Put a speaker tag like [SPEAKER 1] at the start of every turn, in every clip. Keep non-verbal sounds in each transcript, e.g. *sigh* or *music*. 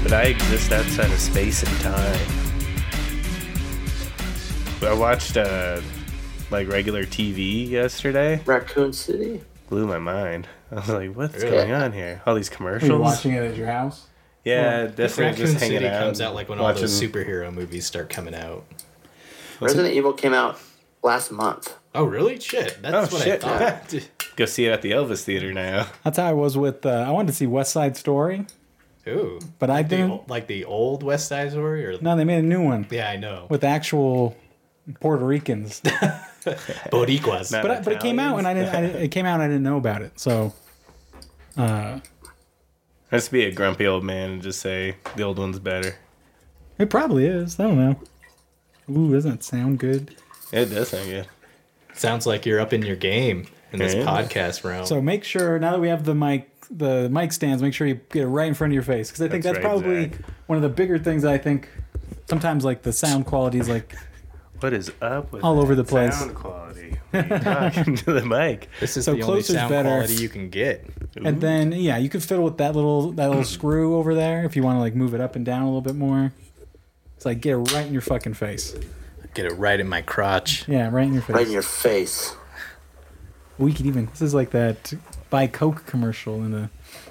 [SPEAKER 1] exists outside of space and time. I watched uh, like regular TV yesterday.
[SPEAKER 2] Raccoon City.
[SPEAKER 1] Blew my mind. *laughs* I was like, "What's
[SPEAKER 3] Really?
[SPEAKER 1] going on here? All these
[SPEAKER 4] Are you
[SPEAKER 1] commercials."
[SPEAKER 4] watching it at your house?
[SPEAKER 1] Yeah, definitely
[SPEAKER 3] Raccoon
[SPEAKER 1] just hanging
[SPEAKER 3] City
[SPEAKER 1] out.
[SPEAKER 3] comes out like when all
[SPEAKER 1] watching-
[SPEAKER 3] those superhero movies start coming out.
[SPEAKER 1] What's
[SPEAKER 2] Resident Evil came out last month.
[SPEAKER 3] Oh, really? Shit. That's
[SPEAKER 1] Oh,
[SPEAKER 3] what
[SPEAKER 1] shit.
[SPEAKER 3] I thought.
[SPEAKER 1] Go see it at the Elvis Theater now.
[SPEAKER 4] *laughs*
[SPEAKER 1] *laughs*
[SPEAKER 4] That's how I was with. Uh, I wanted to see West Side Story,
[SPEAKER 3] Ooh.
[SPEAKER 4] but I
[SPEAKER 3] The,
[SPEAKER 4] didn't.
[SPEAKER 3] ol- like the old West Side Story? Or,
[SPEAKER 4] No, they made a new one
[SPEAKER 3] Yeah, I know.
[SPEAKER 4] with actual
[SPEAKER 3] *laughs*
[SPEAKER 4] Puerto Ricans.
[SPEAKER 3] Boricuas.
[SPEAKER 1] Not
[SPEAKER 4] but I, but it came out and I didn't, I didn't- It came out and I didn't know about it. So
[SPEAKER 1] Let's be a grumpy old man and just say the old one's better.
[SPEAKER 4] it probably is. I don't know. Ooh, doesn't it sound good?
[SPEAKER 1] It does sound good.
[SPEAKER 3] Sounds like you're up in your game in this
[SPEAKER 1] Yeah.
[SPEAKER 3] podcast realm.
[SPEAKER 4] So make sure now that we have the mic, the mic stands. Make sure you get it right in front of your face because I think
[SPEAKER 1] That's
[SPEAKER 4] that's,
[SPEAKER 1] right,
[SPEAKER 4] probably
[SPEAKER 1] Zach.
[SPEAKER 4] one of the bigger things that I think. Sometimes like the sound quality is like
[SPEAKER 1] What is up with
[SPEAKER 4] All over
[SPEAKER 1] that
[SPEAKER 4] the place.
[SPEAKER 1] Sound quality. When you talk into the mic. *laughs*
[SPEAKER 3] this is
[SPEAKER 4] so
[SPEAKER 3] the only
[SPEAKER 4] closer's
[SPEAKER 3] sound
[SPEAKER 4] better.
[SPEAKER 3] quality you can get.
[SPEAKER 4] And then yeah, you could fiddle with that little that little screw over there if you want to like move it up and down a little bit more. It's like get it right in your fucking face.
[SPEAKER 3] Get it right in my crotch.
[SPEAKER 4] Yeah, right in your face.
[SPEAKER 2] Right in your face.
[SPEAKER 4] we could even. This is like that buy Coke commercial in the.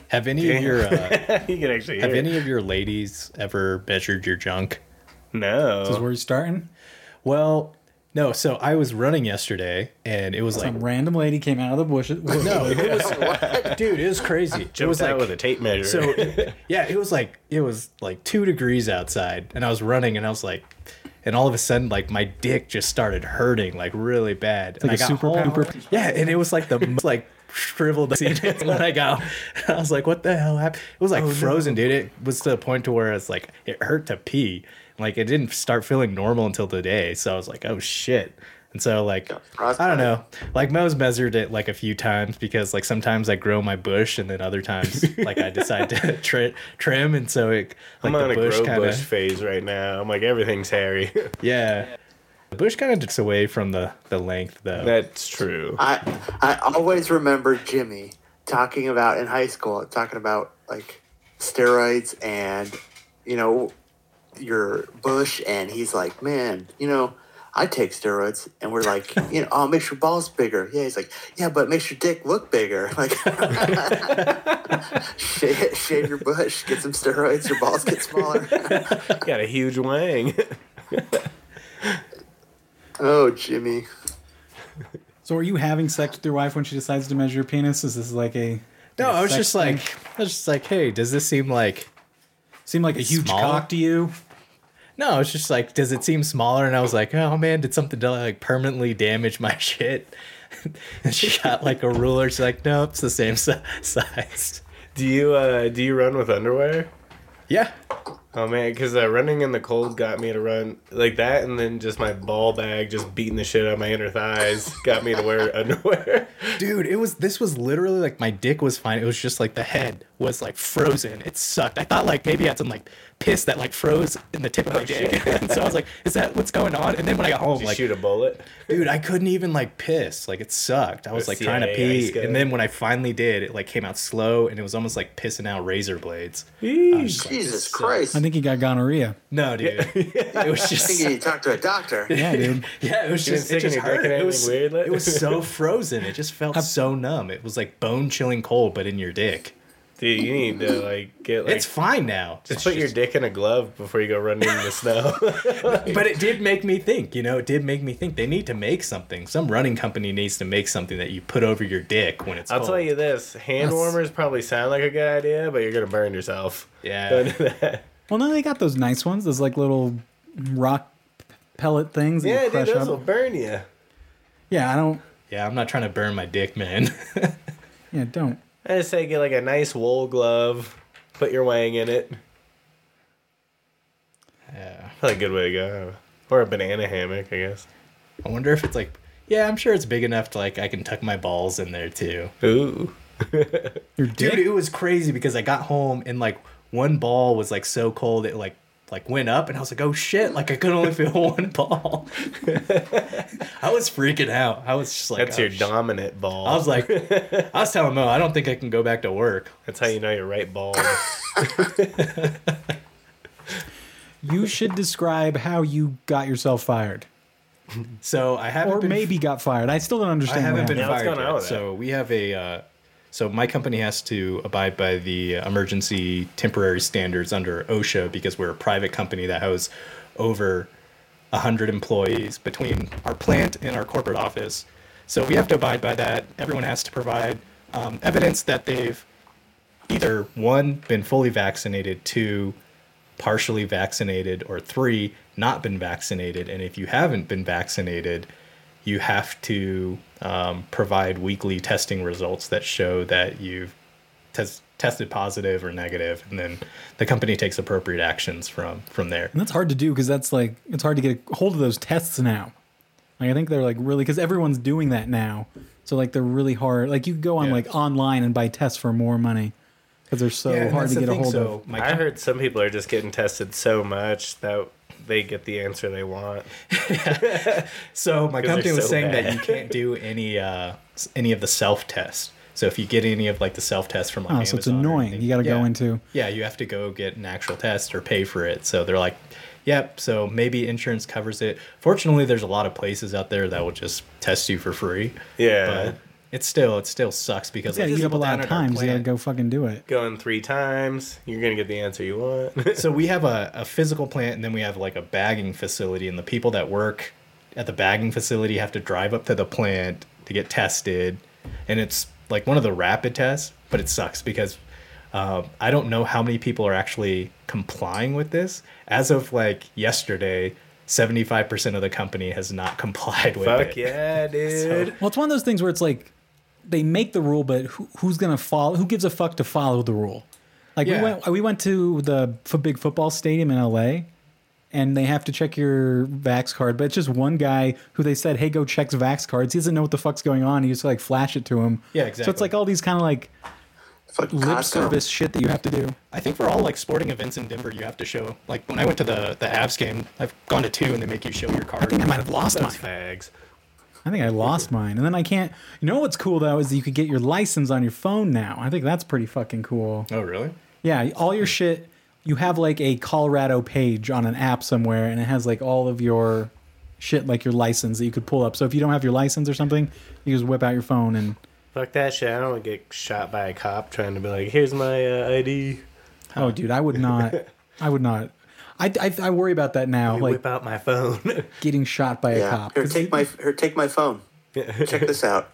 [SPEAKER 3] Have any of your uh, *laughs*
[SPEAKER 1] you can actually hear
[SPEAKER 3] have
[SPEAKER 1] it.
[SPEAKER 3] any of your ladies ever measured your junk?
[SPEAKER 1] No.
[SPEAKER 4] This is where you're starting.
[SPEAKER 3] Well, no. So I was running yesterday, and it was like,
[SPEAKER 4] Some random lady came out of the bushes.
[SPEAKER 3] no, it was, dude, it was *laughs* crazy. it
[SPEAKER 1] Jumped
[SPEAKER 3] was
[SPEAKER 1] out
[SPEAKER 3] like,
[SPEAKER 1] with a tape measure.
[SPEAKER 3] so yeah, it was like it was like two degrees outside, and I was running, and I was like, and all of a sudden, like my dick just started hurting like really bad. and
[SPEAKER 4] like
[SPEAKER 3] I
[SPEAKER 4] a
[SPEAKER 3] got
[SPEAKER 4] super
[SPEAKER 3] home-
[SPEAKER 4] pooper.
[SPEAKER 3] Yeah, and it was
[SPEAKER 1] *laughs*
[SPEAKER 3] like the most, like shriveled scene *laughs* when I got. I was like, what the hell happened? It
[SPEAKER 1] Oh,
[SPEAKER 3] was like frozen, dude. It was to the point to where it's like it hurt to pee. Like it didn't start feeling normal until today. So I was like, oh shit. And so like I don't know. Like Mo's measured it like a few times because like sometimes I grow my bush and then other times like I
[SPEAKER 1] *laughs*
[SPEAKER 3] decide to tri- trim and so it like
[SPEAKER 1] I'm on
[SPEAKER 3] the
[SPEAKER 1] a
[SPEAKER 3] bush
[SPEAKER 1] grow
[SPEAKER 3] kind
[SPEAKER 1] bush
[SPEAKER 3] of
[SPEAKER 1] phase right now. I'm like everything's hairy. *laughs*
[SPEAKER 3] yeah. The bush kind of dips away from the the length though.
[SPEAKER 1] That's true.
[SPEAKER 2] I I always remember Jimmy talking about in high school, talking about like steroids and you know your bush, and he's like, man, you know. I take steroids, and we're like, you know, oh, it makes your balls bigger. Yeah, he's like, yeah, but it makes your dick look bigger. *laughs* Like, shave, shave your bush, get some steroids, your balls get smaller.
[SPEAKER 1] Got a huge wang. *laughs*
[SPEAKER 2] oh, Jimmy.
[SPEAKER 4] So are you having sex with your wife when she decides to measure your penis? Is this like a?
[SPEAKER 3] No,
[SPEAKER 4] like a
[SPEAKER 3] I was
[SPEAKER 4] sex
[SPEAKER 3] just
[SPEAKER 4] thing?
[SPEAKER 3] like, I was just like, hey, does this seem like?
[SPEAKER 4] seem like a huge
[SPEAKER 3] Small?
[SPEAKER 4] cock to you.
[SPEAKER 3] No, it's just like, does it seem smaller? And I was like, oh man, did something like permanently damage my *laughs* shit? and she got like a ruler. She's like, no, it's the same *laughs* si- size.
[SPEAKER 1] Do you uh do you run with underwear?
[SPEAKER 3] Yeah,
[SPEAKER 1] Oh man, because uh, running in the cold got me to run like that, and then just my ball bag just beating the shit out of my inner thighs got me to wear *laughs* underwear.
[SPEAKER 3] dude, it was. This was literally like my dick was fine. It was just like the head was like frozen. It sucked. I thought like maybe I had some like piss that like froze in the tip of my dick. *laughs* and so I was like, is that what's going on? And then when I got home,
[SPEAKER 1] You
[SPEAKER 3] like,
[SPEAKER 1] shoot a bullet.
[SPEAKER 3] dude i couldn't even like piss like it sucked i was like trying to
[SPEAKER 1] CIA ice
[SPEAKER 3] pee
[SPEAKER 1] gun.
[SPEAKER 3] and then when i finally did it like came out slow and it was almost like pissing out razor blades
[SPEAKER 2] Jesus Christ.
[SPEAKER 4] I think he got gonorrhea.
[SPEAKER 3] no dude
[SPEAKER 1] *laughs*
[SPEAKER 3] it was
[SPEAKER 2] I think you
[SPEAKER 3] just
[SPEAKER 2] need to talk to a
[SPEAKER 4] *laughs*
[SPEAKER 2] doctor.
[SPEAKER 4] Yeah, dude.
[SPEAKER 3] *laughs* yeah it was
[SPEAKER 1] You
[SPEAKER 3] just
[SPEAKER 1] didn't
[SPEAKER 3] it
[SPEAKER 1] stick any
[SPEAKER 3] just
[SPEAKER 1] dick in
[SPEAKER 3] hurt it
[SPEAKER 1] anything
[SPEAKER 3] was,
[SPEAKER 1] weird, like-
[SPEAKER 3] it
[SPEAKER 1] *laughs*
[SPEAKER 3] was so frozen it just felt so numb it was like bone chilling cold but in your dick
[SPEAKER 1] Dude, you need to like get like
[SPEAKER 3] it's fine now
[SPEAKER 1] just put your dick in a glove before you go running in the snow. *laughs*
[SPEAKER 3] but it did make me think you know it did make me think they need to make something some running company needs to make something that you put over your dick when it's
[SPEAKER 1] I'll
[SPEAKER 3] cold.
[SPEAKER 1] tell you this: hand
[SPEAKER 4] That's-
[SPEAKER 1] warmers probably sound like a good idea, but you're gonna burn yourself.
[SPEAKER 3] yeah
[SPEAKER 1] *laughs* Don't do that.
[SPEAKER 4] Well, no, they got those nice ones. Those like little rock pellet things. that you
[SPEAKER 1] Yeah, dude,
[SPEAKER 4] crush
[SPEAKER 1] those
[SPEAKER 4] up.
[SPEAKER 1] will burn you.
[SPEAKER 4] Yeah, I don't.
[SPEAKER 3] yeah i'm not trying to burn my dick man *laughs*
[SPEAKER 4] Yeah, don't.
[SPEAKER 1] I just say get like a nice wool glove, put your wang in it.
[SPEAKER 3] yeah
[SPEAKER 1] Probably a good way to go. Or a banana hammock, I guess.
[SPEAKER 3] I wonder if it's like, yeah, I'm sure it's big enough to like I can tuck my balls in there too.
[SPEAKER 1] Ooh.
[SPEAKER 4] Your
[SPEAKER 3] Dude,
[SPEAKER 4] dick.
[SPEAKER 3] it was crazy because I got home and like one ball was like so cold it like like went up and I was like, oh shit, like I could only feel *laughs* one ball. I was freaking out. I was just like,
[SPEAKER 1] That's
[SPEAKER 3] oh,
[SPEAKER 1] your
[SPEAKER 3] shit.
[SPEAKER 1] dominant ball.
[SPEAKER 3] I
[SPEAKER 1] *laughs*
[SPEAKER 3] was like, I was telling Mo, I don't think I can go back to work.
[SPEAKER 1] *coughs* That's how you know your right ball.
[SPEAKER 4] you should describe how you got yourself fired,
[SPEAKER 3] So I haven't
[SPEAKER 4] or
[SPEAKER 3] been
[SPEAKER 4] maybe got fired. I still don't
[SPEAKER 3] I
[SPEAKER 4] understand.
[SPEAKER 3] haven't
[SPEAKER 4] what
[SPEAKER 3] been
[SPEAKER 1] Yeah, what's
[SPEAKER 3] fired
[SPEAKER 1] going on
[SPEAKER 3] yet.
[SPEAKER 1] with that?
[SPEAKER 3] So we have a. Uh, so my company has to abide by the emergency temporary standards under OSHA because we're a private company that has over hundred employees between our plant and our corporate office. So we have to abide by that. Everyone has to provide um, evidence that they've either one been fully vaccinated, two partially vaccinated, or three not been vaccinated. And if you haven't been vaccinated, you have to um, provide weekly testing results that show that you've tes- tested positive or negative, and then the company takes appropriate actions from from there.
[SPEAKER 4] And that's hard to do because that's like it's hard to get a hold of those tests now. Like I think they're like really because everyone's doing that now, so like they're really hard. Like you can go on
[SPEAKER 3] Yeah.
[SPEAKER 4] like online and buy tests for more money because they're so
[SPEAKER 3] and
[SPEAKER 4] hard
[SPEAKER 3] that's
[SPEAKER 4] to
[SPEAKER 3] the
[SPEAKER 4] get a
[SPEAKER 3] thing,
[SPEAKER 4] hold
[SPEAKER 3] so
[SPEAKER 4] of.
[SPEAKER 3] My
[SPEAKER 1] I
[SPEAKER 3] com-
[SPEAKER 1] heard some people are just getting tested so much that they get the answer they want.
[SPEAKER 3] So my
[SPEAKER 1] 'Cause
[SPEAKER 3] company
[SPEAKER 1] they're
[SPEAKER 3] was
[SPEAKER 1] so
[SPEAKER 3] saying that
[SPEAKER 1] bad.
[SPEAKER 3] you can't do any uh, s- any of the self tests. So if you get any of like the self tests from like
[SPEAKER 4] Oh, so it's
[SPEAKER 3] Amazon or
[SPEAKER 4] annoying.
[SPEAKER 3] anything-
[SPEAKER 4] You got to go
[SPEAKER 3] Yeah.
[SPEAKER 4] into
[SPEAKER 3] yeah, you have to go get an actual test or pay for it. So they're like, yep. So maybe insurance covers it. Fortunately, there's a lot of places out there that will just test you for free.
[SPEAKER 1] Yeah.
[SPEAKER 3] but it's still it still sucks because
[SPEAKER 4] yeah,
[SPEAKER 3] like,
[SPEAKER 4] you get up a
[SPEAKER 3] people
[SPEAKER 4] lot
[SPEAKER 3] down
[SPEAKER 4] of
[SPEAKER 3] at our
[SPEAKER 4] times. You got to
[SPEAKER 3] plant-
[SPEAKER 4] go fucking do it.
[SPEAKER 1] Going three times, you're gonna get the answer you *laughs* want.
[SPEAKER 3] so we have a, a physical plant and then we have like a bagging facility and the people that work at the bagging facility have to drive up to the plant to get tested and it's like one of the rapid tests but it sucks because um, i don't know how many people are actually complying with this as of like yesterday 75% of the company has not *laughs* complied with
[SPEAKER 1] Fuck *laughs*
[SPEAKER 3] it
[SPEAKER 1] yeah, dude.
[SPEAKER 4] Well, it's one of those things where it's like they make the rule, but who, who's gonna follow? Who gives a fuck to follow the rule? Like
[SPEAKER 3] Yeah.
[SPEAKER 4] we went, we went to the f- big football stadium in L.A. and they have to check your Vax card, but it's just one guy who they said, "Hey, go check Vax cards." He doesn't know what the fuck's going on. You just like flash it to him.
[SPEAKER 3] Yeah,
[SPEAKER 4] So it's
[SPEAKER 3] exactly.
[SPEAKER 4] like all these kind of like
[SPEAKER 2] Fucking
[SPEAKER 4] lip
[SPEAKER 2] Costco.
[SPEAKER 4] service shit that you have to do.
[SPEAKER 3] I think for all like sporting events in Denver, you have to show. Like when I went to the the Avs game, I've gone to two, and they make you show your card. I think I might have lost
[SPEAKER 1] Those fags.
[SPEAKER 4] I think I lost mine, and then I can't. You know what's cool though is that you could get your license on your phone now. I think that's pretty fucking cool.
[SPEAKER 3] Oh really?
[SPEAKER 4] Yeah, all your shit. You have like a Colorado page on an app somewhere, and it has like all of your shit, like your license that you could pull up. So if you don't have your license or something, you just whip out your phone and
[SPEAKER 1] Fuck that shit. I don't want to get shot by a cop trying to be like, here's my uh, ID.
[SPEAKER 4] oh, dude, I would not. I would not. I, I, I worry about that now,
[SPEAKER 1] You
[SPEAKER 4] like
[SPEAKER 1] whip out my phone. *laughs*
[SPEAKER 4] getting shot by a
[SPEAKER 2] Yeah.
[SPEAKER 4] cop.
[SPEAKER 2] Here,
[SPEAKER 4] 'Cause-
[SPEAKER 2] take my here, take my phone. Check this out.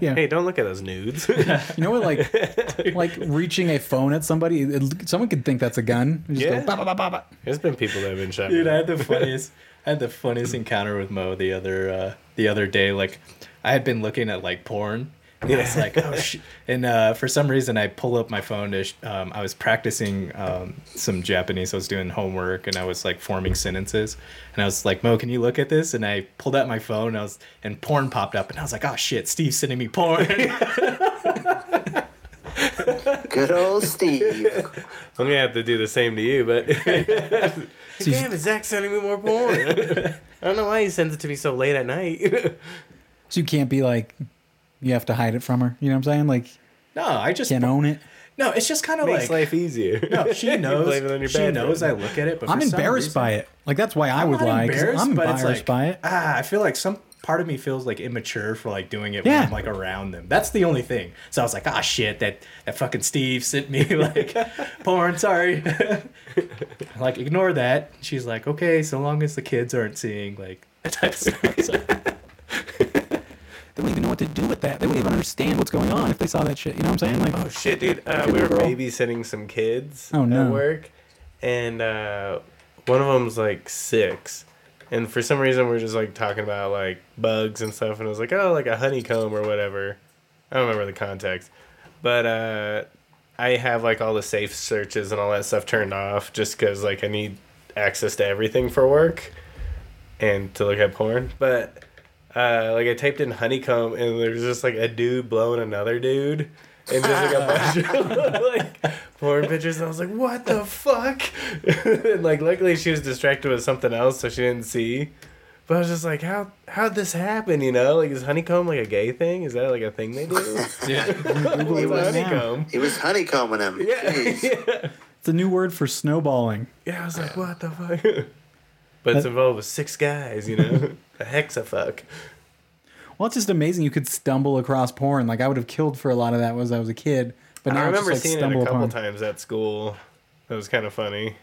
[SPEAKER 1] hey, don't look at those nudes. *laughs*
[SPEAKER 4] You know
[SPEAKER 2] *laughs*
[SPEAKER 4] what? Like, like reaching a phone at somebody, it, someone could think that's a gun. You just go,
[SPEAKER 1] Yeah.
[SPEAKER 4] "Bah, bah, bah, bah, bah."
[SPEAKER 1] There's been people that have been shot.
[SPEAKER 3] Dude, I had the funniest. I had the funniest encounter with Mo the other uh, the other day. Like, I had been looking at like porn. And I was like, oh shit! And uh, for some reason, I pull up my phone to. Sh- um, I was practicing um, some Japanese. I was doing homework, and I was like forming sentences. And I was like, Mo, can you look at this? And I pulled out my phone. And I was and porn popped up, and I was like, oh shit! Steve's sending
[SPEAKER 1] *laughs*
[SPEAKER 3] me porn. *laughs*
[SPEAKER 2] Good old Steve.
[SPEAKER 1] I'm gonna have to do the same to you, *laughs* but damn, is Zach sending me more *laughs* porn? I don't know why he sends it to me so late at night.
[SPEAKER 4] So you can't be like, you have to hide it from her. You know what I'm saying? Like,
[SPEAKER 3] no, I just
[SPEAKER 4] can't own it.
[SPEAKER 3] no. It's just kind of
[SPEAKER 1] Makes
[SPEAKER 3] like
[SPEAKER 1] life easier. *laughs*
[SPEAKER 3] no. She
[SPEAKER 1] blame it on your
[SPEAKER 3] knows. She
[SPEAKER 1] bad
[SPEAKER 3] knows I
[SPEAKER 1] friend.
[SPEAKER 3] look at it, but
[SPEAKER 4] I'm
[SPEAKER 3] for some
[SPEAKER 4] embarrassed
[SPEAKER 3] reason-
[SPEAKER 4] by it. Like that's why I would
[SPEAKER 3] not
[SPEAKER 4] lie. 'cause I'm
[SPEAKER 3] but
[SPEAKER 4] embarrassed
[SPEAKER 3] it's like,
[SPEAKER 4] by it.
[SPEAKER 3] Ah, I feel like some part of me feels like immature for like doing it
[SPEAKER 4] Yeah.
[SPEAKER 3] when I'm like around them. That's the only thing. So I was like, ah, shit, that that fucking Steve sent me *laughs* like porn. Sorry. *laughs* like ignore that. She's like, okay, so long as the kids aren't seeing like that type of stuff. So-
[SPEAKER 4] They wouldn't even know what to do with that. They wouldn't even understand what's going on if they saw that shit. You know what I'm saying? Like,
[SPEAKER 1] Oh shit, dude! Uh, we were
[SPEAKER 4] girl.
[SPEAKER 1] babysitting some kids
[SPEAKER 4] Oh, no.
[SPEAKER 1] at work, and uh, one of them's like six, and for some reason we are just like talking about like bugs and stuff, and I was like, oh, like a honeycomb or whatever. I don't remember the context, but uh, I have like all the safe searches and all that stuff turned off just because like I need access to everything for work and to look at porn, but. Uh, like I typed in honeycomb and there's just like a dude blowing another dude and just like a bunch of *laughs* like porn pictures and I was like, What the fuck? *laughs* and like luckily she was distracted with something else so she didn't see. But I was just like, How how'd this happen, you know? Like is honeycomb like a gay thing? Is that like a *laughs* thing they do?
[SPEAKER 3] yeah.
[SPEAKER 2] it was
[SPEAKER 4] *laughs*
[SPEAKER 1] honeycomb.
[SPEAKER 2] it was honeycombing him.
[SPEAKER 1] Yeah.
[SPEAKER 2] Jeez.
[SPEAKER 4] It's a new word for snowballing.
[SPEAKER 1] Yeah, I was like, what the fuck? *laughs* but it's involved with six guys, you *laughs* know? a hexafuck.
[SPEAKER 4] Well, it's just amazing you could stumble across porn. Like I would have killed for a lot of that as I was a kid, but now
[SPEAKER 1] I
[SPEAKER 4] I
[SPEAKER 1] remember
[SPEAKER 4] just like
[SPEAKER 1] seeing it a
[SPEAKER 4] stumble
[SPEAKER 1] couple
[SPEAKER 4] upon.
[SPEAKER 1] times at school. That was kind of funny.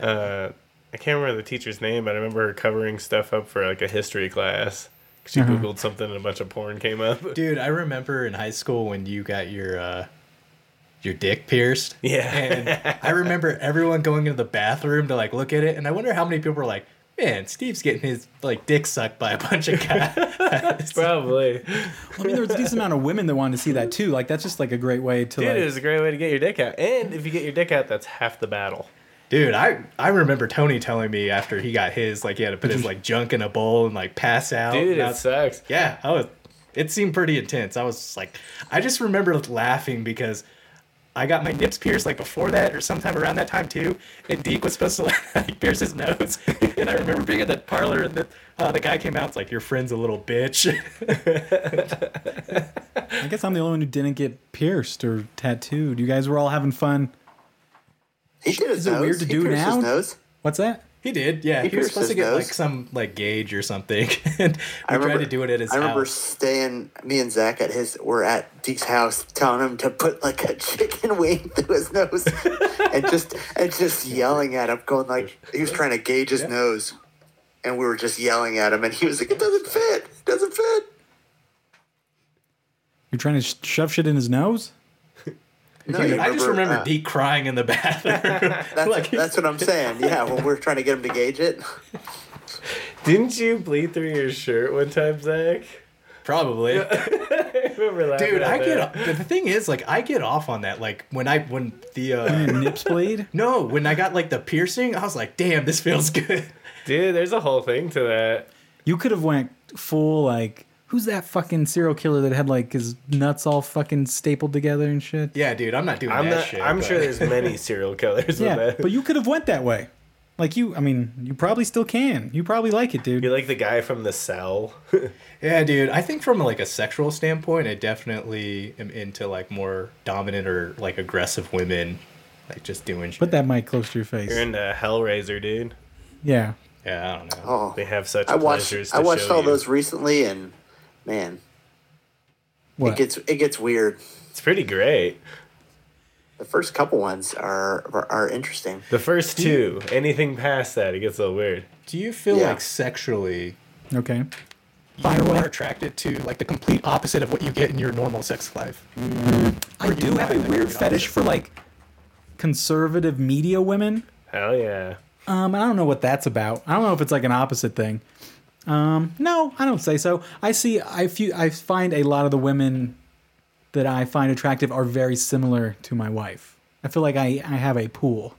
[SPEAKER 1] Uh, I can't remember the teacher's name, but I remember her covering stuff up for like a history class. 'Cause She googled something and a bunch of porn came up. *laughs*
[SPEAKER 3] Dude, I remember in high school when you got your uh your dick pierced.
[SPEAKER 1] Yeah.
[SPEAKER 3] And I remember everyone going into the bathroom to like look at it and I wonder how many people were like, "Man, Steve's getting his like dick sucked by a bunch of
[SPEAKER 1] *laughs*
[SPEAKER 3] guys." *laughs*
[SPEAKER 1] Probably.
[SPEAKER 4] I mean, there was a decent amount of women that wanted to see that too. Like that's just like a great way
[SPEAKER 1] *laughs*
[SPEAKER 4] to
[SPEAKER 1] Dude,
[SPEAKER 4] like.
[SPEAKER 1] it was a great way to get your dick out. And if you get your dick out, that's half the battle.
[SPEAKER 3] Dude, I I remember Tony telling me after he got his like he had to put his like junk in a bowl and like pass out.
[SPEAKER 1] Dude,
[SPEAKER 3] and I
[SPEAKER 1] it
[SPEAKER 3] was-
[SPEAKER 1] Oh, sucks.
[SPEAKER 3] Yeah, I was. It seemed pretty intense. I was just like, I just remember laughing because I got my nips pierced like before that or sometime around that time too. And Deke was supposed to like *laughs* pierce his nose, *laughs* and I remember being in that parlor and the uh, the guy came out. It's like your friend's a little bitch. *laughs*
[SPEAKER 4] I guess I'm the only one who didn't get pierced or tattooed. You guys were all having fun.
[SPEAKER 2] He did his
[SPEAKER 4] Is it
[SPEAKER 2] nose.
[SPEAKER 4] weird to
[SPEAKER 2] he
[SPEAKER 4] do
[SPEAKER 2] pierced
[SPEAKER 4] now?
[SPEAKER 2] His nose.
[SPEAKER 4] What's that?
[SPEAKER 3] he did, yeah. He,
[SPEAKER 2] He
[SPEAKER 3] was
[SPEAKER 2] pierced
[SPEAKER 3] supposed to
[SPEAKER 2] his
[SPEAKER 3] get like
[SPEAKER 2] nose.
[SPEAKER 3] some like gauge or something, *laughs* and we tried to do it at his
[SPEAKER 2] I remember
[SPEAKER 3] house.
[SPEAKER 2] staying. Me and Zach at his were at Deke's house, telling him to put like a chicken *laughs* wing through his
[SPEAKER 4] *laughs*
[SPEAKER 2] nose, and just and just yelling at him, going like he was trying to gauge his nose, and we were just yelling at him, and he was like, "It doesn't fit. It doesn't fit."
[SPEAKER 4] You're trying to sh- shove shit in his nose?
[SPEAKER 2] No,
[SPEAKER 3] Dude,
[SPEAKER 2] you
[SPEAKER 3] I just remember
[SPEAKER 2] uh,
[SPEAKER 3] Deke crying in the *laughs* bathroom.
[SPEAKER 2] That's,
[SPEAKER 3] like,
[SPEAKER 2] that's what I'm saying. Yeah, when we're trying to get him to gauge it.
[SPEAKER 1] Didn't you bleed through your shirt one time, Zach?
[SPEAKER 3] probably.
[SPEAKER 1] I remember that.
[SPEAKER 3] *laughs* Dude, I get but the thing is like I get off on that. Like when I when the uh
[SPEAKER 4] Nips bleed?
[SPEAKER 3] no when I got like the piercing, I was like, damn, this feels *laughs* good.
[SPEAKER 1] Dude, there's a whole thing to that.
[SPEAKER 4] You could have went full like, who's that fucking serial killer that had like his nuts all fucking stapled together and shit?
[SPEAKER 3] Yeah, dude, I'm not doing
[SPEAKER 1] I'm
[SPEAKER 3] that
[SPEAKER 1] not.
[SPEAKER 3] shit.
[SPEAKER 1] I'm
[SPEAKER 3] but-
[SPEAKER 1] sure there's many serial *laughs* killers.
[SPEAKER 4] Yeah,
[SPEAKER 1] with that.
[SPEAKER 4] but you could have went that way. Like you, I mean, you probably still can. You probably like it, dude.
[SPEAKER 1] You're like the guy from the cell. *laughs*
[SPEAKER 3] Yeah, dude, I think from like a sexual standpoint, I definitely am into like more dominant or like aggressive women, like just doing shit.
[SPEAKER 4] Put that mic close to your face.
[SPEAKER 1] You're into Hellraiser, dude.
[SPEAKER 4] Yeah.
[SPEAKER 3] yeah, I don't know.
[SPEAKER 2] Oh,
[SPEAKER 1] They have such
[SPEAKER 2] I watched.
[SPEAKER 1] pleasures. To
[SPEAKER 2] I watched
[SPEAKER 1] show
[SPEAKER 2] all
[SPEAKER 1] you.
[SPEAKER 2] those recently, and man,
[SPEAKER 4] What?
[SPEAKER 2] it gets it gets weird.
[SPEAKER 1] It's pretty great.
[SPEAKER 2] The first couple ones are are, are interesting.
[SPEAKER 1] The first two. Anything past that, it gets a little weird.
[SPEAKER 3] Do you feel
[SPEAKER 2] Yeah.
[SPEAKER 3] like sexually
[SPEAKER 4] okay.
[SPEAKER 3] you are attracted to like the complete opposite of what you get in your normal sex life?
[SPEAKER 4] I do have a weird fetish for like conservative media women.
[SPEAKER 1] Hell yeah.
[SPEAKER 4] Um, and I don't know what that's about. I don't know if it's like an opposite thing. Um, no, I don't say so. I see. I few. I find a lot of the women that I find attractive are very similar to my wife. I feel like I I have a pool,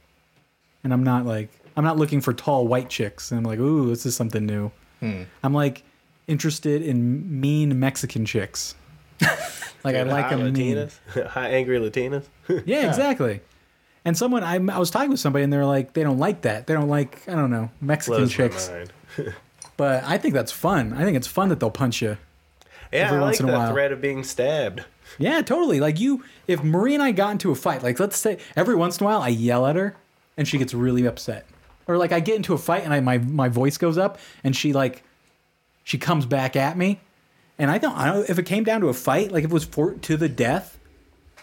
[SPEAKER 4] and I'm not like I'm not looking for tall white chicks. And I'm like, ooh, this is something new. I'm like interested in mean Mexican chicks. like I like
[SPEAKER 1] Hot
[SPEAKER 4] a mean.
[SPEAKER 1] Latinas. *laughs* Hot angry Latinas.
[SPEAKER 4] Yeah, exactly. And someone I, I was talking with somebody, and they're like, they don't like that. They don't like I don't know Mexican
[SPEAKER 1] Blows my
[SPEAKER 4] chicks.
[SPEAKER 1] mind.
[SPEAKER 4] But I think that's fun. I think it's fun that they'll punch you.
[SPEAKER 1] Yeah,
[SPEAKER 4] Every
[SPEAKER 1] I
[SPEAKER 4] once
[SPEAKER 1] like
[SPEAKER 4] in a
[SPEAKER 1] the
[SPEAKER 4] while.
[SPEAKER 1] threat of being stabbed.
[SPEAKER 4] Yeah, totally. Like you, if Marie and I got into a fight, like let's say every once in a while I yell at her, and she gets really upset, or like I get into a fight and I my my voice goes up, and she like, she comes back at me, and I don't I don't if it came down to a fight, like if it was for to the death,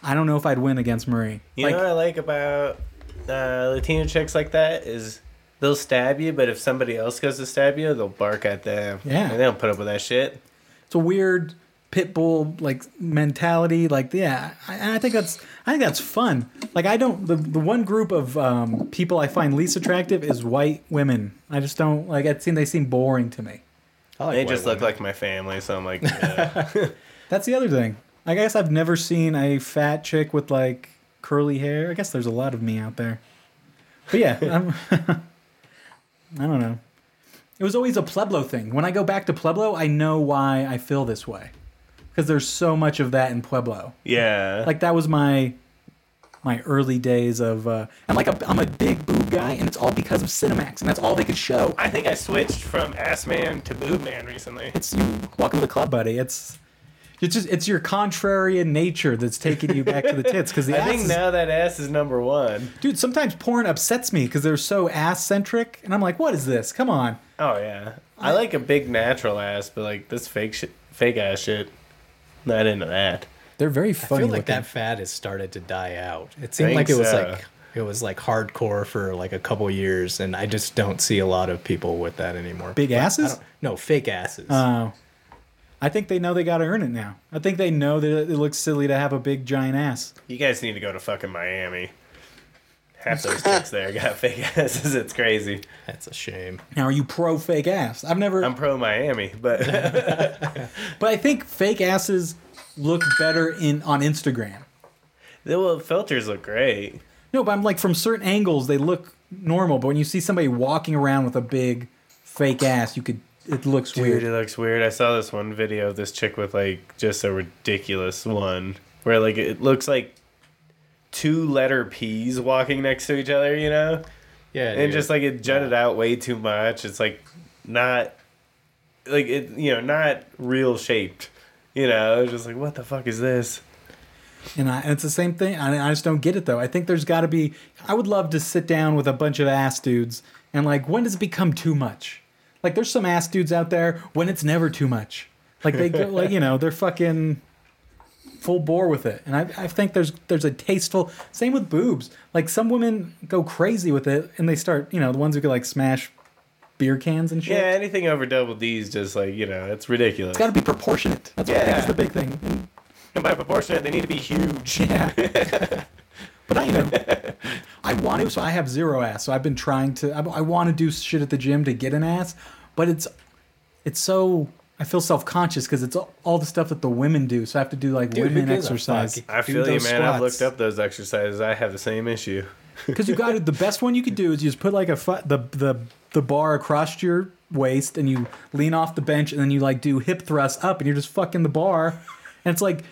[SPEAKER 4] I don't know if I'd win against Marie.
[SPEAKER 1] You
[SPEAKER 4] like
[SPEAKER 1] know what I like about uh, Latino chicks like that is they'll stab you, but if somebody else goes to stab you, they'll bark at them.
[SPEAKER 4] Yeah.
[SPEAKER 1] and they don't put up with that shit.
[SPEAKER 4] it's a weird pit bull like mentality like yeah I, and I think that's i think that's fun like i don't the, the one group of um, people i find least attractive is white women i just don't like it seem they seem boring to me
[SPEAKER 3] I like
[SPEAKER 1] They
[SPEAKER 3] white
[SPEAKER 1] just look
[SPEAKER 3] women.
[SPEAKER 1] like my family, so I'm like, yeah.
[SPEAKER 4] *laughs* that's the other thing i guess i've never seen a fat chick with like curly hair i guess there's a lot of me out there but yeah I'm, *laughs* i don't know it was always a pueblo thing when i go back to pueblo i know why i feel this way because there's so much of that in pueblo
[SPEAKER 1] yeah.
[SPEAKER 4] like that was my my early days of uh and like a, i'm a big boob guy and it's all because of cinemax and that's all they could show
[SPEAKER 1] I think I switched from ass man to boob man recently.
[SPEAKER 4] it's you welcome to the club buddy it's It's just it's your contrarian nature that's taking you back to the tits because
[SPEAKER 3] *laughs*
[SPEAKER 4] the
[SPEAKER 1] I
[SPEAKER 4] ass
[SPEAKER 1] think
[SPEAKER 4] is-
[SPEAKER 1] now that ass is number one.
[SPEAKER 4] dude. Sometimes porn upsets me because they're so ass centric, and I'm like, what is this? Come on.
[SPEAKER 1] Oh yeah, I like a big natural ass, but like this fake shit, fake ass shit, not into that.
[SPEAKER 4] They're very
[SPEAKER 3] I
[SPEAKER 4] funny.
[SPEAKER 3] feel like
[SPEAKER 4] looking.
[SPEAKER 3] that fad has started to die out. It seemed
[SPEAKER 1] Think
[SPEAKER 3] like it was
[SPEAKER 1] so.
[SPEAKER 3] like it was like hardcore for like a couple years, and I just don't see a lot of people with that anymore.
[SPEAKER 4] Big
[SPEAKER 3] But I
[SPEAKER 4] asses?
[SPEAKER 3] don't- No, fake asses.
[SPEAKER 1] Uh.
[SPEAKER 4] Oh. I think they know they got to earn it now. I think they know that it looks silly to have a big giant ass.
[SPEAKER 1] You guys need to go to fucking Miami. Half those chicks there got fake asses. It's crazy.
[SPEAKER 3] That's a shame.
[SPEAKER 4] Now, are you pro fake ass? I've never,
[SPEAKER 1] I'm pro Miami, but *laughs*
[SPEAKER 4] but I think fake asses look better in on Instagram.
[SPEAKER 1] the well, filters look great.
[SPEAKER 4] No, but I'm like from certain angles they look normal, but when you see somebody walking around with a big fake ass, you could it looks
[SPEAKER 1] Dude, it
[SPEAKER 4] weird.
[SPEAKER 1] looks weird. I saw this one video of this chick with like just a ridiculous one where like it looks like two letter P's walking next to each other, you know?
[SPEAKER 3] Yeah,
[SPEAKER 1] And just like it jutted out way too much. It's like not like it, you know, not real shaped. You know, it's just like what the fuck is this?
[SPEAKER 4] And, I, and it's the same thing. I, I just don't get it though. I think there's got to be. I would love to sit down with a bunch of ass dudes and like, when does it become too much? Like, there's some ass dudes out there when it's never too much. Like
[SPEAKER 1] *laughs*
[SPEAKER 4] they go, like you know, they're fucking full bore with it. And I, I think there's there's a tasteful same with boobs. Like some women go crazy with it and they start, you know, the ones who could like smash beer cans and shit.
[SPEAKER 1] Yeah, anything over double D is just like you know, it's ridiculous.
[SPEAKER 4] It's got to be proportionate. That's what I think
[SPEAKER 1] Yeah.
[SPEAKER 4] is the big thing.
[SPEAKER 1] And by proportionate, they need to be huge.
[SPEAKER 4] Yeah. *laughs* but I know. I want to, so I have zero ass. So I've been trying to. I, I want to do shit at the gym to get an ass, but it's, it's so. I feel self conscious because it's all, all the stuff that the women do. So I have to do like
[SPEAKER 3] Dude, who
[SPEAKER 4] women
[SPEAKER 3] gives a
[SPEAKER 4] exercise.
[SPEAKER 3] fuck?
[SPEAKER 1] I
[SPEAKER 3] Do
[SPEAKER 1] feel you, man.
[SPEAKER 3] those
[SPEAKER 1] I've
[SPEAKER 3] squats.
[SPEAKER 1] looked up those exercises. I have the same issue.
[SPEAKER 4] *laughs* Because you got to, the best one you could do is you just put like a fu- the the the bar across your waist and you lean off the bench and then you like do hip thrusts up and you're just fucking the bar, and it's like.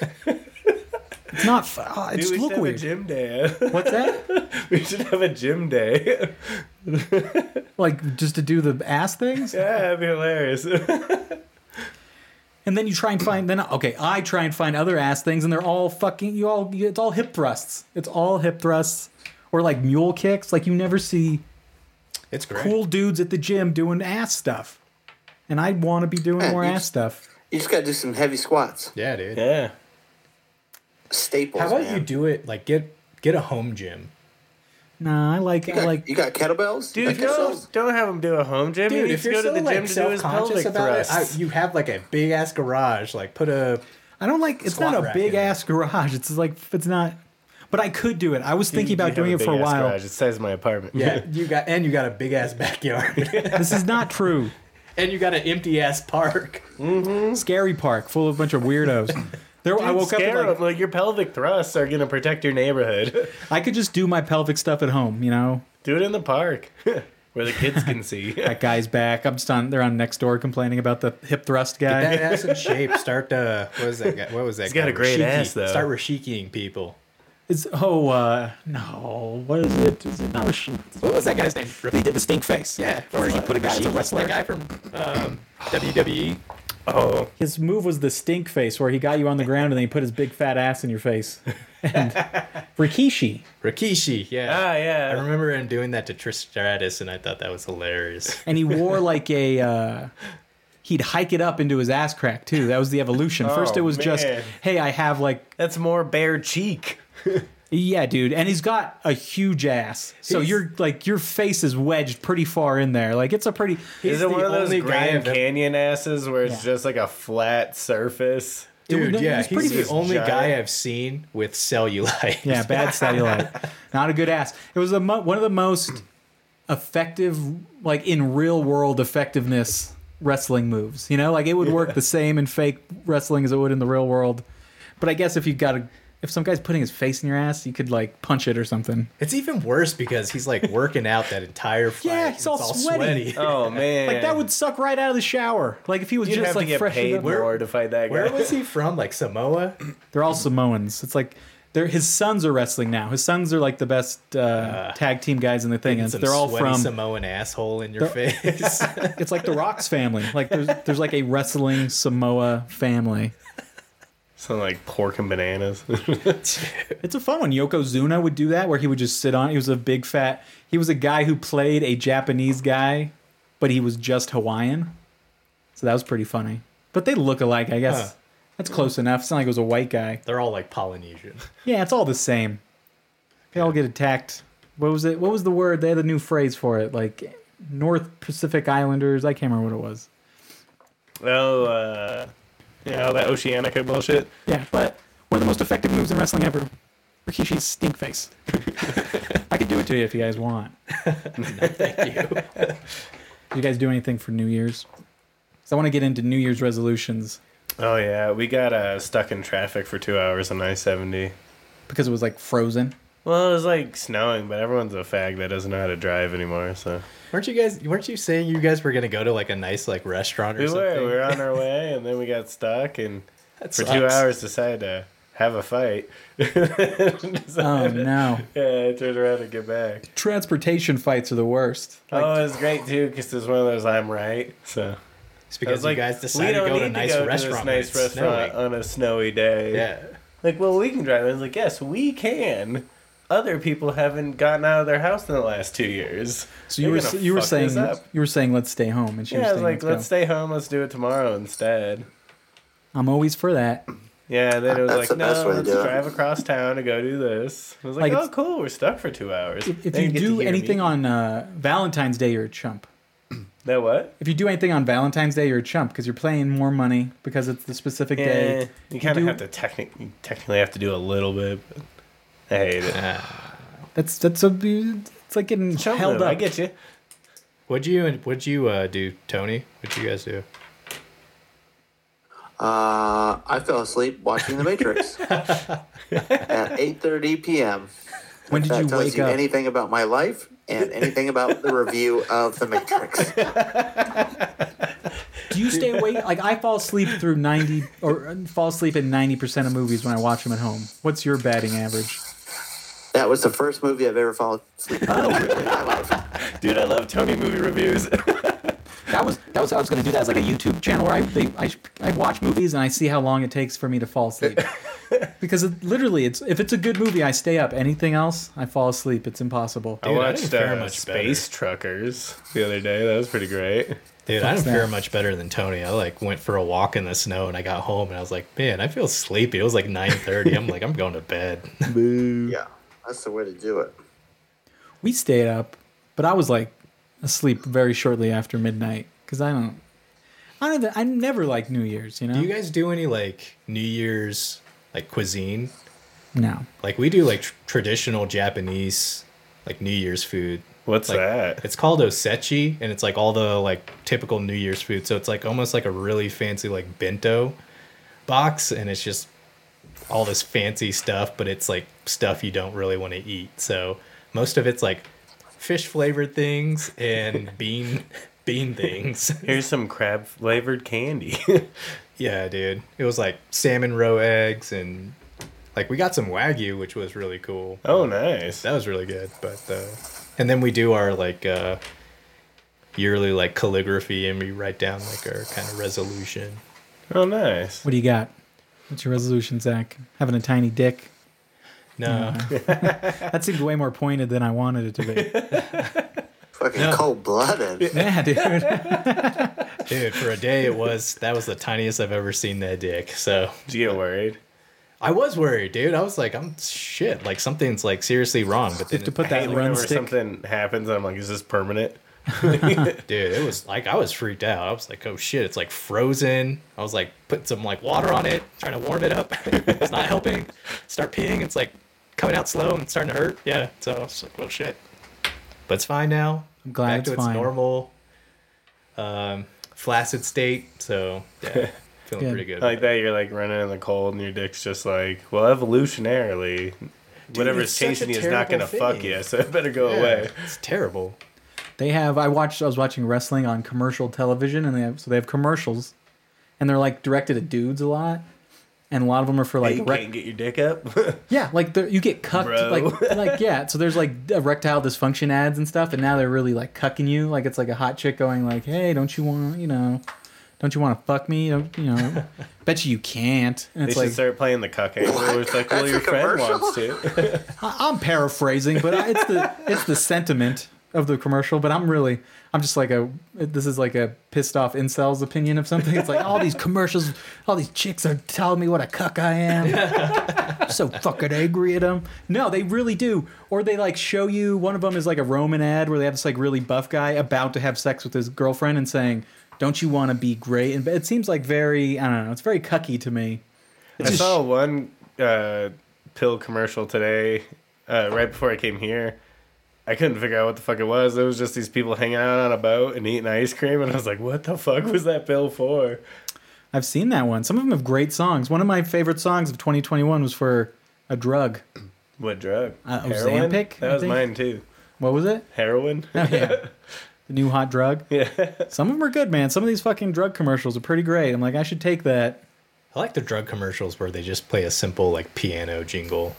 [SPEAKER 4] *laughs* It's not. fu- ah, it
[SPEAKER 1] Dude,
[SPEAKER 4] just
[SPEAKER 1] we should
[SPEAKER 4] look
[SPEAKER 1] have a
[SPEAKER 4] weird.
[SPEAKER 1] gym day. *laughs*
[SPEAKER 4] What's that?
[SPEAKER 1] we should have a gym day. *laughs*
[SPEAKER 4] like just to do the ass things
[SPEAKER 1] yeah, that'd be hilarious. *laughs*
[SPEAKER 4] and then you try and find then okay i try and find other ass things and they're all fucking you all it's all hip thrusts it's all hip thrusts or like mule kicks like you never see
[SPEAKER 3] it's great.
[SPEAKER 4] cool dudes at the gym doing ass stuff and i want to be doing
[SPEAKER 2] Yeah,
[SPEAKER 4] more
[SPEAKER 2] you
[SPEAKER 4] ass
[SPEAKER 2] just-
[SPEAKER 4] stuff
[SPEAKER 2] You just gotta do some heavy squats.
[SPEAKER 3] Yeah, dude.
[SPEAKER 1] yeah.
[SPEAKER 2] Staples.
[SPEAKER 3] How about
[SPEAKER 2] man.
[SPEAKER 3] you do it? Like get get a home gym.
[SPEAKER 4] nah i like
[SPEAKER 2] You
[SPEAKER 4] i
[SPEAKER 2] got,
[SPEAKER 4] like
[SPEAKER 2] you got kettlebells? You
[SPEAKER 1] Dude,
[SPEAKER 2] got kettlebells?
[SPEAKER 1] don't, don't have him do a home gym. he needs to go to the gym to do his pelvic
[SPEAKER 3] it, I,
[SPEAKER 1] thrusts.
[SPEAKER 3] you have like a big ass garage. Like put a
[SPEAKER 4] i don't like it's
[SPEAKER 3] Squat
[SPEAKER 4] not a
[SPEAKER 3] rack
[SPEAKER 4] big
[SPEAKER 3] in it.
[SPEAKER 4] ass garage it's like it's not but i could do it i was thinking
[SPEAKER 1] You
[SPEAKER 4] about
[SPEAKER 1] have
[SPEAKER 4] doing it for a
[SPEAKER 1] big-ass
[SPEAKER 4] while
[SPEAKER 1] Garage. It's the size of my apartment.
[SPEAKER 3] yeah.
[SPEAKER 1] *laughs*
[SPEAKER 3] you got and you got a big ass backyard *laughs*
[SPEAKER 4] this is not
[SPEAKER 1] *laughs*
[SPEAKER 4] true
[SPEAKER 3] and you got an empty ass park.
[SPEAKER 4] scary park full of a bunch of weirdos there i woke up at
[SPEAKER 1] Scare
[SPEAKER 4] like
[SPEAKER 1] him. Like, your pelvic thrusts are gonna protect your neighborhood. *laughs*
[SPEAKER 4] I could just do my pelvic stuff at home, you know.
[SPEAKER 1] do it in the park *laughs* where the kids can
[SPEAKER 4] *laughs*
[SPEAKER 1] see. *laughs*
[SPEAKER 4] That guy's back. I'm just on. They're on next door complaining about the hip thrust
[SPEAKER 3] That *laughs*
[SPEAKER 4] guy.
[SPEAKER 3] ass in shape. Start uh what was that guy? What was that? He's
[SPEAKER 1] got a great ass, though.
[SPEAKER 3] Start Rashikiing people.
[SPEAKER 4] It's oh uh, no, what is it? Is it not a sh-
[SPEAKER 3] What was that guy's name? He did the stink face. Yeah, or he put a guy as a wrestler. guy from um, WWE.
[SPEAKER 1] oh,
[SPEAKER 4] His move was the stink face, where he got you on the ground and then he put his big fat ass in your face.
[SPEAKER 1] *laughs*
[SPEAKER 4] And Rikishi.
[SPEAKER 3] Rikishi. Yeah.
[SPEAKER 1] ah, yeah.
[SPEAKER 3] I remember him doing that to Trish Stratus, and I thought that was hilarious.
[SPEAKER 4] and he wore like a uh, he'd hike it up into his ass crack too that was the evolution first
[SPEAKER 1] Oh,
[SPEAKER 4] it was just
[SPEAKER 1] man.
[SPEAKER 4] hey i have like
[SPEAKER 1] That's more bare cheek.
[SPEAKER 4] yeah dude and he's got a huge ass so
[SPEAKER 3] He's-
[SPEAKER 4] you're like your face is wedged pretty far in there like it's a pretty
[SPEAKER 1] Is it
[SPEAKER 3] the
[SPEAKER 1] one of those
[SPEAKER 3] only guy
[SPEAKER 1] Grand
[SPEAKER 3] I've ever-
[SPEAKER 1] Canyon asses where it's
[SPEAKER 4] Yeah.
[SPEAKER 1] just like a flat
[SPEAKER 4] *laughs*
[SPEAKER 1] surface?
[SPEAKER 4] Dude,
[SPEAKER 3] Dude,
[SPEAKER 4] no,
[SPEAKER 3] yeah,
[SPEAKER 4] he's
[SPEAKER 3] he's,
[SPEAKER 4] pretty
[SPEAKER 3] the
[SPEAKER 4] just
[SPEAKER 3] only
[SPEAKER 1] giant.
[SPEAKER 3] guy I've seen with cellulite.
[SPEAKER 4] Yeah, bad
[SPEAKER 1] *laughs*
[SPEAKER 4] cellulite. Not a good ass. It was a mo- one of the most effective, like in real world effectiveness wrestling moves. You know, like it would work the same in fake wrestling as it would in the real world. But I guess if you got a, if some guy's putting his face in your ass, you could like punch it or something.
[SPEAKER 3] *laughs* It's even worse because he's like working out that entire fight.
[SPEAKER 4] Yeah,
[SPEAKER 3] and
[SPEAKER 4] he's all
[SPEAKER 3] it's
[SPEAKER 4] sweaty.
[SPEAKER 1] Oh man,
[SPEAKER 4] Like that would suck right out of the shower. Like if he was
[SPEAKER 1] You'd
[SPEAKER 4] just
[SPEAKER 1] have
[SPEAKER 4] like
[SPEAKER 1] to get
[SPEAKER 4] fresh.
[SPEAKER 1] paid
[SPEAKER 4] Where,
[SPEAKER 1] more to fight that guy. *clears throat*
[SPEAKER 3] Where was he from? Like Samoa?
[SPEAKER 4] they're all Samoans. It's like They're, his sons are wrestling now. His sons are like the best uh, tag team guys in the thing, and
[SPEAKER 3] Some
[SPEAKER 4] they're all
[SPEAKER 3] sweaty
[SPEAKER 4] from.
[SPEAKER 3] Samoan asshole in your
[SPEAKER 4] They're-
[SPEAKER 3] face. *laughs*
[SPEAKER 4] It's like the Rock's family. Like there's there's like a wrestling Samoa family.
[SPEAKER 1] Something like pork and bananas. *laughs*
[SPEAKER 4] It's a fun one. Yokozuna would do that, where he would just sit on. He was a big fat. He was a guy who played a Japanese guy, but he was just Hawaiian. So that was pretty funny. But they look alike, I guess.
[SPEAKER 3] Huh.
[SPEAKER 4] That's close enough. It's not like it was a white guy.
[SPEAKER 3] They're all like Polynesian.
[SPEAKER 4] Yeah, it's all the same. They all get attacked. What was it? What was the word? They had a new phrase for it, like North Pacific Islanders. I can't remember what it was.
[SPEAKER 1] oh, uh, yeah, all that Oceanica bullshit.
[SPEAKER 4] Yeah, but one of the most effective moves in wrestling ever. Rikishi's stink *laughs* face. I could do it to you if you guys *laughs* want.
[SPEAKER 3] Thank
[SPEAKER 1] *laughs*
[SPEAKER 3] you.
[SPEAKER 4] Did you guys do anything for New Year's? Because I want to get into New Year's resolutions
[SPEAKER 1] Oh yeah, we got uh, stuck in traffic for two hours on I seventy.
[SPEAKER 4] because it was
[SPEAKER 1] *laughs*
[SPEAKER 4] like frozen.
[SPEAKER 1] Well, it was like snowing, but everyone's a fag that doesn't know how to drive anymore. So
[SPEAKER 3] Weren't you guys? Weren't you saying you guys were gonna go to like a nice like restaurant or
[SPEAKER 1] we
[SPEAKER 3] something?
[SPEAKER 1] were we were on *laughs* our way, and then we got stuck, and
[SPEAKER 3] That
[SPEAKER 1] for two
[SPEAKER 3] sucks.
[SPEAKER 1] hours decided to have a fight. *laughs*
[SPEAKER 4] *laughs* Oh no!
[SPEAKER 1] Yeah, I turned around and get back.
[SPEAKER 4] Transportation fights are the worst.
[SPEAKER 1] oh, it was great too because it's one of those I'm right. So
[SPEAKER 3] It's
[SPEAKER 1] I was
[SPEAKER 3] because you guys decided to
[SPEAKER 1] don't
[SPEAKER 3] go to a
[SPEAKER 1] need
[SPEAKER 3] nice
[SPEAKER 1] go to this
[SPEAKER 3] restaurant.
[SPEAKER 1] nice
[SPEAKER 3] when it's
[SPEAKER 1] restaurant
[SPEAKER 3] snowing.
[SPEAKER 1] on a snowy day.
[SPEAKER 3] Yeah.
[SPEAKER 1] Like, well, we can drive. I was like, yes, we can. Other people haven't gotten out of their house in the last two years.
[SPEAKER 4] So you
[SPEAKER 1] They're
[SPEAKER 4] were
[SPEAKER 1] gonna
[SPEAKER 4] you were
[SPEAKER 1] fuck this
[SPEAKER 4] saying
[SPEAKER 1] up.
[SPEAKER 4] you were saying let's stay home, and she
[SPEAKER 1] Yeah, I
[SPEAKER 4] was
[SPEAKER 1] was
[SPEAKER 4] saying
[SPEAKER 1] like,
[SPEAKER 4] let's,
[SPEAKER 1] let's
[SPEAKER 4] go.
[SPEAKER 1] stay home. Let's do it tomorrow instead.
[SPEAKER 4] I'm always for that.
[SPEAKER 1] Yeah, then it was
[SPEAKER 2] That's the
[SPEAKER 1] like, no,
[SPEAKER 2] best way to
[SPEAKER 1] let's
[SPEAKER 2] do it."
[SPEAKER 1] drive across town to go do this. I was like,
[SPEAKER 4] Like,
[SPEAKER 1] oh,
[SPEAKER 4] it's-
[SPEAKER 1] cool, we're stuck for two hours.
[SPEAKER 4] If,
[SPEAKER 1] *laughs*
[SPEAKER 4] if
[SPEAKER 1] They
[SPEAKER 4] you
[SPEAKER 1] didn't get to
[SPEAKER 4] do
[SPEAKER 1] hear me.
[SPEAKER 4] anything on uh, Valentine's Day, you're a chump.
[SPEAKER 1] that, what?
[SPEAKER 4] If you do anything on Valentine's Day, you're a chump because you're playing more money because it's the specific
[SPEAKER 1] Yeah,
[SPEAKER 4] day.
[SPEAKER 1] you kind of
[SPEAKER 4] do-
[SPEAKER 1] have to technically technically have to do a little bit. But I hate it.
[SPEAKER 2] Uh,
[SPEAKER 4] That's that's a it's like getting
[SPEAKER 1] Chump
[SPEAKER 4] held
[SPEAKER 1] move,
[SPEAKER 4] up.
[SPEAKER 1] I get you.
[SPEAKER 3] What'd you and what'd you uh, do, Tony? What'd you guys do?
[SPEAKER 2] Uh, I fell asleep watching The Matrix at 8:30 p.m.
[SPEAKER 4] when did
[SPEAKER 2] That
[SPEAKER 4] you
[SPEAKER 2] tells
[SPEAKER 4] wake
[SPEAKER 2] you
[SPEAKER 4] up?
[SPEAKER 2] anything about my life and anything about the review of The Matrix.
[SPEAKER 4] Do you stay awake? Like I fall asleep through ninety or uh, fall asleep in ninety percent of movies when I watch them at home. What's your batting average?
[SPEAKER 2] That was the first movie I've ever fallen asleep in my life.
[SPEAKER 1] Dude, I love Tony movie reviews.
[SPEAKER 4] That was that was how I was going to do that as like a YouTube channel where I they, I I watch movies and I see how long it takes for me to fall asleep. because it, literally, it's if it's a good movie, I stay up. Anything else, I fall asleep. It's impossible.
[SPEAKER 1] I
[SPEAKER 3] Dude, I
[SPEAKER 1] watched
[SPEAKER 3] didn't fare
[SPEAKER 1] uh,
[SPEAKER 3] much
[SPEAKER 1] Space Truckers the other day. That was pretty great.
[SPEAKER 3] Dude, I don't
[SPEAKER 4] that?
[SPEAKER 3] fare much better than Tony. I like went for a walk in the snow and I got home and I was like, man, I feel sleepy. It was like nine thirty. I'm like, I'm going to bed. *laughs*
[SPEAKER 2] Yeah, that's the way to do it.
[SPEAKER 4] We stayed up, but I was like asleep very shortly after midnight because I don't. I don't. even- I never like New Year's, you know.
[SPEAKER 3] do you guys do any like New Year's like cuisine?
[SPEAKER 4] no,
[SPEAKER 3] Like we do like tr- traditional Japanese like New Year's food.
[SPEAKER 1] What's
[SPEAKER 3] Like,
[SPEAKER 1] that?
[SPEAKER 3] It's called osechi, and it's like all the like typical New Year's food. So it's like almost like a really fancy like bento box, and it's just all this fancy stuff, but it's like stuff you don't really want to eat. So most of it's like fish flavored things
[SPEAKER 1] *laughs*
[SPEAKER 3] and bean bean things. *laughs*
[SPEAKER 1] Here's some crab flavored candy.
[SPEAKER 3] yeah, dude. It was like salmon roe eggs and like we got some wagyu, which was really cool.
[SPEAKER 1] *laughs* oh, nice.
[SPEAKER 3] That was really good. But uh, and then we do our like uh, yearly like calligraphy, and we write down like our kind of resolution.
[SPEAKER 1] Oh, nice.
[SPEAKER 4] what do you got? What's your resolution, Zach? Having a tiny dick.
[SPEAKER 3] No,
[SPEAKER 4] That seemed way more pointed than I wanted it to
[SPEAKER 3] *laughs*
[SPEAKER 4] be.
[SPEAKER 2] Fucking cold blooded.
[SPEAKER 4] yeah, dude.
[SPEAKER 3] dude, for a day it was that was the tiniest I've ever seen that dick. So
[SPEAKER 1] Did you get worried?
[SPEAKER 3] I was worried, dude. I was like, I'm shit. Like something's like seriously wrong. But then,
[SPEAKER 4] to put
[SPEAKER 1] Hey,
[SPEAKER 4] that run
[SPEAKER 1] whenever
[SPEAKER 4] stick.
[SPEAKER 1] something happens, I'm like, is this permanent?
[SPEAKER 3] dude, it was like I was freaked out. I was like, oh shit, it's like frozen. I was like, put some like water on it, trying to warm it up. *laughs* it's not helping. Start peeing. It's like coming out slow and starting to hurt. Yeah. So I was like, well shit. But it's fine now.
[SPEAKER 4] I'm glad
[SPEAKER 3] Back
[SPEAKER 4] it's
[SPEAKER 3] to its
[SPEAKER 4] fine.
[SPEAKER 3] normal um, flaccid state. So yeah, feeling
[SPEAKER 4] Good.
[SPEAKER 3] pretty good.
[SPEAKER 1] Like that, you're like running in the cold, and your dick's just like, well, evolutionarily,
[SPEAKER 3] it's
[SPEAKER 1] whatever's
[SPEAKER 3] such a
[SPEAKER 1] chasing you is not gonna
[SPEAKER 3] terrible thing.
[SPEAKER 1] fuck you, so it better go
[SPEAKER 3] Yeah,
[SPEAKER 1] away.
[SPEAKER 3] It's terrible.
[SPEAKER 4] They have. I watched. I was watching wrestling on commercial television, and they have. So they have commercials, and they're like directed at dudes a lot. and a lot of them are for
[SPEAKER 1] Like, you
[SPEAKER 4] like rec-
[SPEAKER 1] can't get your dick up.
[SPEAKER 4] yeah, like they're- you get cucked
[SPEAKER 1] Bro. *laughs*
[SPEAKER 4] like like yeah. So there's like erectile dysfunction ads and stuff, and now they're really like cucking you. Like it's like a hot chick going like, hey, don't you want you know, don't you want to fuck me? Don't, you
[SPEAKER 1] *laughs*
[SPEAKER 4] know, bet you you can't. And
[SPEAKER 1] they
[SPEAKER 4] it's
[SPEAKER 1] should
[SPEAKER 4] like
[SPEAKER 1] start playing the cuck angle. where It's like, well,
[SPEAKER 2] That's
[SPEAKER 1] your
[SPEAKER 2] a
[SPEAKER 1] friend
[SPEAKER 2] commercial?
[SPEAKER 1] wants to.
[SPEAKER 4] I- I'm paraphrasing, but I- it's the it's the sentiment of the commercial. But I'm really I'm just like a this is like a pissed off incels opinion of something. It's like all these commercials, all these chicks are telling me what a cuck I am. I'm so fucking angry at them. No, they really do. Or they like show you one of them is like a Roman ad where they have this like really buff guy about to have sex with his girlfriend and saying, "Don't you want to be great?" And it seems like very I don't know. It's very cucky to me.
[SPEAKER 1] I saw one uh, pill commercial today, uh, right before I came here. I couldn't figure out what the fuck it was. It was just these people hanging out on a boat and eating ice cream, and I was like, "What the fuck was that pill for?"
[SPEAKER 4] I've seen that one. Some of them have great songs. One of my favorite songs of 2021 was for a drug.
[SPEAKER 1] What drug?
[SPEAKER 4] Uh,
[SPEAKER 1] Heroin?
[SPEAKER 4] Ozempic,
[SPEAKER 1] That
[SPEAKER 4] I
[SPEAKER 1] was
[SPEAKER 4] think.
[SPEAKER 1] mine too.
[SPEAKER 4] What
[SPEAKER 1] *laughs*
[SPEAKER 4] was it? *laughs*
[SPEAKER 1] Heroin.
[SPEAKER 4] Oh, yeah. the new hot drug.
[SPEAKER 1] yeah.
[SPEAKER 4] Some of them are good, man. Some of these fucking drug commercials are pretty great. I'm like, I should take that.
[SPEAKER 3] I like the drug commercials where they just play a simple like piano jingle,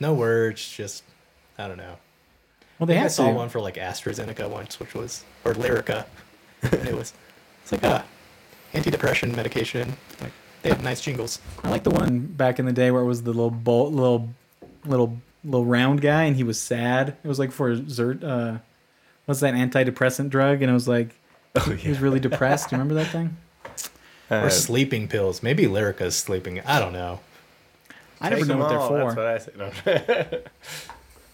[SPEAKER 3] no words, just I don't know.
[SPEAKER 4] Well, they
[SPEAKER 3] I
[SPEAKER 4] have
[SPEAKER 3] saw
[SPEAKER 4] to.
[SPEAKER 3] one for like AstraZeneca once, which was or Lyrica, and it was it's like ah, antidepressant medication. Like they have nice jingles.
[SPEAKER 4] I like the one back in the day where it was the little bolt, little, little, little round guy, and he was sad. It was like for Zert. Uh, what's that antidepressant drug? And it was like
[SPEAKER 1] Oh,
[SPEAKER 4] he was
[SPEAKER 1] *laughs*
[SPEAKER 4] really depressed. Do you remember that thing?
[SPEAKER 1] Uh,
[SPEAKER 3] Or sleeping pills. Maybe Lyrica's sleeping. I don't know.
[SPEAKER 4] I never
[SPEAKER 1] take
[SPEAKER 4] know
[SPEAKER 1] them
[SPEAKER 4] what they're
[SPEAKER 1] all,
[SPEAKER 4] for.
[SPEAKER 1] That's what I say. No.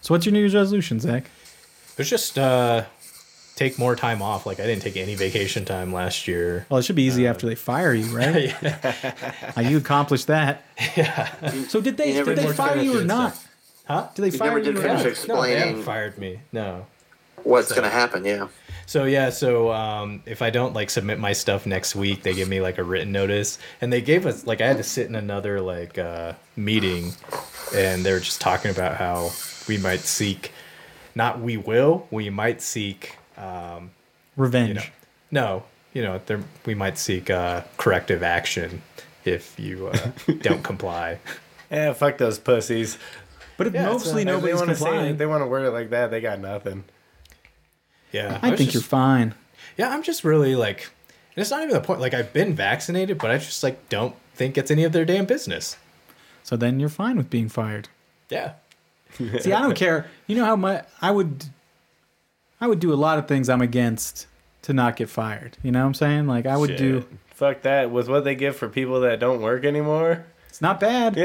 [SPEAKER 4] So, what's your New Year's resolution, Zach?
[SPEAKER 3] It was just uh, take more time off. Like I didn't take any vacation time last year.
[SPEAKER 4] Well, it should be easy after they fire you, right? Uh, you accomplished that. So did they
[SPEAKER 2] You never
[SPEAKER 4] did they
[SPEAKER 2] did
[SPEAKER 4] fire you or
[SPEAKER 2] finish it,
[SPEAKER 4] not?
[SPEAKER 3] Huh?
[SPEAKER 4] Did they
[SPEAKER 2] You
[SPEAKER 4] fire
[SPEAKER 2] never
[SPEAKER 4] you?
[SPEAKER 2] did
[SPEAKER 4] or
[SPEAKER 2] finish
[SPEAKER 4] not?
[SPEAKER 2] it.
[SPEAKER 3] No, they haven't
[SPEAKER 2] Explaining-
[SPEAKER 3] fired me. No.
[SPEAKER 2] What's gonna happen? Yeah.
[SPEAKER 3] So yeah, so um, if I don't like submit my stuff next week, they give me like a written notice, and they gave us like I had to sit in another like uh, meeting, and they were just talking about how we might seek, not we will, we might seek, um,
[SPEAKER 4] Revenge.
[SPEAKER 3] you know, no, you know, there we might seek uh, corrective action if you
[SPEAKER 4] *laughs*
[SPEAKER 3] uh, don't comply.
[SPEAKER 1] *laughs* yeah, fuck those pussies.
[SPEAKER 4] But if
[SPEAKER 3] Yeah, it's, uh,
[SPEAKER 4] mostly
[SPEAKER 1] If they
[SPEAKER 4] nobody's
[SPEAKER 1] want to say
[SPEAKER 4] complying,
[SPEAKER 1] they want to word it like that. They got nothing.
[SPEAKER 3] Yeah,
[SPEAKER 4] I
[SPEAKER 3] was
[SPEAKER 4] think
[SPEAKER 3] just-
[SPEAKER 4] you're fine.
[SPEAKER 3] Yeah, I'm just really like, and it's not even the point. Like I've been vaccinated, but I just like don't think it's any of their damn business.
[SPEAKER 4] So then you're fine with being fired.
[SPEAKER 3] Yeah.
[SPEAKER 4] See, I don't care. You know how much I would I would do a lot of things I'm against to not get fired. You know what I'm saying? Like I would do
[SPEAKER 1] Shit. Fuck that. With what they give for people that don't work anymore, *laughs*
[SPEAKER 4] it's not bad.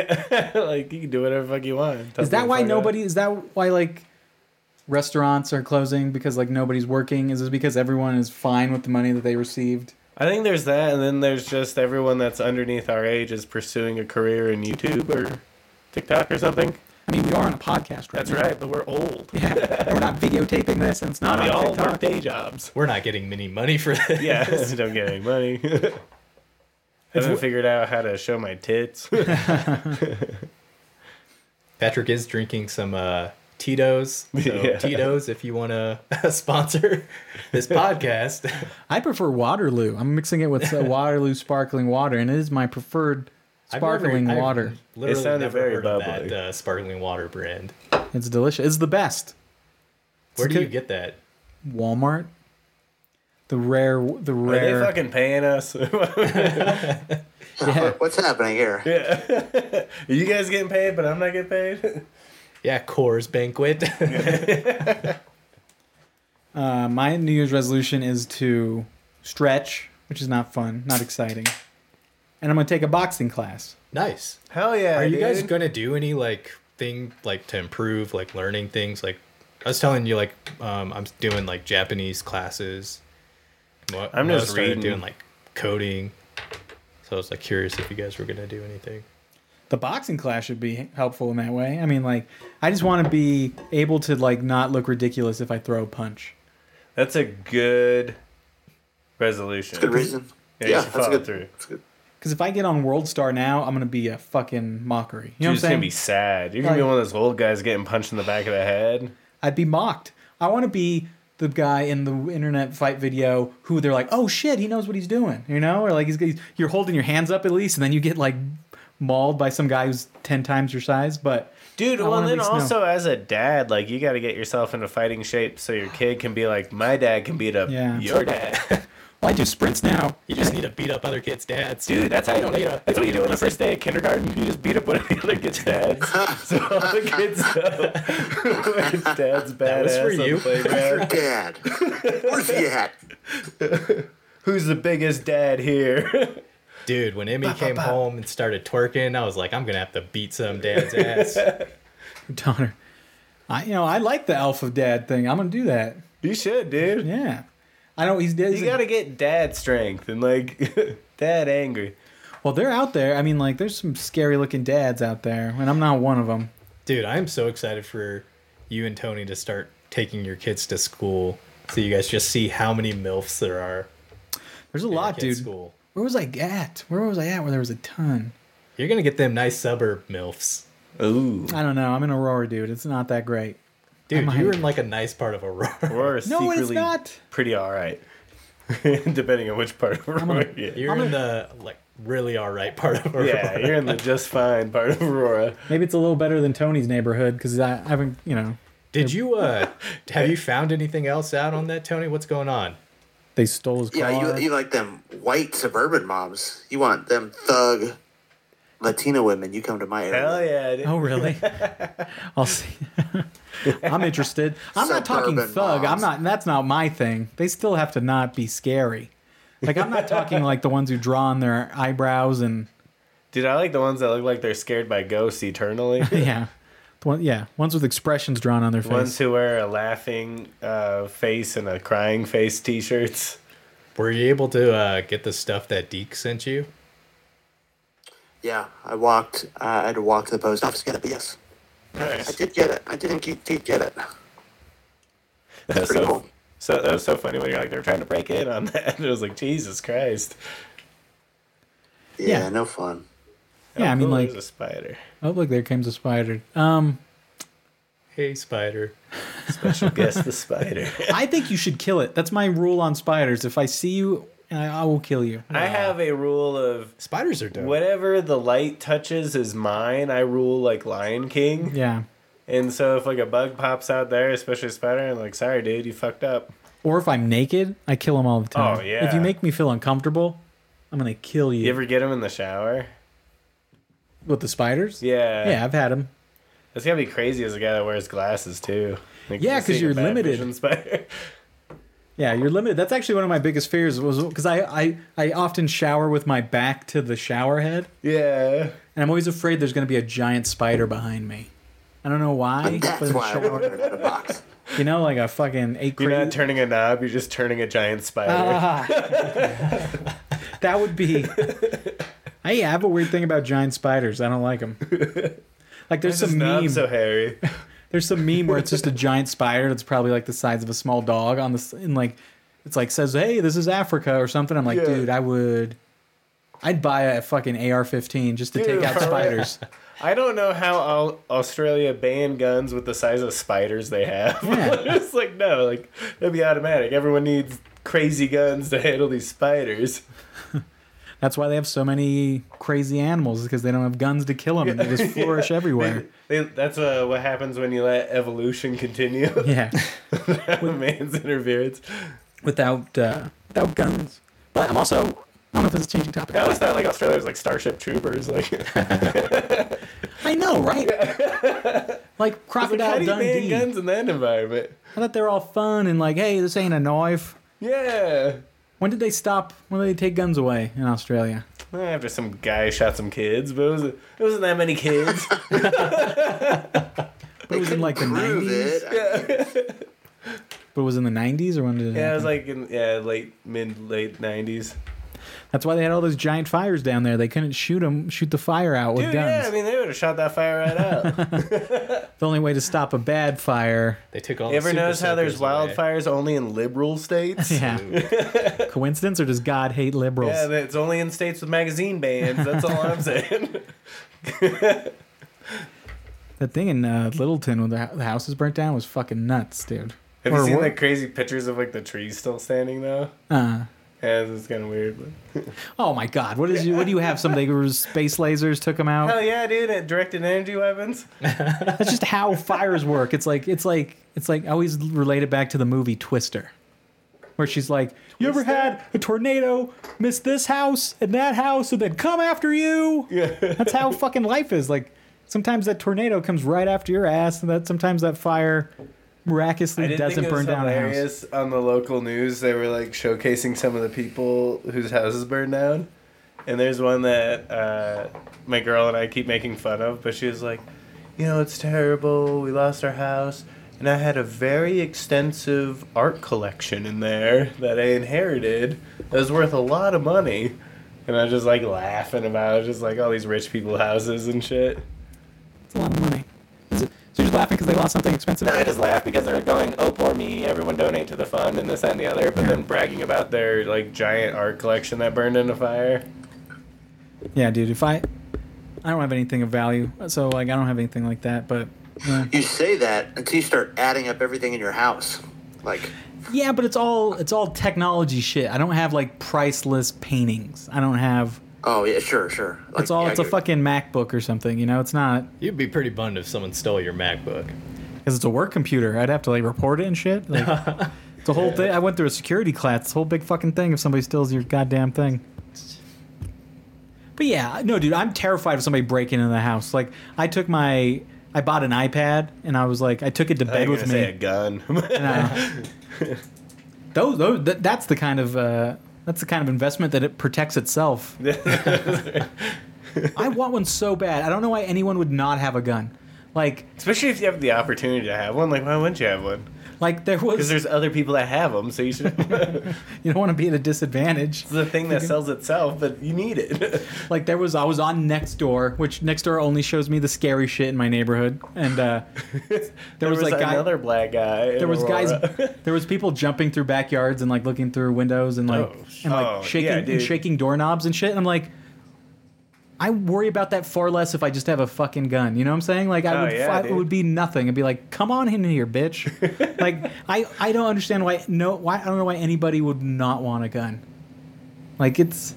[SPEAKER 1] like you can do whatever fuck you want.
[SPEAKER 4] Is that why nobody? Is that why like restaurants are closing because like nobody's working? Is this because everyone is fine with the money that they received?
[SPEAKER 1] I think there's that, and then there's just everyone that's underneath our age is pursuing a career in YouTube or TikTok or something.
[SPEAKER 4] I mean, we are on a podcast, right?
[SPEAKER 1] That's right, but we're *laughs* old.
[SPEAKER 4] Yeah, we're not videotaping this, and it's not
[SPEAKER 1] We
[SPEAKER 4] on
[SPEAKER 1] all work
[SPEAKER 4] TikTok.
[SPEAKER 1] day jobs.
[SPEAKER 3] We're not getting many money for this.
[SPEAKER 1] Yeah, *laughs* don't get any money. *laughs* I haven't figured out how to show my tits.
[SPEAKER 3] Patrick is drinking some uh,
[SPEAKER 1] *laughs*
[SPEAKER 3] Tito's. So
[SPEAKER 1] Yeah.
[SPEAKER 3] Tito's, if you want to *laughs* sponsor
[SPEAKER 1] *laughs*
[SPEAKER 3] this podcast.
[SPEAKER 4] I prefer Waterloo. I'm mixing it with *laughs* uh, Waterloo sparkling water, and it is my preferred
[SPEAKER 3] I've never- e-,
[SPEAKER 4] sparkling
[SPEAKER 3] I've
[SPEAKER 4] water.
[SPEAKER 3] literally
[SPEAKER 1] It sounded
[SPEAKER 3] never
[SPEAKER 1] very
[SPEAKER 3] heard of
[SPEAKER 1] bubbly.
[SPEAKER 3] that uh, sparkling water brand.
[SPEAKER 4] It's delicious. It's the best.
[SPEAKER 3] Where do you
[SPEAKER 4] good.
[SPEAKER 3] get that?
[SPEAKER 4] Walmart. The rare, the
[SPEAKER 1] Are they
[SPEAKER 4] rare.
[SPEAKER 1] fucking paying us? *laughs* Are
[SPEAKER 4] yeah.
[SPEAKER 2] What's happening here?
[SPEAKER 1] you guys getting paid, but I'm not getting paid? *laughs*
[SPEAKER 3] Yeah, Coors Banquet. *laughs*
[SPEAKER 4] Uh, my New Year's resolution is to stretch, which is not fun, not exciting. And I'm gonna take a boxing class.
[SPEAKER 3] nice.
[SPEAKER 1] Hell yeah.
[SPEAKER 3] Are you guys
[SPEAKER 1] dude.
[SPEAKER 3] going to do any like thing like to improve like learning things like I was telling you like um, I'm doing like Japanese classes. Mo-
[SPEAKER 1] I'm just
[SPEAKER 3] started
[SPEAKER 1] reading.
[SPEAKER 3] doing like coding. So I was like curious if you guys were going to do anything.
[SPEAKER 4] The boxing class should be helpful in that way. I mean, like, I just want to be able to like not look ridiculous if I throw a punch.
[SPEAKER 1] That's a good resolution.
[SPEAKER 2] Good reason.
[SPEAKER 1] Yeah,
[SPEAKER 2] Yeah,
[SPEAKER 1] you should
[SPEAKER 2] that's
[SPEAKER 1] follow
[SPEAKER 2] good.
[SPEAKER 1] through.
[SPEAKER 2] That's good.
[SPEAKER 4] Because if I get on World Star now, I'm gonna be a fucking mockery. You know
[SPEAKER 1] You're
[SPEAKER 4] what I'm
[SPEAKER 1] just
[SPEAKER 4] saying?
[SPEAKER 1] gonna be sad. You're gonna be
[SPEAKER 4] Like-
[SPEAKER 1] one of those old guys getting punched in the back of the head.
[SPEAKER 4] I'd be mocked. I want to be the guy in the internet fight video who they're like, "Oh shit, he knows what he's doing," you know, or like he's, he's you're holding your hands up at least, and then you get like mauled by some guy who's ten times your size, but
[SPEAKER 1] Dude,
[SPEAKER 4] I
[SPEAKER 1] well,
[SPEAKER 4] wanna
[SPEAKER 1] then
[SPEAKER 4] at least know.
[SPEAKER 1] also as a dad, like you got to get yourself into fighting shape so your kid can be like, my dad can beat up
[SPEAKER 4] Yeah.
[SPEAKER 1] your dad.
[SPEAKER 5] Why do sprints now?
[SPEAKER 3] You just need to beat up other kids'
[SPEAKER 5] *laughs*
[SPEAKER 3] dads.
[SPEAKER 5] Dude, that's how you don't need a. That's what you do on the first day of kindergarten. You just beat up one of the other kids' dads.
[SPEAKER 1] *laughs* so all the kids know *laughs* his dad's badass
[SPEAKER 3] was for
[SPEAKER 1] on the
[SPEAKER 3] you.
[SPEAKER 4] *laughs*
[SPEAKER 1] playground.
[SPEAKER 2] Dad, where's he at?
[SPEAKER 1] Who's the biggest dad here? *laughs*
[SPEAKER 3] Dude, when Emmy came home and started twerking, I was like, I'm gonna have to beat
[SPEAKER 1] *laughs*
[SPEAKER 3] some dad's ass.
[SPEAKER 4] *laughs* daughter, I you know I like the elf of dad thing. I'm gonna do that.
[SPEAKER 1] you should, dude.
[SPEAKER 4] Yeah, I know he's dead.
[SPEAKER 1] You got to get dad strength and like *laughs* dad angry.
[SPEAKER 4] well, they're out there. I mean, like there's some scary looking dads out there, and I'm not one of them.
[SPEAKER 3] Dude, I'm so excited for you and Tony to start taking your kids to school so you guys just see how many MILFs there are.
[SPEAKER 4] There's a
[SPEAKER 3] in your
[SPEAKER 4] lot, dude.
[SPEAKER 3] kids' School.
[SPEAKER 4] Where was I at? Where was I at? Where there was a ton.
[SPEAKER 3] You're gonna get them nice suburb MILFs.
[SPEAKER 1] Ooh.
[SPEAKER 4] I don't know. I'm in Aurora, dude. It's not that great.
[SPEAKER 3] Dude,
[SPEAKER 4] might.
[SPEAKER 3] you were in like a nice part of
[SPEAKER 1] *laughs*
[SPEAKER 3] Aurora.
[SPEAKER 1] We're
[SPEAKER 4] No,
[SPEAKER 1] secretly
[SPEAKER 4] it's not.
[SPEAKER 1] pretty all right. *laughs* Depending on which part of *laughs* Aurora you get.
[SPEAKER 3] You're in the like really alright part of Aurora.
[SPEAKER 1] Yeah, you're *laughs* in the just fine part of Aurora.
[SPEAKER 4] Maybe it's a little better than Tony's neighborhood because I haven't, you know,
[SPEAKER 3] Did you uh
[SPEAKER 1] *laughs*
[SPEAKER 3] have you found anything else out on that, Tony? What's going on?
[SPEAKER 4] they stole his car.
[SPEAKER 2] Yeah, you, you like them white suburban moms. You want them thug Latina women. You come to my area.
[SPEAKER 1] Hell yeah. dude.
[SPEAKER 4] oh,
[SPEAKER 2] *laughs*
[SPEAKER 4] really? I'll see. *laughs* I'm interested. I'm not talking
[SPEAKER 2] Suburban
[SPEAKER 4] thug. I'm
[SPEAKER 2] moms.
[SPEAKER 4] not. That's not my thing. They still have to not be scary. Like I'm not talking like the ones who draw on their eyebrows and
[SPEAKER 1] Dude, I like the ones that look like they're scared by ghosts
[SPEAKER 4] *laughs*
[SPEAKER 1] eternally.
[SPEAKER 4] yeah, the one yeah ones with expressions drawn on their face.
[SPEAKER 1] ones who wear a laughing uh, face and a crying face t-shirts.
[SPEAKER 3] Were you able to uh, get the stuff that Deke sent you?
[SPEAKER 2] Yeah, I walked. Uh, I had to walk to the post office to get it. But yes, I did get it. I didn't get, did get it.
[SPEAKER 5] That's
[SPEAKER 2] Pretty
[SPEAKER 5] so,
[SPEAKER 2] cool.
[SPEAKER 5] so that was so funny when you're like they're trying to break
[SPEAKER 1] Get
[SPEAKER 5] in.
[SPEAKER 1] on that. *laughs* It was like, Jesus Christ.
[SPEAKER 2] Yeah,
[SPEAKER 4] Yeah.
[SPEAKER 2] no fun.
[SPEAKER 4] yeah, I mean
[SPEAKER 1] Oh,
[SPEAKER 4] like
[SPEAKER 1] there's a spider.
[SPEAKER 4] oh look, there comes a spider. Um,
[SPEAKER 3] Hey, spider.
[SPEAKER 1] Special guest the *laughs* spider.
[SPEAKER 4] I think you should kill it. That's my rule on spiders. If I see you, I, I will kill you.
[SPEAKER 1] I have a rule of
[SPEAKER 3] Spiders are dope.
[SPEAKER 1] whatever the light touches is mine. I rule like Lion King.
[SPEAKER 4] Yeah.
[SPEAKER 1] And so if like a bug pops out there, especially a spider, I'm like, sorry dude, you fucked up.
[SPEAKER 4] Or if I'm naked, I kill them all the time.
[SPEAKER 1] Oh, yeah.
[SPEAKER 4] If you make me feel uncomfortable, I'm gonna kill you.
[SPEAKER 1] You ever get him in the shower?
[SPEAKER 4] With the spiders?
[SPEAKER 1] Yeah.
[SPEAKER 4] Yeah, I've had them.
[SPEAKER 1] It's gotta be crazy as a guy that wears glasses too. Like,
[SPEAKER 4] Yeah,
[SPEAKER 1] just
[SPEAKER 4] 'cause
[SPEAKER 1] seeing a
[SPEAKER 4] you're
[SPEAKER 1] bad
[SPEAKER 4] limited.
[SPEAKER 1] vision *laughs* Spider.
[SPEAKER 4] Yeah, you're limited. That's actually one of my biggest fears was because I, I I often shower with my back to the shower head,
[SPEAKER 1] yeah.
[SPEAKER 4] and I'm always afraid there's gonna be a giant spider behind me. I don't know why. but
[SPEAKER 2] That's
[SPEAKER 4] in the
[SPEAKER 2] why I
[SPEAKER 4] shower-
[SPEAKER 2] ordered it in a box.
[SPEAKER 4] you know, like a fucking eight.
[SPEAKER 1] You're
[SPEAKER 4] cra-
[SPEAKER 1] not turning a knob, you're just turning a giant spider. *laughs*
[SPEAKER 4] Ah. *laughs* that would be. Hey, I have a weird thing about giant spiders. I don't like them. Like there's
[SPEAKER 1] It's
[SPEAKER 4] some
[SPEAKER 1] not
[SPEAKER 4] meme.
[SPEAKER 1] so
[SPEAKER 4] *laughs*
[SPEAKER 1] hairy.
[SPEAKER 4] There's some meme where it's just a giant spider that's probably like the size of a small dog on this, and like it's like says, "Hey, this is Africa" or something. I'm like,
[SPEAKER 1] Yeah.
[SPEAKER 4] dude, I would, I'd buy a fucking AR-15 just to
[SPEAKER 1] Dude,
[SPEAKER 4] take out
[SPEAKER 1] for real.
[SPEAKER 4] spiders.
[SPEAKER 1] I don't know how Au- Australia banned guns with the size of spiders they have.
[SPEAKER 4] Yeah.
[SPEAKER 1] *laughs* it's like no, like that'd be automatic. Everyone needs crazy guns to handle these spiders.
[SPEAKER 4] That's why they have so many crazy animals because they don't have guns to kill them.
[SPEAKER 1] *laughs*
[SPEAKER 4] And they just flourish everywhere.
[SPEAKER 1] They, that's uh, what happens when you let evolution continue. *laughs*
[SPEAKER 4] Yeah,
[SPEAKER 1] Man's interference.
[SPEAKER 4] without. Uh,
[SPEAKER 5] Without guns. But I'm also. I don't know if this is changing topic. No, it's not like Australia was like Starship Troopers.
[SPEAKER 4] *laughs*
[SPEAKER 5] Like,
[SPEAKER 4] I know,
[SPEAKER 1] *laughs*
[SPEAKER 4] right? like
[SPEAKER 1] Like, how
[SPEAKER 4] crocodile
[SPEAKER 1] do you ban
[SPEAKER 4] Dundee.
[SPEAKER 1] guns in that environment?
[SPEAKER 4] I thought they were all fun and like, hey, this ain't a knife.
[SPEAKER 1] Yeah.
[SPEAKER 4] When did they stop? When did they take guns away in Australia?
[SPEAKER 1] After some guy shot some kids, but it wasn't, it wasn't that many
[SPEAKER 4] *laughs*
[SPEAKER 1] kids.
[SPEAKER 4] But it was in like the
[SPEAKER 2] Prove
[SPEAKER 4] nineties.
[SPEAKER 2] it. I mean,
[SPEAKER 4] But it was in the nineties or when did it?
[SPEAKER 1] yeah, it was
[SPEAKER 4] happen?
[SPEAKER 1] like in yeah, late mid late nineties.
[SPEAKER 4] That's why they had all those giant fires down there. They couldn't shoot them, shoot the fire out with
[SPEAKER 1] Dude,
[SPEAKER 4] guns.
[SPEAKER 1] yeah, I mean they would have shot that fire right
[SPEAKER 4] *laughs*
[SPEAKER 1] out.
[SPEAKER 4] the only way to stop a bad fire. *laughs*
[SPEAKER 3] They took all.
[SPEAKER 1] You ever
[SPEAKER 3] the
[SPEAKER 1] notice how there's
[SPEAKER 3] wildfire?
[SPEAKER 1] wildfires only in liberal states?
[SPEAKER 4] *laughs*
[SPEAKER 1] *laughs*
[SPEAKER 4] Yeah. Coincidence or does God hate liberals?
[SPEAKER 1] Yeah, it's only in states with magazine bans. That's all I'm saying. *laughs*
[SPEAKER 4] that thing in uh, Littleton when the, hou- the house was burnt down was fucking nuts, dude.
[SPEAKER 1] Have
[SPEAKER 4] Or *laughs*
[SPEAKER 1] you seen
[SPEAKER 4] what-
[SPEAKER 1] the crazy pictures of like the trees still standing though?
[SPEAKER 4] Uh,
[SPEAKER 1] Yeah, it's kind of weird. But.
[SPEAKER 4] Oh my God! What is you? What do you have? Some they were space lasers took them out.
[SPEAKER 1] Hell yeah, dude! At directed energy
[SPEAKER 4] *laughs*
[SPEAKER 1] weapons. *laughs*
[SPEAKER 4] That's just how fires work. It's like it's like it's like I always relate it back to the movie Twister, where she's like, "You ever
[SPEAKER 1] Twister?
[SPEAKER 4] had a tornado miss this house and that house and then come after you?"
[SPEAKER 1] Yeah.
[SPEAKER 4] That's how fucking life is. Like sometimes that tornado comes right after your ass, and that sometimes that fire
[SPEAKER 1] I
[SPEAKER 4] miraculously
[SPEAKER 1] did
[SPEAKER 4] doesn't
[SPEAKER 1] think it was
[SPEAKER 4] burn down a house.
[SPEAKER 1] hilarious on the local news. They were like showcasing some of the people whose houses burned down, and there's one that uh, my girl and I keep making fun of. But she was like, "You know, it's terrible. We lost our house, and I had a very extensive art collection in there that I inherited that was worth a lot of money." And I was just like laughing about it, just like all these rich people houses and shit.
[SPEAKER 5] It's a lot of money. Is it, so you're just laughing because they lost something expensive? No, I just laugh because they're going, oh, poor me, everyone donate to the fund and this that, and the other, but then bragging about their.
[SPEAKER 1] Their like giant art collection that burned into fire.
[SPEAKER 4] Yeah, dude. If I, I don't have anything of value, so like I don't have anything like that. But
[SPEAKER 2] You say that until you start adding up everything in your house. Like,
[SPEAKER 4] Yeah, but it's all it's all technology shit. I don't have like priceless paintings. I don't have.
[SPEAKER 2] oh yeah, sure, sure. Like,
[SPEAKER 4] It's all.
[SPEAKER 2] yeah,
[SPEAKER 4] it's a
[SPEAKER 2] you-
[SPEAKER 4] fucking MacBook or something. You know, it's not
[SPEAKER 3] You'd be pretty bummed if someone stole your MacBook.
[SPEAKER 4] because it's a work computer. I'd have to like report it and shit. *laughs* Like, it's a whole thing. I went through a security class. It's a whole big fucking thing. If somebody steals your goddamn thing. But yeah, no, dude, I'm terrified of somebody breaking into the house. Like, I took my, I bought an iPad and I was like, I took it to
[SPEAKER 1] I thought
[SPEAKER 4] bed
[SPEAKER 1] you were
[SPEAKER 4] with
[SPEAKER 1] gonna
[SPEAKER 4] me.
[SPEAKER 1] Say a gun. *laughs*
[SPEAKER 4] No. *laughs* those, those, that, that's the kind of uh, that's the kind of investment that it protects itself. I want one so bad. I don't know why anyone would not have a gun. Like,
[SPEAKER 1] Especially if you have the opportunity to have one. Like, why wouldn't you have one?
[SPEAKER 4] like there
[SPEAKER 1] Because
[SPEAKER 4] was.
[SPEAKER 1] there's other people that have them, so you should. *laughs* it's
[SPEAKER 4] You don't want to be at a disadvantage.
[SPEAKER 1] the thing *laughs* that sells itself, but you need it. *laughs*
[SPEAKER 4] Like there was, I was on Nextdoor, which Nextdoor only shows me the scary shit in my neighborhood, and uh,
[SPEAKER 1] there,
[SPEAKER 4] was,
[SPEAKER 1] was,
[SPEAKER 4] like, guy-
[SPEAKER 1] another black guy. in
[SPEAKER 4] there was guys,
[SPEAKER 1] Aurora.
[SPEAKER 4] there was people jumping through backyards and like looking through windows and like
[SPEAKER 3] Oh,
[SPEAKER 4] and like
[SPEAKER 1] oh,
[SPEAKER 4] shaking
[SPEAKER 1] yeah,
[SPEAKER 4] and
[SPEAKER 1] dude.
[SPEAKER 4] shaking doorknobs and shit. And I'm like, I worry about that far less if I just have a fucking gun. You know what I'm saying? Like I
[SPEAKER 1] Oh,
[SPEAKER 4] would,
[SPEAKER 1] yeah,
[SPEAKER 4] I- it
[SPEAKER 1] dude.
[SPEAKER 4] would be nothing. I'd be like, come on in
[SPEAKER 1] *laughs*
[SPEAKER 4] here, bitch. like I, I don't understand why no, why I don't know why anybody would not want a gun. Like it's,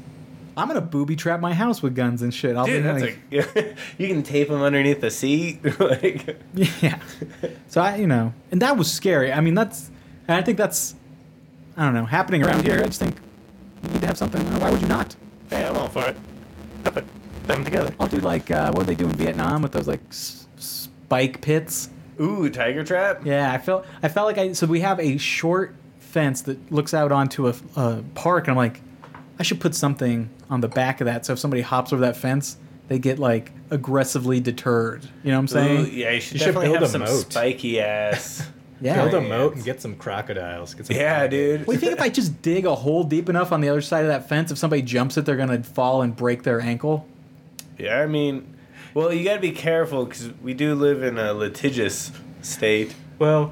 [SPEAKER 4] I'm gonna booby trap my house with guns and shit.
[SPEAKER 1] *laughs*
[SPEAKER 4] I'll
[SPEAKER 1] Dude,
[SPEAKER 4] be
[SPEAKER 1] that's
[SPEAKER 4] like,
[SPEAKER 1] a, *laughs* you can tape them underneath the seat. *laughs* like,
[SPEAKER 4] *laughs* Yeah. So I, you know, and that was scary. I mean, that's, and I think that's, I don't know, happening around
[SPEAKER 5] Around
[SPEAKER 4] here.
[SPEAKER 5] here, I just think you need to have something. Why would you not? Yeah, I'm all for it. I put them together.
[SPEAKER 4] Oh, dude, like, uh, what did they do in Vietnam with those like s- spike pits?
[SPEAKER 1] ooh, tiger trap.
[SPEAKER 4] Yeah, I felt, I felt like I. So we have a short fence that looks out onto a, a park, and I'm like, I should put something on the back of that. So if somebody hops over that fence, they get like aggressively deterred. You know what I'm
[SPEAKER 1] Ooh,
[SPEAKER 4] saying?
[SPEAKER 1] yeah, you should
[SPEAKER 3] You should
[SPEAKER 1] definitely
[SPEAKER 3] build
[SPEAKER 1] have
[SPEAKER 3] a
[SPEAKER 1] some
[SPEAKER 3] moat.
[SPEAKER 1] spiky ass.
[SPEAKER 4] yeah.
[SPEAKER 3] Build a moat and get some crocodiles. Get
[SPEAKER 1] *laughs*
[SPEAKER 3] some
[SPEAKER 1] yeah,
[SPEAKER 3] crocodiles.
[SPEAKER 1] dude.
[SPEAKER 4] Well, you think if I just dig a hole deep enough on the other side of that fence, if somebody jumps it, they're gonna fall and break their ankle.
[SPEAKER 1] Yeah, I mean, well, you gotta be careful because we do live in a litigious state.
[SPEAKER 3] Well,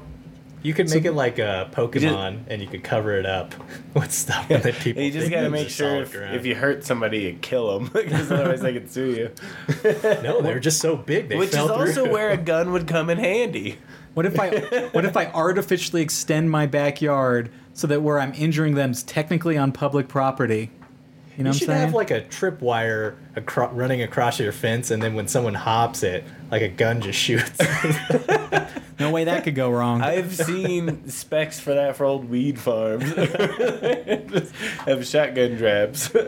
[SPEAKER 3] you could make it like a Pokemon,
[SPEAKER 1] just-
[SPEAKER 3] and you could cover it up *laughs* with stuff that people.
[SPEAKER 1] And you just
[SPEAKER 3] think
[SPEAKER 1] gotta
[SPEAKER 3] is
[SPEAKER 1] make
[SPEAKER 3] just
[SPEAKER 1] sure
[SPEAKER 3] solid
[SPEAKER 1] if,
[SPEAKER 3] ground.
[SPEAKER 1] if you hurt somebody, you kill *laughs* them because otherwise they can sue you.
[SPEAKER 3] No, they were just so big
[SPEAKER 1] *laughs*
[SPEAKER 3] they
[SPEAKER 1] Which is
[SPEAKER 3] fell
[SPEAKER 1] also
[SPEAKER 3] through.
[SPEAKER 1] where *laughs* a gun would come in handy.
[SPEAKER 4] What if I
[SPEAKER 3] *laughs*
[SPEAKER 4] what if I artificially extend my backyard so that where I'm injuring them is technically on public property? You
[SPEAKER 3] *laughs* You
[SPEAKER 4] know what I'm
[SPEAKER 3] should
[SPEAKER 4] saying?
[SPEAKER 3] have like a tripwire acro- running across your fence, and then when someone hops it, like a gun just *laughs* shoots.
[SPEAKER 4] no way that could go wrong.
[SPEAKER 1] I've seen specs for that for old weed *laughs* farms. Just have shotgun *laughs* traps.
[SPEAKER 4] well,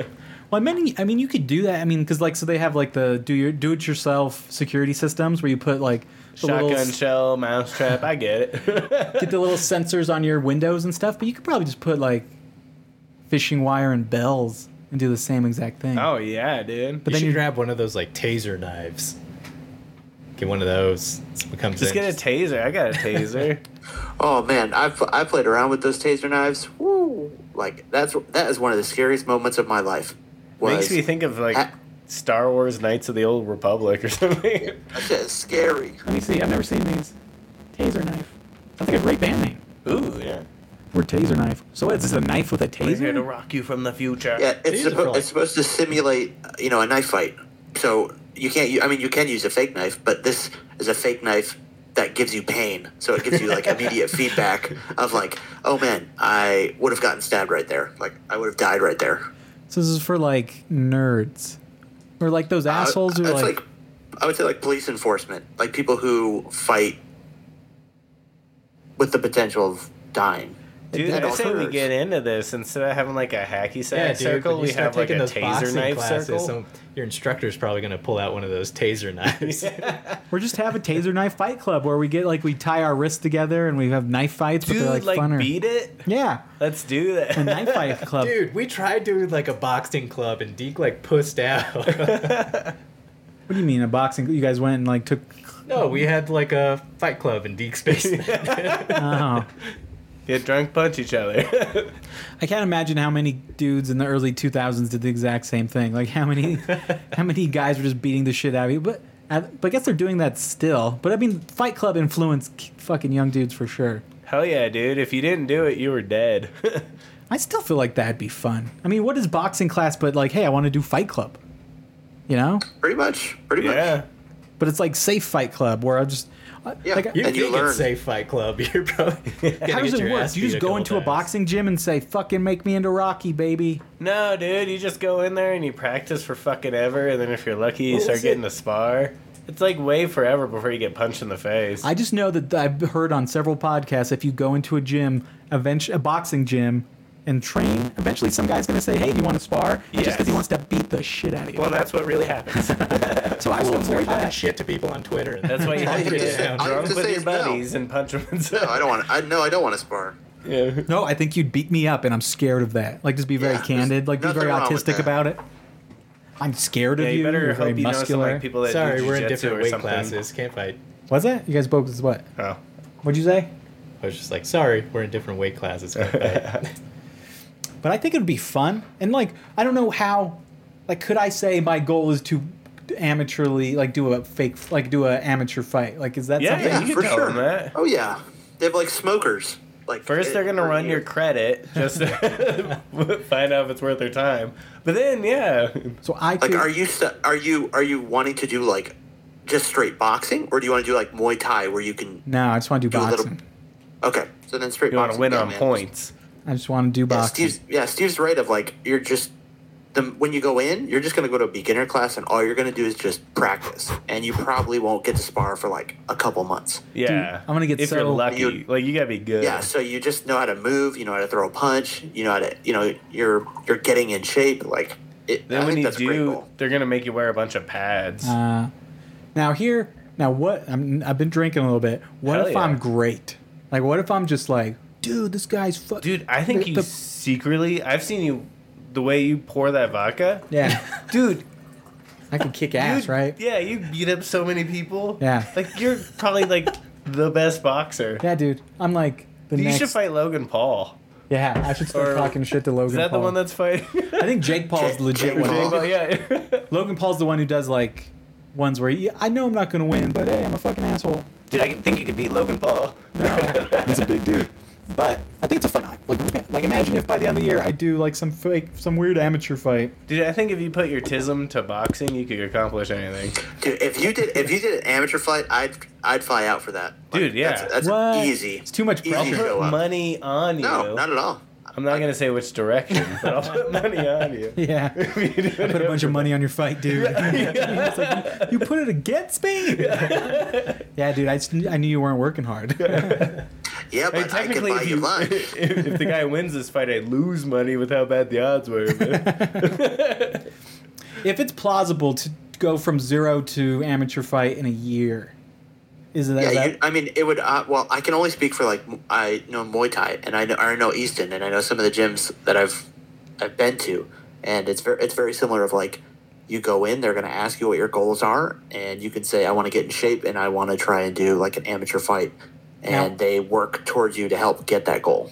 [SPEAKER 4] I mean, I mean, you could do that. I mean, because like, so they have like the do your do it yourself security systems where you put like the little,
[SPEAKER 1] Shotgun shell, mousetrap, I get *laughs* it.
[SPEAKER 4] get the little sensors on your windows and stuff. But you could probably just put like fishing wire and bells and do the same exact thing.
[SPEAKER 1] oh, yeah, dude.
[SPEAKER 4] But
[SPEAKER 3] you
[SPEAKER 4] then
[SPEAKER 3] should
[SPEAKER 4] you-
[SPEAKER 3] grab one of those like taser knives. Get one of those. It becomes
[SPEAKER 1] Just
[SPEAKER 3] in.
[SPEAKER 1] get a taser. I got a *laughs* taser.
[SPEAKER 2] Oh man, I've I played around with those taser knives. Woo! Like that's that is one of the scariest moments of my life. Was
[SPEAKER 1] Makes me think of
[SPEAKER 2] I-
[SPEAKER 1] like Star Wars Knights of the Old Republic or something.
[SPEAKER 2] *laughs* that shit is scary.
[SPEAKER 5] Let me see, I've never seen these. Taser knife. Sounds like a great band name.
[SPEAKER 1] Ooh, yeah.
[SPEAKER 5] Or taser knife. So what, is this a knife with a
[SPEAKER 1] We're here to
[SPEAKER 5] taser?
[SPEAKER 1] rock you from the future.
[SPEAKER 2] Hmm. Yeah, it's
[SPEAKER 3] These are
[SPEAKER 2] supposed
[SPEAKER 3] like-
[SPEAKER 2] it's supposed to simulate you know a knife fight. So you can't. u- I mean, you can use a fake knife, but this is a fake knife that gives you pain. So it gives you like immediate feedback of like, oh man, I would have gotten stabbed right there. Like I would have died right there.
[SPEAKER 4] So this is for like nerds, or like those
[SPEAKER 2] I-
[SPEAKER 4] assholes who
[SPEAKER 2] it's
[SPEAKER 4] like,
[SPEAKER 2] I would say like police enforcement, like people who fight with the potential of dying.
[SPEAKER 1] Dude,
[SPEAKER 2] That
[SPEAKER 1] I
[SPEAKER 2] also
[SPEAKER 1] say we
[SPEAKER 2] hurts.
[SPEAKER 1] get into this instead of having like a hacky sack circle. We have like a taser knife circle.
[SPEAKER 3] your instructor's probably going to pull out one of those
[SPEAKER 1] *laughs*
[SPEAKER 3] taser knives.
[SPEAKER 4] or just have a taser knife fight club where we get like we tie our wrists together and we have knife fights, but
[SPEAKER 1] Dude,
[SPEAKER 4] they're like,
[SPEAKER 1] like,
[SPEAKER 4] funner.
[SPEAKER 1] beat it.
[SPEAKER 4] Yeah,
[SPEAKER 1] Let's do that.
[SPEAKER 4] a knife fight
[SPEAKER 3] *laughs*
[SPEAKER 4] club.
[SPEAKER 3] Dude, we tried doing like a boxing club and Deke like pussed out. *laughs*
[SPEAKER 4] What do you mean a boxing? You guys went and like took.
[SPEAKER 3] no, we had like a fight club and
[SPEAKER 4] *laughs*
[SPEAKER 3] Deke space.
[SPEAKER 4] Oh.
[SPEAKER 1] *laughs* Get drunk, punch each other. *laughs*
[SPEAKER 4] I can't imagine how many dudes in the early 2000s did the exact same thing. Like how many, how many guys were just beating the shit out of you. But, I- but I guess they're doing that still. But I mean, Fight Club influenced k- fucking young dudes for sure.
[SPEAKER 1] Hell yeah, dude. If you didn't do it, you were dead. *laughs*
[SPEAKER 4] I still feel like that'd be fun. I mean, what is boxing class but like, hey, I want to do Fight Club, you know?
[SPEAKER 2] Pretty much. Pretty much.
[SPEAKER 1] yeah.
[SPEAKER 4] But it's like safe Fight Club where I just, uh,
[SPEAKER 2] Yeah.
[SPEAKER 4] Like,
[SPEAKER 3] You
[SPEAKER 2] and you
[SPEAKER 3] think
[SPEAKER 2] learn.
[SPEAKER 3] it's safe fight club? *laughs* You're
[SPEAKER 4] *laughs*
[SPEAKER 3] probably
[SPEAKER 4] how does it work? You just go into a boxing gym and say, fucking make me into Rocky, baby.
[SPEAKER 1] No, dude. You just go in there and you practice for fucking ever, and then if you're lucky, you
[SPEAKER 3] What
[SPEAKER 1] start
[SPEAKER 3] was
[SPEAKER 1] getting
[SPEAKER 3] it?
[SPEAKER 1] a spar. It's like way forever before you get punched in the face.
[SPEAKER 4] I just know that I've heard on several podcasts if you go into a gym, eventually a boxing gym, and train,
[SPEAKER 5] Eventually, some guy's gonna say, "Hey, do you want to spar?" Yeah.
[SPEAKER 4] just because he wants to beat the shit out of you.
[SPEAKER 1] well, that's what really happens.
[SPEAKER 5] So I will avoid
[SPEAKER 3] that
[SPEAKER 5] that.
[SPEAKER 3] shit to people on *laughs* Twitter.
[SPEAKER 1] That's why you
[SPEAKER 2] All
[SPEAKER 1] have to
[SPEAKER 2] you have to
[SPEAKER 1] get
[SPEAKER 2] say- all you have
[SPEAKER 1] drunk
[SPEAKER 2] to
[SPEAKER 1] with
[SPEAKER 2] say
[SPEAKER 1] your
[SPEAKER 2] is no.
[SPEAKER 1] buddies and punch them
[SPEAKER 2] No,
[SPEAKER 1] inside.
[SPEAKER 2] I don't want. I no, I don't want to spar.
[SPEAKER 1] Yeah.
[SPEAKER 4] *laughs* no, I think you'd beat me up, and I'm scared of that. Like, just be very
[SPEAKER 2] Yeah, there's
[SPEAKER 4] candid, like, be
[SPEAKER 2] nothing
[SPEAKER 4] very
[SPEAKER 2] wrong with
[SPEAKER 4] autistic
[SPEAKER 2] that.
[SPEAKER 4] about it. I'm scared of
[SPEAKER 1] Yeah,
[SPEAKER 4] you.
[SPEAKER 1] you better
[SPEAKER 4] You're very
[SPEAKER 1] hope you know some
[SPEAKER 4] muscular.
[SPEAKER 1] like people that
[SPEAKER 3] Sorry,
[SPEAKER 1] do
[SPEAKER 3] we're in
[SPEAKER 1] jujitsu
[SPEAKER 3] different
[SPEAKER 1] or
[SPEAKER 3] weight
[SPEAKER 1] something.
[SPEAKER 3] classes. Can't fight.
[SPEAKER 4] Was that? You guys both was what?
[SPEAKER 1] Oh,
[SPEAKER 4] What'd you say?
[SPEAKER 3] I was just like, sorry, we're in different weight classes.
[SPEAKER 2] *laughs*
[SPEAKER 3] Can't fight.
[SPEAKER 4] but I think it would be fun. And like, I don't know how. Like, could I say my goal is to amateurly like do a fake like do a amateur fight? Like, is that
[SPEAKER 1] Yeah,
[SPEAKER 4] something?
[SPEAKER 1] you can
[SPEAKER 2] for
[SPEAKER 1] tell
[SPEAKER 2] sure.
[SPEAKER 1] them that.
[SPEAKER 2] Oh yeah, they have like smokers. Like eh,
[SPEAKER 1] First, they're gonna run your
[SPEAKER 2] *laughs*
[SPEAKER 1] credit just to *laughs* find out if it's worth their time. But then, yeah,
[SPEAKER 4] So I could.
[SPEAKER 2] Like, are you st- are you are you wanting to do like just straight boxing, or do you want to do like Muay Thai, where you can?
[SPEAKER 4] no, I just want to do
[SPEAKER 2] Do a little-
[SPEAKER 4] boxing.
[SPEAKER 2] Okay, so then straight.
[SPEAKER 1] you want
[SPEAKER 2] boxing.
[SPEAKER 1] to win
[SPEAKER 2] yeah,
[SPEAKER 1] on
[SPEAKER 2] man.
[SPEAKER 1] points.
[SPEAKER 4] I just want to do
[SPEAKER 2] Yeah,
[SPEAKER 4] boxing.
[SPEAKER 2] Steve's yeah, Steve's right. Of like, you're just the when you go in, you're just gonna go to a beginner class, and all you're gonna do is just practice, and you probably won't get to spar for like a couple months.
[SPEAKER 1] Yeah,
[SPEAKER 4] I'm gonna get
[SPEAKER 1] if you're
[SPEAKER 4] so-
[SPEAKER 1] lucky.
[SPEAKER 2] You-
[SPEAKER 1] like you gotta be good.
[SPEAKER 2] Yeah, so you just know how to move, you know how to throw a punch, you know how to, you know, you're you're getting in shape. Like, it,
[SPEAKER 1] Then
[SPEAKER 2] I
[SPEAKER 1] when you
[SPEAKER 2] think that's a great
[SPEAKER 1] do,
[SPEAKER 2] goal.
[SPEAKER 1] they're gonna make you wear a bunch of pads.
[SPEAKER 4] Uh, now here, now what? I'm, I've been drinking a little bit. What
[SPEAKER 1] Hell
[SPEAKER 4] if
[SPEAKER 1] yeah.
[SPEAKER 4] I'm great? Like, what if I'm just like, dude, this guy's fuck.
[SPEAKER 1] Dude, I think
[SPEAKER 4] the-
[SPEAKER 1] you
[SPEAKER 4] the-
[SPEAKER 1] secretly. I've seen you the way you pour that vodka. *laughs*
[SPEAKER 4] yeah,
[SPEAKER 1] Dude,
[SPEAKER 4] I can kick ass,
[SPEAKER 1] you-
[SPEAKER 4] right?
[SPEAKER 1] Yeah, you beat up so many people.
[SPEAKER 4] Yeah.
[SPEAKER 1] like you're probably
[SPEAKER 4] *laughs*
[SPEAKER 1] like the best boxer.
[SPEAKER 4] Yeah, dude, I'm like the
[SPEAKER 1] you
[SPEAKER 4] next.
[SPEAKER 1] should fight Logan Paul.
[SPEAKER 4] yeah, I should start
[SPEAKER 1] Or-
[SPEAKER 4] talking shit to
[SPEAKER 1] *laughs*
[SPEAKER 4] Logan.
[SPEAKER 1] Is that
[SPEAKER 4] Paul.
[SPEAKER 1] the one that's
[SPEAKER 2] *laughs*
[SPEAKER 1] fighting? *laughs*
[SPEAKER 4] I think Jake Paul's
[SPEAKER 2] Jake-
[SPEAKER 4] the legit
[SPEAKER 2] Jake
[SPEAKER 4] one.
[SPEAKER 2] Paul.
[SPEAKER 1] Well, *laughs* yeah.
[SPEAKER 4] Logan Paul's the one who does like ones where he, I know I'm not gonna win, but
[SPEAKER 5] But hey, I'm a fucking asshole.
[SPEAKER 1] Dude, I think you could beat Logan Paul.
[SPEAKER 5] He's a big dude. But I think it's a fun. Like, like imagine if by the end of the year
[SPEAKER 4] I
[SPEAKER 5] I
[SPEAKER 4] do like some fake, some weird amateur fight.
[SPEAKER 1] Dude, I think if you put your tism to boxing, you could accomplish anything.
[SPEAKER 2] Dude, if you did if you did an amateur fight, I'd I'd fly out for that. Like,
[SPEAKER 1] Dude, yeah.
[SPEAKER 2] that's, that's
[SPEAKER 4] What?
[SPEAKER 2] easy.
[SPEAKER 4] It's too much
[SPEAKER 2] Easy
[SPEAKER 1] I'll
[SPEAKER 4] pressure.
[SPEAKER 2] to show
[SPEAKER 1] put
[SPEAKER 2] up.
[SPEAKER 1] money on you.
[SPEAKER 2] No, not at all.
[SPEAKER 1] I'm not gonna say which direction, but I'll put money on you.
[SPEAKER 4] *laughs* Yeah, *laughs* I put a bunch of money on your fight, *laughs* dude. It's like, you put it against me. *laughs* yeah, dude, I, just, kn- I knew you weren't working *laughs* hard.
[SPEAKER 2] Yeah,
[SPEAKER 1] *laughs* Hey,
[SPEAKER 2] but I could
[SPEAKER 1] technically,
[SPEAKER 2] buy
[SPEAKER 1] if,
[SPEAKER 2] you
[SPEAKER 1] you, *laughs*
[SPEAKER 2] lunch.
[SPEAKER 1] if, if the guy wins this fight, I lose money with how bad the odds were.
[SPEAKER 4] *laughs*
[SPEAKER 1] but-
[SPEAKER 4] if it's plausible to go from zero to amateur fight in a year, is that?
[SPEAKER 2] Yeah,
[SPEAKER 4] that
[SPEAKER 2] you, I mean, it would. Uh, well, I can only speak for like m- I know Muay Thai, and I know I know Easton, and I know some of the gyms that I've I've been to, and it's very it's very similar. Of like, you go in, they're going to ask you what your goals are, and you can say, I want to get in shape, and I want to try and do like an amateur fight, and
[SPEAKER 4] Now-
[SPEAKER 2] they work towards you to help get that goal.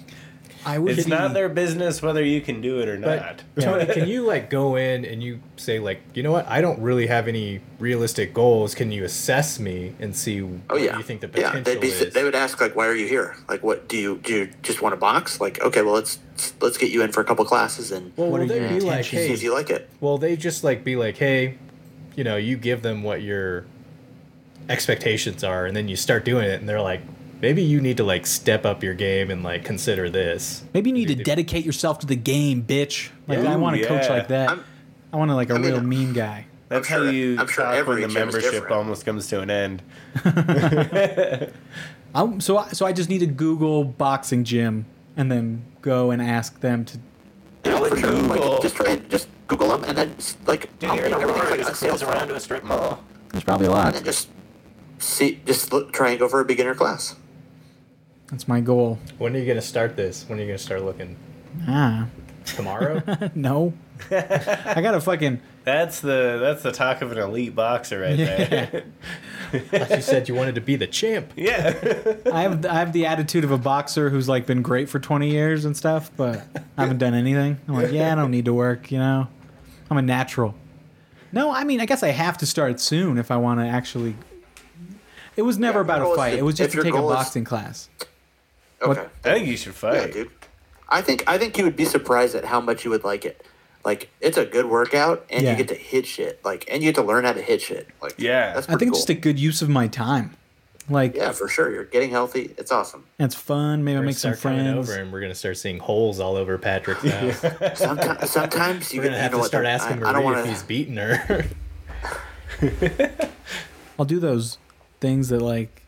[SPEAKER 4] I would.
[SPEAKER 1] it's
[SPEAKER 4] be-
[SPEAKER 1] not their business whether you can do it or not.
[SPEAKER 3] But Tony, can you like go in and you say like, you know what? I don't really have any realistic goals. Can you assess me and see
[SPEAKER 2] Oh
[SPEAKER 3] what
[SPEAKER 2] yeah,
[SPEAKER 3] you think the
[SPEAKER 2] yeah.
[SPEAKER 3] potential
[SPEAKER 2] They'd be,
[SPEAKER 3] is?
[SPEAKER 2] they would ask like, "Why are you here? Like, what do you do? You just want to box? Like, okay, well, let's let's get you in for a couple classes and
[SPEAKER 3] well,
[SPEAKER 4] What
[SPEAKER 3] will
[SPEAKER 4] are
[SPEAKER 3] they
[SPEAKER 4] your
[SPEAKER 3] be like,
[SPEAKER 4] intentions?
[SPEAKER 2] see
[SPEAKER 3] hey,
[SPEAKER 2] if you like it."
[SPEAKER 3] Well, they just like be like, hey, you know, you give them what your expectations are and then you start doing it and they're like maybe you need to like step up your game and like consider this
[SPEAKER 4] Maybe you need to dedicate yourself to the game, bitch. Like
[SPEAKER 1] Yeah.
[SPEAKER 4] I want a
[SPEAKER 1] Ooh,
[SPEAKER 4] coach
[SPEAKER 1] yeah.
[SPEAKER 4] like that.
[SPEAKER 2] I'm-
[SPEAKER 4] i want to like a
[SPEAKER 2] mean,
[SPEAKER 4] real mean guy.
[SPEAKER 1] That's
[SPEAKER 2] sure-
[SPEAKER 1] how you
[SPEAKER 2] I'm sure
[SPEAKER 1] talk
[SPEAKER 2] every
[SPEAKER 1] when the
[SPEAKER 2] gym is
[SPEAKER 1] membership
[SPEAKER 2] different.
[SPEAKER 1] almost comes to an end.
[SPEAKER 4] i so I, so I just need to Google boxing gym and then go and ask them to.
[SPEAKER 2] Yeah, for sure.
[SPEAKER 5] Google.
[SPEAKER 2] Like, just try and just Google them and then just, like
[SPEAKER 5] Dude, you're in
[SPEAKER 2] everything's
[SPEAKER 5] everywhere.
[SPEAKER 2] like a
[SPEAKER 5] Just
[SPEAKER 2] sales
[SPEAKER 5] goes
[SPEAKER 2] rep,
[SPEAKER 5] around to a strip mall. There's probably a
[SPEAKER 2] and
[SPEAKER 5] lot.
[SPEAKER 2] then just see just look, try and go for a beginner class.
[SPEAKER 4] That's my goal.
[SPEAKER 3] when are you going to start this when are you going to start looking
[SPEAKER 4] Ah, *laughs*
[SPEAKER 3] tomorrow
[SPEAKER 2] *laughs*
[SPEAKER 4] no. I gotta fucking.
[SPEAKER 1] That's the that's the talk of an elite boxer right
[SPEAKER 4] *laughs*
[SPEAKER 1] there.
[SPEAKER 3] you said you wanted to be the champ
[SPEAKER 1] yeah.
[SPEAKER 4] I have I have the attitude of a boxer who's like been great for 20 years and stuff, but I haven't done anything. I'm like, yeah, I don't need to work, you know. I'm a natural. No, I mean, I guess I have to start soon if I want to actually. It was never
[SPEAKER 2] Yeah,
[SPEAKER 4] about
[SPEAKER 2] goal
[SPEAKER 4] a
[SPEAKER 2] is
[SPEAKER 4] fight.
[SPEAKER 2] to-
[SPEAKER 4] it was just
[SPEAKER 2] if
[SPEAKER 4] to
[SPEAKER 2] your
[SPEAKER 4] take a
[SPEAKER 2] goal is-
[SPEAKER 4] boxing class.
[SPEAKER 2] Okay.
[SPEAKER 1] I think you should
[SPEAKER 2] Yeah,
[SPEAKER 1] fight.
[SPEAKER 2] dude. I think I think you would be surprised at how much you would like it. Like it's a good workout, and
[SPEAKER 4] Yeah.
[SPEAKER 2] you get to hit shit. Like and you get to learn how to hit shit. Like
[SPEAKER 1] Yeah.
[SPEAKER 2] that's
[SPEAKER 4] I
[SPEAKER 2] pretty
[SPEAKER 4] think
[SPEAKER 2] cool.
[SPEAKER 4] it's just a good use of my time. Like,
[SPEAKER 2] yeah, for sure. You're getting healthy. It's awesome.
[SPEAKER 4] it's fun. Maybe I
[SPEAKER 3] We're
[SPEAKER 4] make some
[SPEAKER 3] gonna start coming
[SPEAKER 4] friends.
[SPEAKER 3] over and we're going to start seeing holes all over Patrick's house.
[SPEAKER 4] *laughs*
[SPEAKER 2] Sometimes, sometimes you
[SPEAKER 3] We're going
[SPEAKER 2] get
[SPEAKER 3] to
[SPEAKER 2] you know
[SPEAKER 3] have to
[SPEAKER 2] what,
[SPEAKER 3] start
[SPEAKER 2] though,
[SPEAKER 3] asking
[SPEAKER 2] I, I
[SPEAKER 3] Marie
[SPEAKER 2] don't
[SPEAKER 3] if
[SPEAKER 2] want
[SPEAKER 3] he's
[SPEAKER 2] to.
[SPEAKER 3] beating her. *laughs*
[SPEAKER 4] I'll do those things that like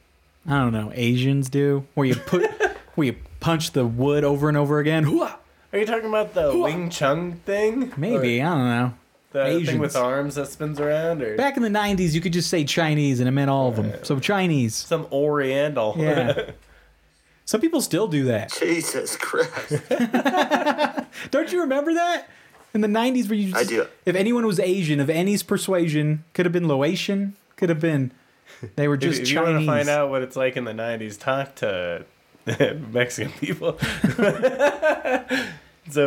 [SPEAKER 4] I don't know Asians do, where
[SPEAKER 1] *laughs*
[SPEAKER 4] you put where you punch the wood over and over again. Hooah!
[SPEAKER 1] Are you talking about the Wing Chun thing?
[SPEAKER 4] Maybe I don't know.
[SPEAKER 1] Or the thing
[SPEAKER 4] Asians.
[SPEAKER 1] with arms that spins around, or
[SPEAKER 4] Back in the '90s, you could just say Chinese and it meant all of them. So Chinese.
[SPEAKER 1] some Oriental. *laughs*
[SPEAKER 4] Yeah. *laughs* Some people still do that.
[SPEAKER 2] *laughs* Jesus Christ!
[SPEAKER 4] Don't you remember that? In the '90s, where you
[SPEAKER 2] I
[SPEAKER 4] just,
[SPEAKER 2] do.
[SPEAKER 4] if anyone was Asian of any persuasion, could have been Laotian, could have been they were
[SPEAKER 1] If,
[SPEAKER 4] just
[SPEAKER 1] if you want
[SPEAKER 4] Chinese.
[SPEAKER 1] to find out what it's like in the '90s, talk to *laughs* Mexican people. *laughs* so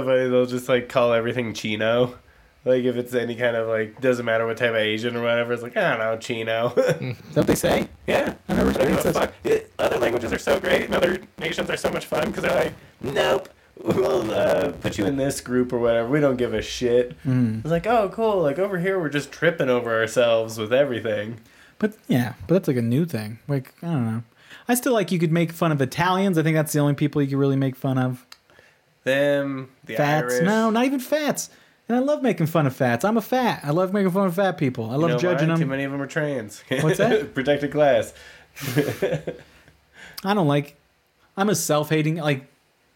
[SPEAKER 1] funny, they'll just like call everything chino. Like if it's any kind of like doesn't matter what type of Asian or whatever, it's like I don't know chino. *laughs*
[SPEAKER 5] Is that what they say? Yeah. I never heard it. Fuck. It- Other languages are so great, and other nations are so much fun because they're like, nope, we'll uh, put you
[SPEAKER 1] in
[SPEAKER 5] in this.
[SPEAKER 1] this group or whatever, we don't give a shit.
[SPEAKER 4] Mm.
[SPEAKER 1] It's like oh cool, like over here we're just tripping over ourselves with everything.
[SPEAKER 4] But yeah, but that's like a new thing. Like I don't know. I still like you could make fun of Italians. I think that's the only people you could really make fun of.
[SPEAKER 1] Them, the
[SPEAKER 4] Fats?
[SPEAKER 1] Irish.
[SPEAKER 4] No, not even fats. And I love making fun of fats. I'm a fat. I love making fun of fat people. I love
[SPEAKER 1] You know
[SPEAKER 4] judging
[SPEAKER 1] why? Too
[SPEAKER 4] them.
[SPEAKER 1] many of them are trans.
[SPEAKER 4] What's
[SPEAKER 1] *laughs*
[SPEAKER 4] that?
[SPEAKER 1] Protected class.
[SPEAKER 4] I don't like. I'm a self-hating like.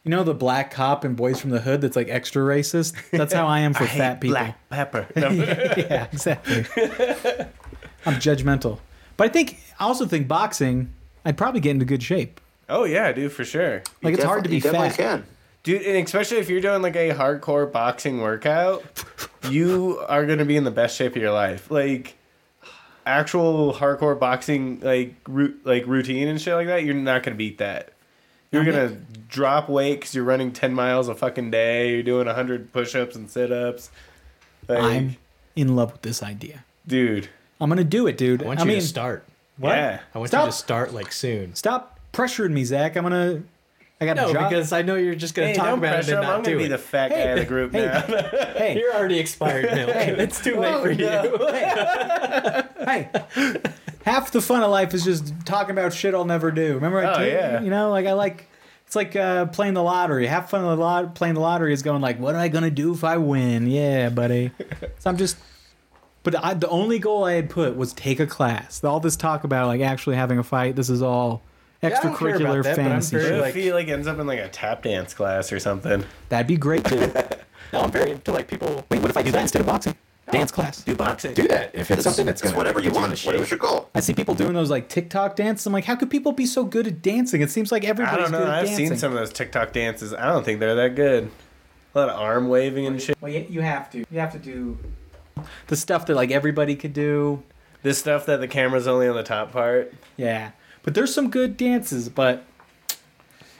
[SPEAKER 4] You know the black cop and boys from the hood that's like extra racist. That's how
[SPEAKER 1] *laughs*
[SPEAKER 4] I am for fat people.
[SPEAKER 1] Black pepper. *laughs* No.
[SPEAKER 4] *laughs* yeah, exactly. I'm judgmental, but I think I also think boxing. I'd probably get into good shape.
[SPEAKER 1] oh yeah, dude, for sure.
[SPEAKER 4] Like it's hard to be
[SPEAKER 2] you definitely
[SPEAKER 4] fat.
[SPEAKER 2] Can.
[SPEAKER 1] Dude, and especially if you're doing like a hardcore boxing
[SPEAKER 3] *laughs*
[SPEAKER 1] workout, you are gonna be in the best shape of your life. Like actual hardcore boxing like root like routine and shit like that, you're not gonna beat that. You're gonna drop weight because you're running ten miles a fucking day. You're doing hundred push-ups and sit-ups. Like,
[SPEAKER 4] I'm in love with this idea.
[SPEAKER 1] dude.
[SPEAKER 4] I'm gonna do it, dude.
[SPEAKER 3] I want
[SPEAKER 4] I
[SPEAKER 3] you
[SPEAKER 4] mean,
[SPEAKER 3] to start.
[SPEAKER 1] Yeah.
[SPEAKER 3] I want
[SPEAKER 4] Stop.
[SPEAKER 3] you to start like soon.
[SPEAKER 4] stop pressuring me, Zach. I'm gonna. I got a
[SPEAKER 3] No,
[SPEAKER 4] job.
[SPEAKER 3] because I know you're just going to
[SPEAKER 1] Hey,
[SPEAKER 3] talk
[SPEAKER 1] don't
[SPEAKER 3] about it
[SPEAKER 1] pressure
[SPEAKER 3] and
[SPEAKER 1] him. I'm
[SPEAKER 3] not
[SPEAKER 1] gonna
[SPEAKER 3] do
[SPEAKER 1] be the
[SPEAKER 3] it.
[SPEAKER 1] fat guy of the group
[SPEAKER 4] Hey.
[SPEAKER 3] *laughs*
[SPEAKER 1] now. *laughs*
[SPEAKER 4] hey,
[SPEAKER 3] You're already expired, Milk. it's too late for you.
[SPEAKER 4] hey, half the fun of life is just talking about shit I'll never do. Remember, I
[SPEAKER 1] Oh,
[SPEAKER 4] told you-
[SPEAKER 1] yeah.
[SPEAKER 4] you know, like I like it's like uh, playing the lottery. Half fun of the lot playing the lottery is going like, what am I gonna do if I win? Yeah, buddy. so I'm just. But I, the only goal I had put was take a class. All this talk about like actually having a fight. This is all
[SPEAKER 3] I don't care about
[SPEAKER 4] extracurricular
[SPEAKER 3] that, but I'm
[SPEAKER 4] fantasy.
[SPEAKER 3] very,
[SPEAKER 4] shit.
[SPEAKER 1] What
[SPEAKER 3] like-
[SPEAKER 1] if he like ends up in like a tap dance class or something?
[SPEAKER 4] That'd be great. Too.
[SPEAKER 5] No, I'm very into like people. Wait, what if I do that instead of boxing? Dance class. Do boxing. Do that if it's something that's
[SPEAKER 2] It's
[SPEAKER 5] gonna
[SPEAKER 2] whatever you
[SPEAKER 5] get in
[SPEAKER 2] want.
[SPEAKER 5] the shape.
[SPEAKER 2] Whatever's your goal.
[SPEAKER 5] I see people
[SPEAKER 4] Doing
[SPEAKER 5] doing.
[SPEAKER 4] those like TikTok dances, I'm like, how could people be so good at dancing? It seems like
[SPEAKER 1] I
[SPEAKER 4] everybody's
[SPEAKER 1] don't know.
[SPEAKER 4] good at
[SPEAKER 1] I've
[SPEAKER 4] dancing.
[SPEAKER 1] seen some of those TikTok dances. I don't think they're that good. A lot of arm waving and shit.
[SPEAKER 4] Well, you, you have to. You have to do the stuff that like everybody could do.
[SPEAKER 1] This stuff that the camera's only on the top part.
[SPEAKER 4] Yeah, but there's some good dances, but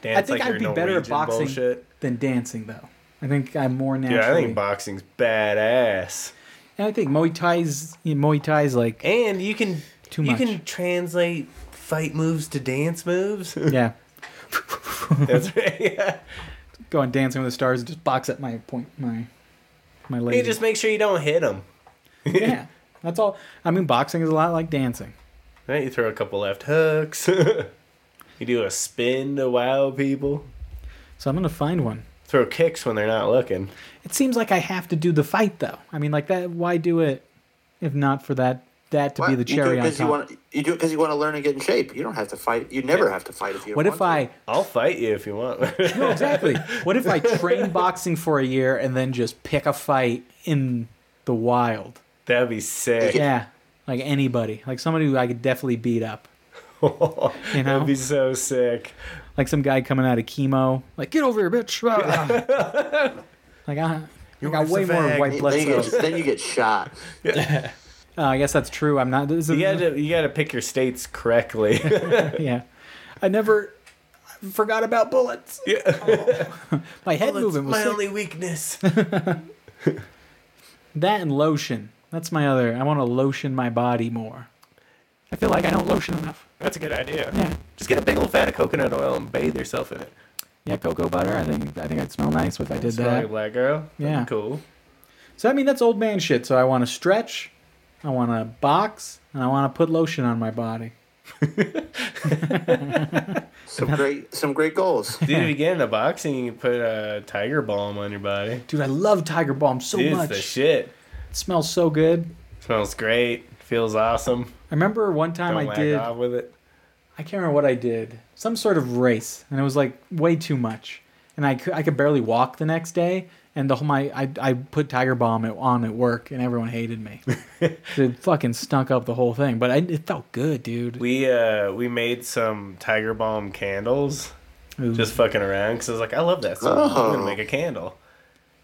[SPEAKER 1] Dance
[SPEAKER 4] think
[SPEAKER 1] like
[SPEAKER 4] I'd
[SPEAKER 1] your
[SPEAKER 4] be better
[SPEAKER 1] Norwegian
[SPEAKER 4] at boxing.
[SPEAKER 1] Bullshit.
[SPEAKER 4] than dancing though. I think I'm more naturally.
[SPEAKER 1] Yeah, I think boxing's badass.
[SPEAKER 4] and I think Muay Thai's you know, Muay Thai's like
[SPEAKER 1] And you can
[SPEAKER 4] Too
[SPEAKER 1] you
[SPEAKER 4] much.
[SPEAKER 1] can translate fight moves to dance
[SPEAKER 4] *laughs*
[SPEAKER 1] moves.
[SPEAKER 4] yeah,
[SPEAKER 1] That's right. Yeah.
[SPEAKER 4] go on dancing with the stars and just box at my point my my
[SPEAKER 1] You
[SPEAKER 4] leg.
[SPEAKER 1] just make sure you don't hit them.
[SPEAKER 4] yeah, that's all. I mean, boxing is a lot like dancing.
[SPEAKER 1] Now you throw a couple left hooks. *laughs* you do a spin to wow people.
[SPEAKER 4] So I'm gonna find one.
[SPEAKER 1] Throw kicks when they're not looking.
[SPEAKER 4] It seems like I have to do the fight though. I mean, like that. Why do it if not for that? That to
[SPEAKER 2] What?
[SPEAKER 4] be the cherry
[SPEAKER 2] you do it
[SPEAKER 4] on
[SPEAKER 2] 'cause
[SPEAKER 4] top.
[SPEAKER 2] You, want, you do it because you want to learn and get in shape. You don't have to fight. You never have to fight if you.
[SPEAKER 4] what
[SPEAKER 2] don't
[SPEAKER 4] if
[SPEAKER 2] want
[SPEAKER 4] I?
[SPEAKER 2] to.
[SPEAKER 1] I'll fight you if you want. *laughs*
[SPEAKER 4] No, exactly. what if I train boxing for a year and then just pick a fight in the wild?
[SPEAKER 1] That'd be sick.
[SPEAKER 4] Yeah, like anybody, like somebody who I could definitely beat up. You know?
[SPEAKER 1] That'd be so sick.
[SPEAKER 4] Like some guy coming out of chemo, like get over
[SPEAKER 1] *laughs*
[SPEAKER 4] here, bitch. Ah. like I, I got
[SPEAKER 1] wife's a
[SPEAKER 4] way more
[SPEAKER 1] fag.
[SPEAKER 4] white blood
[SPEAKER 2] Then you,
[SPEAKER 4] cells.
[SPEAKER 2] get, then you get shot.
[SPEAKER 4] *laughs* Uh, I guess that's true. I'm not. This is,
[SPEAKER 1] You gotta you gotta pick your states
[SPEAKER 4] *laughs*
[SPEAKER 1] correctly.
[SPEAKER 4] yeah, I never I forgot about bullets. *laughs* my head movement was
[SPEAKER 1] my
[SPEAKER 4] sick.
[SPEAKER 1] only
[SPEAKER 4] *laughs*
[SPEAKER 1] weakness.
[SPEAKER 4] that and lotion. That's my other. I want to lotion my body more.
[SPEAKER 5] I feel like I don't lotion enough. That's a good idea. Yeah. Just get a big old vat of coconut oil and bathe yourself in it. Yeah, cocoa butter. I think I think I'd smell nice if I did
[SPEAKER 1] Probably
[SPEAKER 5] that.
[SPEAKER 1] black girl. That'd be
[SPEAKER 4] Yeah. *laughs*
[SPEAKER 1] Cool.
[SPEAKER 4] So I mean, that's old man shit. So I want to stretch, I want to box, and I want to put lotion on my body.
[SPEAKER 2] Some great, some great goals.
[SPEAKER 1] Do it again in a boxing. You can put a tiger balm on your body.
[SPEAKER 4] Dude, I love Tiger Balm so
[SPEAKER 1] Dude, it's
[SPEAKER 4] much.
[SPEAKER 1] the shit.
[SPEAKER 4] It smells so good.
[SPEAKER 1] Smells great. Feels awesome.
[SPEAKER 4] I remember one time
[SPEAKER 1] Don't
[SPEAKER 4] I
[SPEAKER 1] whack
[SPEAKER 4] did.
[SPEAKER 1] off with it.
[SPEAKER 4] I can't remember what I did. Some sort of race, and it was like way too much, and I could, I could barely walk the next day. And the whole my I, I put Tiger Balm at, on at work, and everyone
[SPEAKER 1] *laughs*
[SPEAKER 4] hated me. it fucking stunk up the whole thing, but I, it felt good, dude.
[SPEAKER 1] We uh we made some tiger balm candles,
[SPEAKER 4] Ooh.
[SPEAKER 1] just fucking around. Cause I was like, I love that. So I'm gonna
[SPEAKER 2] Oh.
[SPEAKER 1] make a candle.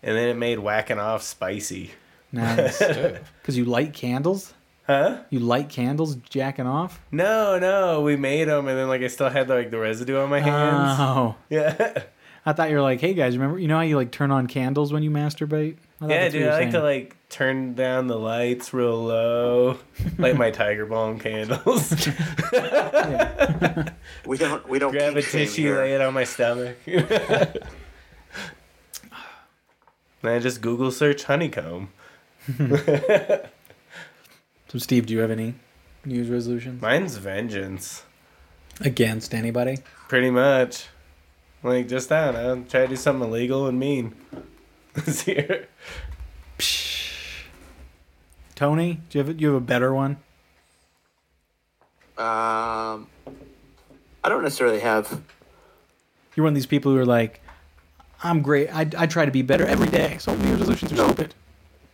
[SPEAKER 1] And then it made whacking off spicy. *laughs*
[SPEAKER 4] nice, *laughs* because you light candles.
[SPEAKER 1] Huh?
[SPEAKER 4] You light candles, jacking off.
[SPEAKER 1] No, no, we made them, and then like I still had like the residue on my hands.
[SPEAKER 4] Oh,
[SPEAKER 1] *laughs* yeah,
[SPEAKER 4] I thought you were like, hey guys, remember? You know how you like turn on candles when you masturbate? I thought
[SPEAKER 1] yeah,
[SPEAKER 4] that's what
[SPEAKER 1] dude.
[SPEAKER 4] you were
[SPEAKER 1] I like to
[SPEAKER 4] saying.
[SPEAKER 1] like turn down the lights real low, light
[SPEAKER 4] *laughs*
[SPEAKER 1] my tiger balm candles,
[SPEAKER 2] We don't, we don't
[SPEAKER 1] grab a
[SPEAKER 2] kink shame
[SPEAKER 1] tissue,
[SPEAKER 2] here.
[SPEAKER 1] lay it on my stomach. *laughs* and I just Google search honeycomb.
[SPEAKER 4] So, Steve, do you have any New Year's resolutions
[SPEAKER 1] Mine's vengeance.
[SPEAKER 4] against anybody?
[SPEAKER 1] Pretty much. Like, just that. I don't try to do something illegal and mean. *laughs* See,
[SPEAKER 4] Tony, do you have a, you have a better one?
[SPEAKER 2] Um, I don't necessarily have.
[SPEAKER 4] You're one of these people who are like, I'm great. I, I try to be better every day. So,
[SPEAKER 5] New Year's resolutions are stupid.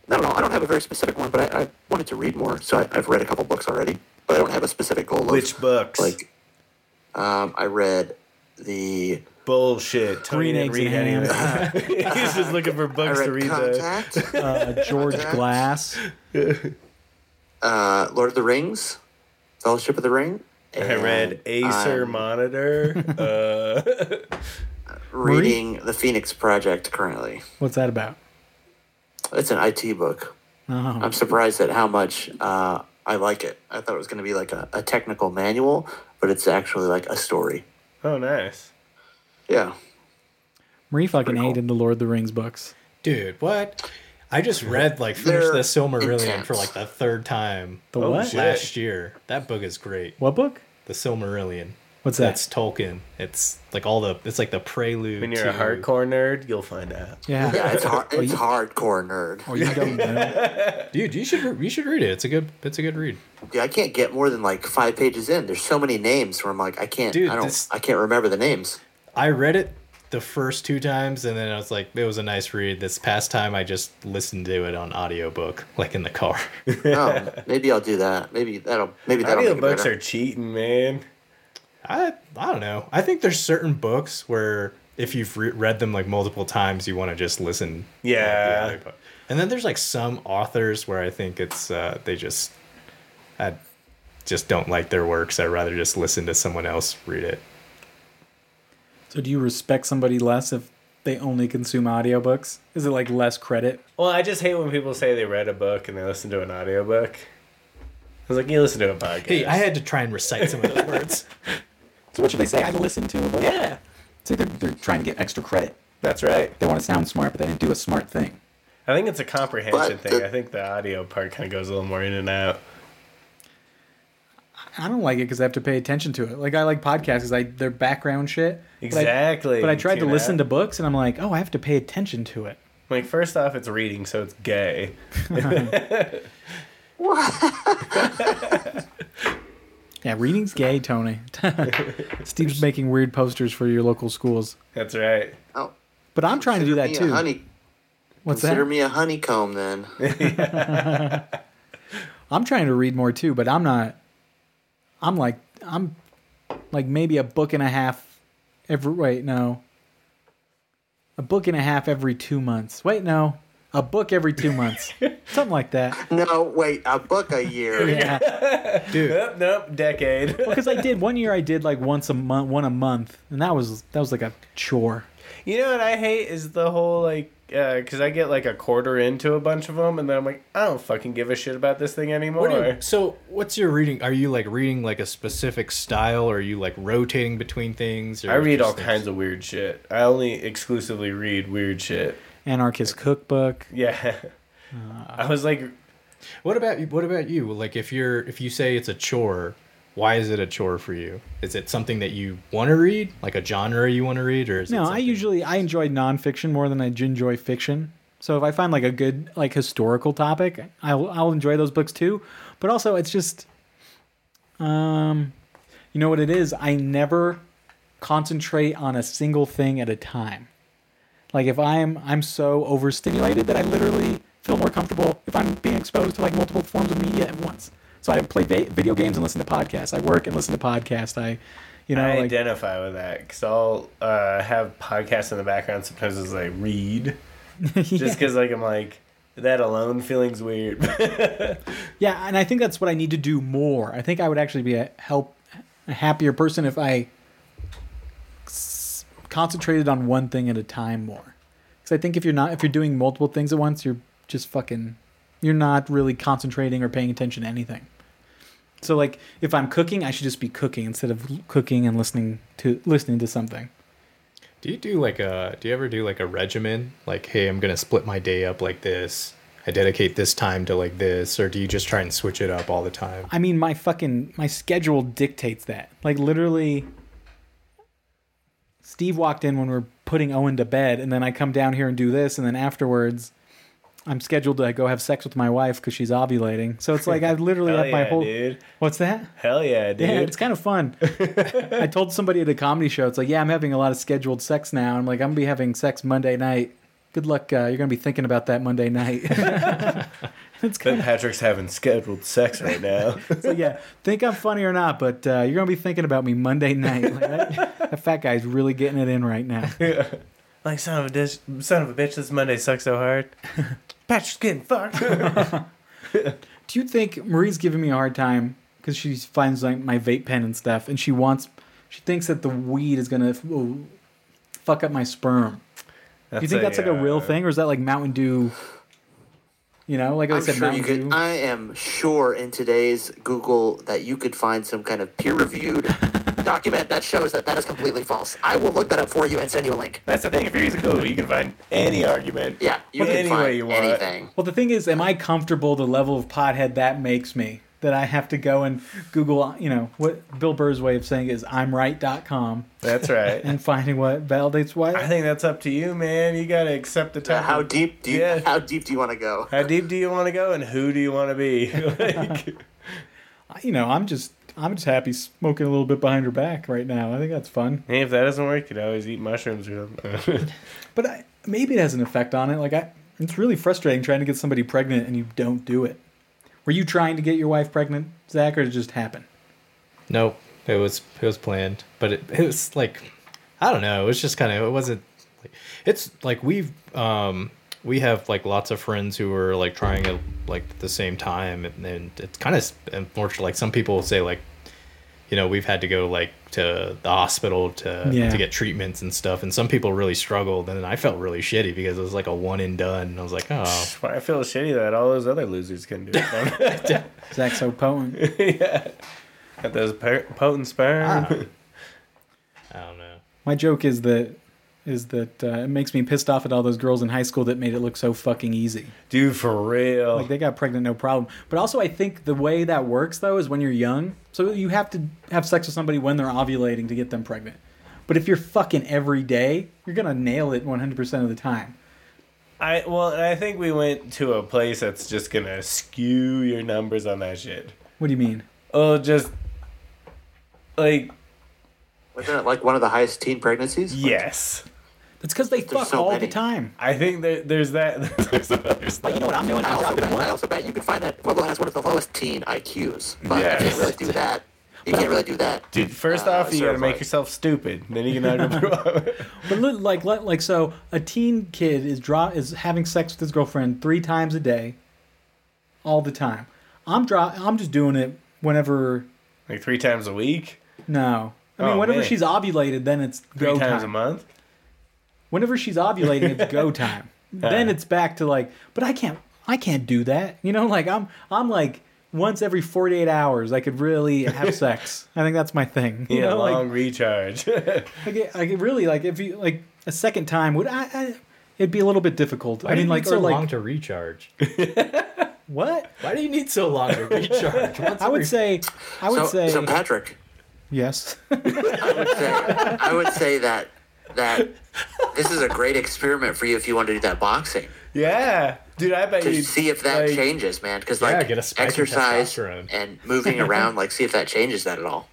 [SPEAKER 2] No, no, I don't have a very specific one, but I, I wanted to read more, so I, I've read a couple books already. But I don't have a specific goal. Of,
[SPEAKER 1] Which books?
[SPEAKER 2] Like, um, I read the
[SPEAKER 1] Bullshit. Tony
[SPEAKER 4] Green
[SPEAKER 1] didn't
[SPEAKER 4] eggs and
[SPEAKER 1] read any of it. *laughs* He's just looking for
[SPEAKER 2] I
[SPEAKER 1] books to
[SPEAKER 2] read
[SPEAKER 1] read. though.
[SPEAKER 2] Contact,
[SPEAKER 4] *laughs* uh, George
[SPEAKER 2] Jack.
[SPEAKER 4] Glass.
[SPEAKER 2] uh, Lord of the Rings, Fellowship of the Ring.
[SPEAKER 1] I read
[SPEAKER 2] and
[SPEAKER 1] Acer
[SPEAKER 2] I'm
[SPEAKER 1] Monitor. Uh,
[SPEAKER 2] reading the Phoenix Project currently.
[SPEAKER 4] What's that about?
[SPEAKER 2] It's an IT book.
[SPEAKER 4] Oh,
[SPEAKER 2] I'm surprised at how much uh, I like it. I thought it was going to be like a, a technical manual, but it's actually like a story.
[SPEAKER 1] oh, nice.
[SPEAKER 2] Yeah.
[SPEAKER 4] Marie fucking
[SPEAKER 2] pretty cool.
[SPEAKER 4] hated the Lord of the Rings books.
[SPEAKER 3] Dude, what? I just read like finished
[SPEAKER 2] They're
[SPEAKER 3] the Silmarillion
[SPEAKER 2] intense.
[SPEAKER 3] for like the third time
[SPEAKER 4] The
[SPEAKER 1] Oh,
[SPEAKER 4] what?
[SPEAKER 1] shit.
[SPEAKER 3] last year. That book is great.
[SPEAKER 4] What book?
[SPEAKER 3] The Silmarillion.
[SPEAKER 4] What's that?
[SPEAKER 3] That's Tolkien. It's like all the it's like the prelude.
[SPEAKER 1] When you're
[SPEAKER 3] to,
[SPEAKER 1] a hardcore nerd, you'll find out.
[SPEAKER 4] yeah.
[SPEAKER 2] Yeah, it's, hard, it's hardcore nerd.
[SPEAKER 4] Or you don't know.
[SPEAKER 3] dude, you should re- you should read it. It's a good it's a good read.
[SPEAKER 2] Dude, I can't get more than like five pages in. There's so many names where I'm like, I can't,
[SPEAKER 3] Dude,
[SPEAKER 2] I don't,
[SPEAKER 3] this-
[SPEAKER 2] I can't remember the
[SPEAKER 4] *laughs*
[SPEAKER 2] names.
[SPEAKER 3] I read it the first two times and then I was like, it was a nice read. This past time I just listened to it on audiobook, like in the car. *laughs*
[SPEAKER 2] Oh, maybe I'll do that. Maybe that'll, maybe that'll make it
[SPEAKER 1] Audiobooks
[SPEAKER 2] better.
[SPEAKER 1] are cheating, man.
[SPEAKER 3] I I don't know. I think there's certain books where if you've re- read them like multiple times, you want to just listen. to, like, the
[SPEAKER 1] Yeah.
[SPEAKER 3] audiobook. and then there's like some authors where I think it's uh, they just I just don't like their works. I'd rather just listen to someone else read it.
[SPEAKER 4] So, do you respect somebody less if they only consume audiobooks? Is it like less credit?
[SPEAKER 1] Well, I just hate when people say they read a book and they listen to an audiobook. I was like, you listen to a podcast.
[SPEAKER 3] Hey, I had to try and recite some
[SPEAKER 1] *laughs*
[SPEAKER 3] of those words.
[SPEAKER 5] So what should they say? I listened to. But yeah. See, they're, they're trying to get extra credit.
[SPEAKER 1] That's right.
[SPEAKER 5] They want to sound smart, but they didn't do a smart thing.
[SPEAKER 1] I think it's a comprehension
[SPEAKER 2] But
[SPEAKER 1] thing.
[SPEAKER 2] the-
[SPEAKER 1] I think the audio part kind of goes a little more in and out.
[SPEAKER 4] I don't like it because I have to pay attention to it. Like I like podcasts because I they're background shit. But I-
[SPEAKER 1] Exactly,
[SPEAKER 4] But I, tried to
[SPEAKER 1] tune
[SPEAKER 4] listen
[SPEAKER 1] out.
[SPEAKER 4] to books and I'm like, oh, I have to pay attention to it.
[SPEAKER 1] Like first off, it's reading, so it's gay.
[SPEAKER 4] Yeah, reading's gay, Tony. *laughs* Steve's making weird posters for your local schools.
[SPEAKER 1] That's right.
[SPEAKER 2] Oh,
[SPEAKER 4] But I'm trying to do that
[SPEAKER 2] me a
[SPEAKER 4] too.
[SPEAKER 2] honey,
[SPEAKER 4] What's
[SPEAKER 2] consider
[SPEAKER 4] that?
[SPEAKER 2] me a honeycomb
[SPEAKER 4] *laughs*
[SPEAKER 2] then.
[SPEAKER 4] I'm trying to read more too, but I'm not. I'm like I'm like maybe a book and a half every. Wait, no. A book and a half every two months. Wait, no. A book every two months, something like that.
[SPEAKER 2] no, wait, a book a
[SPEAKER 4] *laughs*
[SPEAKER 2] year.
[SPEAKER 4] Yeah, dude.
[SPEAKER 1] Nope, nope, decade. *laughs*
[SPEAKER 4] Because I did one year, I did like once a month, one a month, and that was that was like a chore.
[SPEAKER 1] You know what I hate is the whole like because I get like a quarter into a bunch of them and then I'm like I don't fucking give a shit about this thing anymore.
[SPEAKER 3] What do you- so what's your reading? Are you like reading like a specific style, or are you like rotating between things? Or
[SPEAKER 1] I read all kinds of weird shit. I only exclusively read weird shit.
[SPEAKER 4] Anarchist cookbook.
[SPEAKER 1] Yeah. *laughs* I was like,
[SPEAKER 3] What about what about you? Like if you're if you say it's a chore, why is it a chore for you? Is it something that you want to read, like a genre you want to read, or is it
[SPEAKER 4] No, I
[SPEAKER 3] something-
[SPEAKER 4] usually I enjoy nonfiction more than I j- enjoy fiction. So if I find like a good like historical topic, I'll I'll enjoy those books too. But also, it's just, um, you know what it is. I never concentrate on a single thing at a time. Like if I'm I'm so overstimulated that I literally feel more comfortable if I'm being exposed to like multiple forms of media at once. So I play va- video games and listen to podcasts. I work and listen to podcasts. I, you know,
[SPEAKER 1] I
[SPEAKER 4] like,
[SPEAKER 1] identify with that because I'll uh, have podcasts in the background sometimes as I read, just because like I'm like that alone feeling's weird. *laughs*
[SPEAKER 4] Yeah, and I think that's what I need to do more. I think I would actually be a help a happier person if I s- concentrated on one thing at a time more. Cuz I think if you're not if you're doing multiple things at once, you're just fucking you're not really concentrating or paying attention to anything. So like if I'm cooking, I should just be cooking instead of l- cooking and listening to listening to something.
[SPEAKER 3] Do you do like a do you ever do like a regimen? Like, hey, I'm gonna split my day up like this. I dedicate this time to like this, or do you just try and switch it up all the time?
[SPEAKER 4] I mean, my fucking my schedule dictates that. Like literally, Steve walked in when we are putting Owen to bed, and then I come down here and do this, and then afterwards, I'm scheduled to go have sex with my wife because she's ovulating. So it's like I literally
[SPEAKER 1] Hell
[SPEAKER 4] have my
[SPEAKER 1] yeah,
[SPEAKER 4] whole.
[SPEAKER 1] dude.
[SPEAKER 4] What's that?
[SPEAKER 1] Hell yeah, dude.
[SPEAKER 4] Yeah, it's kind of fun. I told somebody at a comedy show, it's like, yeah, I'm having a lot of scheduled sex now. I'm like, I'm gonna be having sex Monday night. Good luck. Uh, you're gonna be thinking about that Monday night.
[SPEAKER 1] But Patrick's having scheduled sex right now.
[SPEAKER 4] So yeah, think I'm funny or not, but uh, you're gonna be thinking about me Monday night. Like, that, that fat guy's really getting it in right now.
[SPEAKER 1] like son of a dish, son of a bitch. This Monday sucks so hard. *laughs* Patrick's getting fucked.
[SPEAKER 4] Do you think Marie's giving me a hard time because she finds like my vape pen and stuff, and she wants, she thinks that the weed is gonna f- ooh, fuck up my sperm. Do you think that's like a
[SPEAKER 2] uh,
[SPEAKER 4] real thing, or is that like Mountain Dew? You know, like I
[SPEAKER 2] I'm
[SPEAKER 4] said,
[SPEAKER 2] sure you
[SPEAKER 4] Mountain Dew.
[SPEAKER 2] could. I am sure in today's Google that you could find some kind of peer-reviewed document that shows that that is completely false. I will look that up for you and send you a link.
[SPEAKER 5] That's the thing. If you're using Google, you can find any argument.
[SPEAKER 2] Yeah, you
[SPEAKER 1] Look
[SPEAKER 2] can
[SPEAKER 1] any
[SPEAKER 2] find
[SPEAKER 1] way you want.
[SPEAKER 2] anything.
[SPEAKER 4] Well, the thing is, am I comfortable the level of pothead that makes me that I have to go and Google, you know, what Bill Burr's way of saying is I'm right.com
[SPEAKER 1] *laughs* That's right.
[SPEAKER 4] and finding what validates what?
[SPEAKER 1] I think that's up to you, man. You gotta accept the
[SPEAKER 2] Uh,
[SPEAKER 1] time.
[SPEAKER 2] how deep do you?
[SPEAKER 1] Yeah.
[SPEAKER 2] How deep do you want to go?
[SPEAKER 1] How deep do you want to go, and who do you want to
[SPEAKER 2] *laughs*
[SPEAKER 1] be? *laughs* like,
[SPEAKER 4] You know, I'm just I'm just happy smoking a little bit behind her back right now. I think that's fun.
[SPEAKER 1] hey, if that doesn't work, you could always eat mushrooms or *laughs* something.
[SPEAKER 4] But I, maybe it has an effect on it. Like I it's really frustrating trying to get somebody pregnant and you don't do it. Were you trying to get your wife pregnant, Zach, or did it just happen?
[SPEAKER 3] Nope, it was it was planned, but it, it was like I don't know. It was just kind of it wasn't. Like, it's like we've um we have like lots of friends who are like trying it like at the same time, and, and it's kind of unfortunate. Like some people will say like you know we've had to go like to the hospital to
[SPEAKER 4] Yeah.
[SPEAKER 3] to get treatments and stuff, and some people really struggled, and I felt really shitty because it was like a one and done, and I was like oh
[SPEAKER 1] Why I feel shitty that all those other losers can do *laughs* it.
[SPEAKER 4] Zach's so potent.
[SPEAKER 1] Got Ah. those per- potent sperm.
[SPEAKER 3] I don't know.
[SPEAKER 4] My joke is that is that uh, it makes me pissed off at all those girls in high school that made it look so fucking easy.
[SPEAKER 1] *laughs* Dude, for real.
[SPEAKER 4] Like they got pregnant, no problem. But also, I think the way that works though is when you're young, so you have to have sex with somebody when they're ovulating to get them pregnant. But if you're fucking every day, you're gonna nail it 100% of the time.
[SPEAKER 1] I well, and I think we went to a place that's just gonna skew your numbers on that shit.
[SPEAKER 4] What do you mean?
[SPEAKER 1] Oh, just like
[SPEAKER 2] Wasn't it like one of the highest teen pregnancies?
[SPEAKER 1] yes.
[SPEAKER 4] That's because they fuck
[SPEAKER 2] so
[SPEAKER 4] all
[SPEAKER 2] many.
[SPEAKER 4] the time.
[SPEAKER 1] I think there, there's that. *laughs* There's another
[SPEAKER 5] Like, you know
[SPEAKER 1] stuff.
[SPEAKER 5] what I'm doing?
[SPEAKER 2] I
[SPEAKER 5] I'm
[SPEAKER 2] also,
[SPEAKER 5] dropping
[SPEAKER 2] bet,
[SPEAKER 5] one.
[SPEAKER 2] I also bet you could find that Pueblo has one of the lowest teen IQs, but
[SPEAKER 1] Yes.
[SPEAKER 2] you can't really do that. You can't really do that.
[SPEAKER 1] Dude, first
[SPEAKER 2] Uh,
[SPEAKER 1] off, you
[SPEAKER 2] so
[SPEAKER 1] gotta
[SPEAKER 2] it's
[SPEAKER 1] make
[SPEAKER 2] like-
[SPEAKER 1] yourself stupid. Then you can argue.
[SPEAKER 4] But look, like, like, like, so a teen kid is draw is having sex with his girlfriend three times a day, all the time. I'm draw. I'm just doing it whenever.
[SPEAKER 1] like three times a week,
[SPEAKER 4] No, I mean
[SPEAKER 1] Oh,
[SPEAKER 4] whenever
[SPEAKER 1] man.
[SPEAKER 4] she's ovulated, then it's
[SPEAKER 1] three
[SPEAKER 4] go
[SPEAKER 1] times
[SPEAKER 4] time.
[SPEAKER 1] a month.
[SPEAKER 4] Whenever she's ovulating, it's *laughs* go time. then it's back to like, but I can't, I can't do that. You know, like I'm, I'm like once every 48 hours, I could really *laughs* have sex. I think that's my thing. You
[SPEAKER 1] Yeah,
[SPEAKER 4] know, like-
[SPEAKER 1] long recharge. *laughs*
[SPEAKER 4] Like, it- like it really, like if you like a second time would I, I it'd be a little bit difficult. I mean, like
[SPEAKER 3] so
[SPEAKER 4] or like
[SPEAKER 3] long to recharge.
[SPEAKER 4] what?
[SPEAKER 3] Why do you need so long to *laughs* recharge? Once
[SPEAKER 4] I
[SPEAKER 3] every-
[SPEAKER 4] would say, I
[SPEAKER 2] So,
[SPEAKER 4] would say
[SPEAKER 2] so Patrick,
[SPEAKER 4] yes.
[SPEAKER 2] I would say, I would say that that this is a great experiment for you if you want to do that boxing
[SPEAKER 1] yeah, dude, I bet
[SPEAKER 2] to
[SPEAKER 1] you
[SPEAKER 2] see if that
[SPEAKER 1] like,
[SPEAKER 2] changes, man. Because
[SPEAKER 3] Yeah,
[SPEAKER 2] like
[SPEAKER 3] get a spike in
[SPEAKER 2] exercise
[SPEAKER 3] testosterone.
[SPEAKER 2] and
[SPEAKER 3] *laughs*
[SPEAKER 2] moving around, like see if that changes that at all.